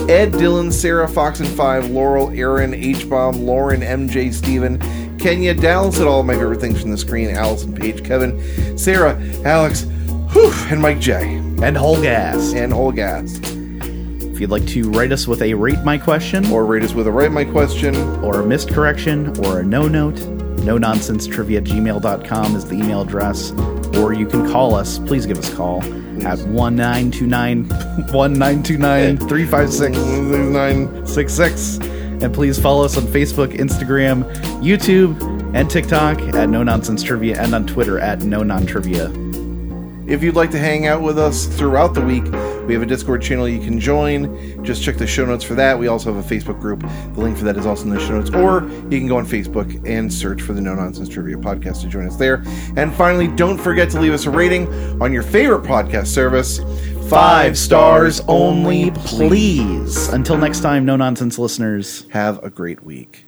Speaker 2: Ed, Dylan, Sarah, Fox and Five, Laurel, Aaron, H Bomb, Lauren, MJ, Steven, Kenya, Dallas, and all my favorite things from the screen, Allison, Paige, Kevin, Sarah, Alex, whew, and Mike J,
Speaker 1: And whole gas.
Speaker 2: and Holgast.
Speaker 1: If you'd like to write us with a rate my question or,
Speaker 2: Or rate us with a Write My Question.
Speaker 1: or a missed correction or a no note, no nonsense trivia gmail.com is the email address. Or you can call us. Please give us a call at 1929 1929 356
Speaker 2: Nine.
Speaker 1: 66. And please follow us on Facebook, Instagram, YouTube, and TikTok at No Nonsense Trivia and on Twitter at No Non Trivia.
Speaker 2: If you'd like to hang out with us throughout the week, we have a Discord channel you can join. Just check the show notes for that. We also have a Facebook group. The link for that is also in the show notes. Or you can go on Facebook and search for the No Nonsense Trivia Podcast to join us there. And finally, don't forget to leave us a rating on your favorite podcast service. Five stars only.
Speaker 1: please. Until next time, No Nonsense listeners.
Speaker 2: Have a great week.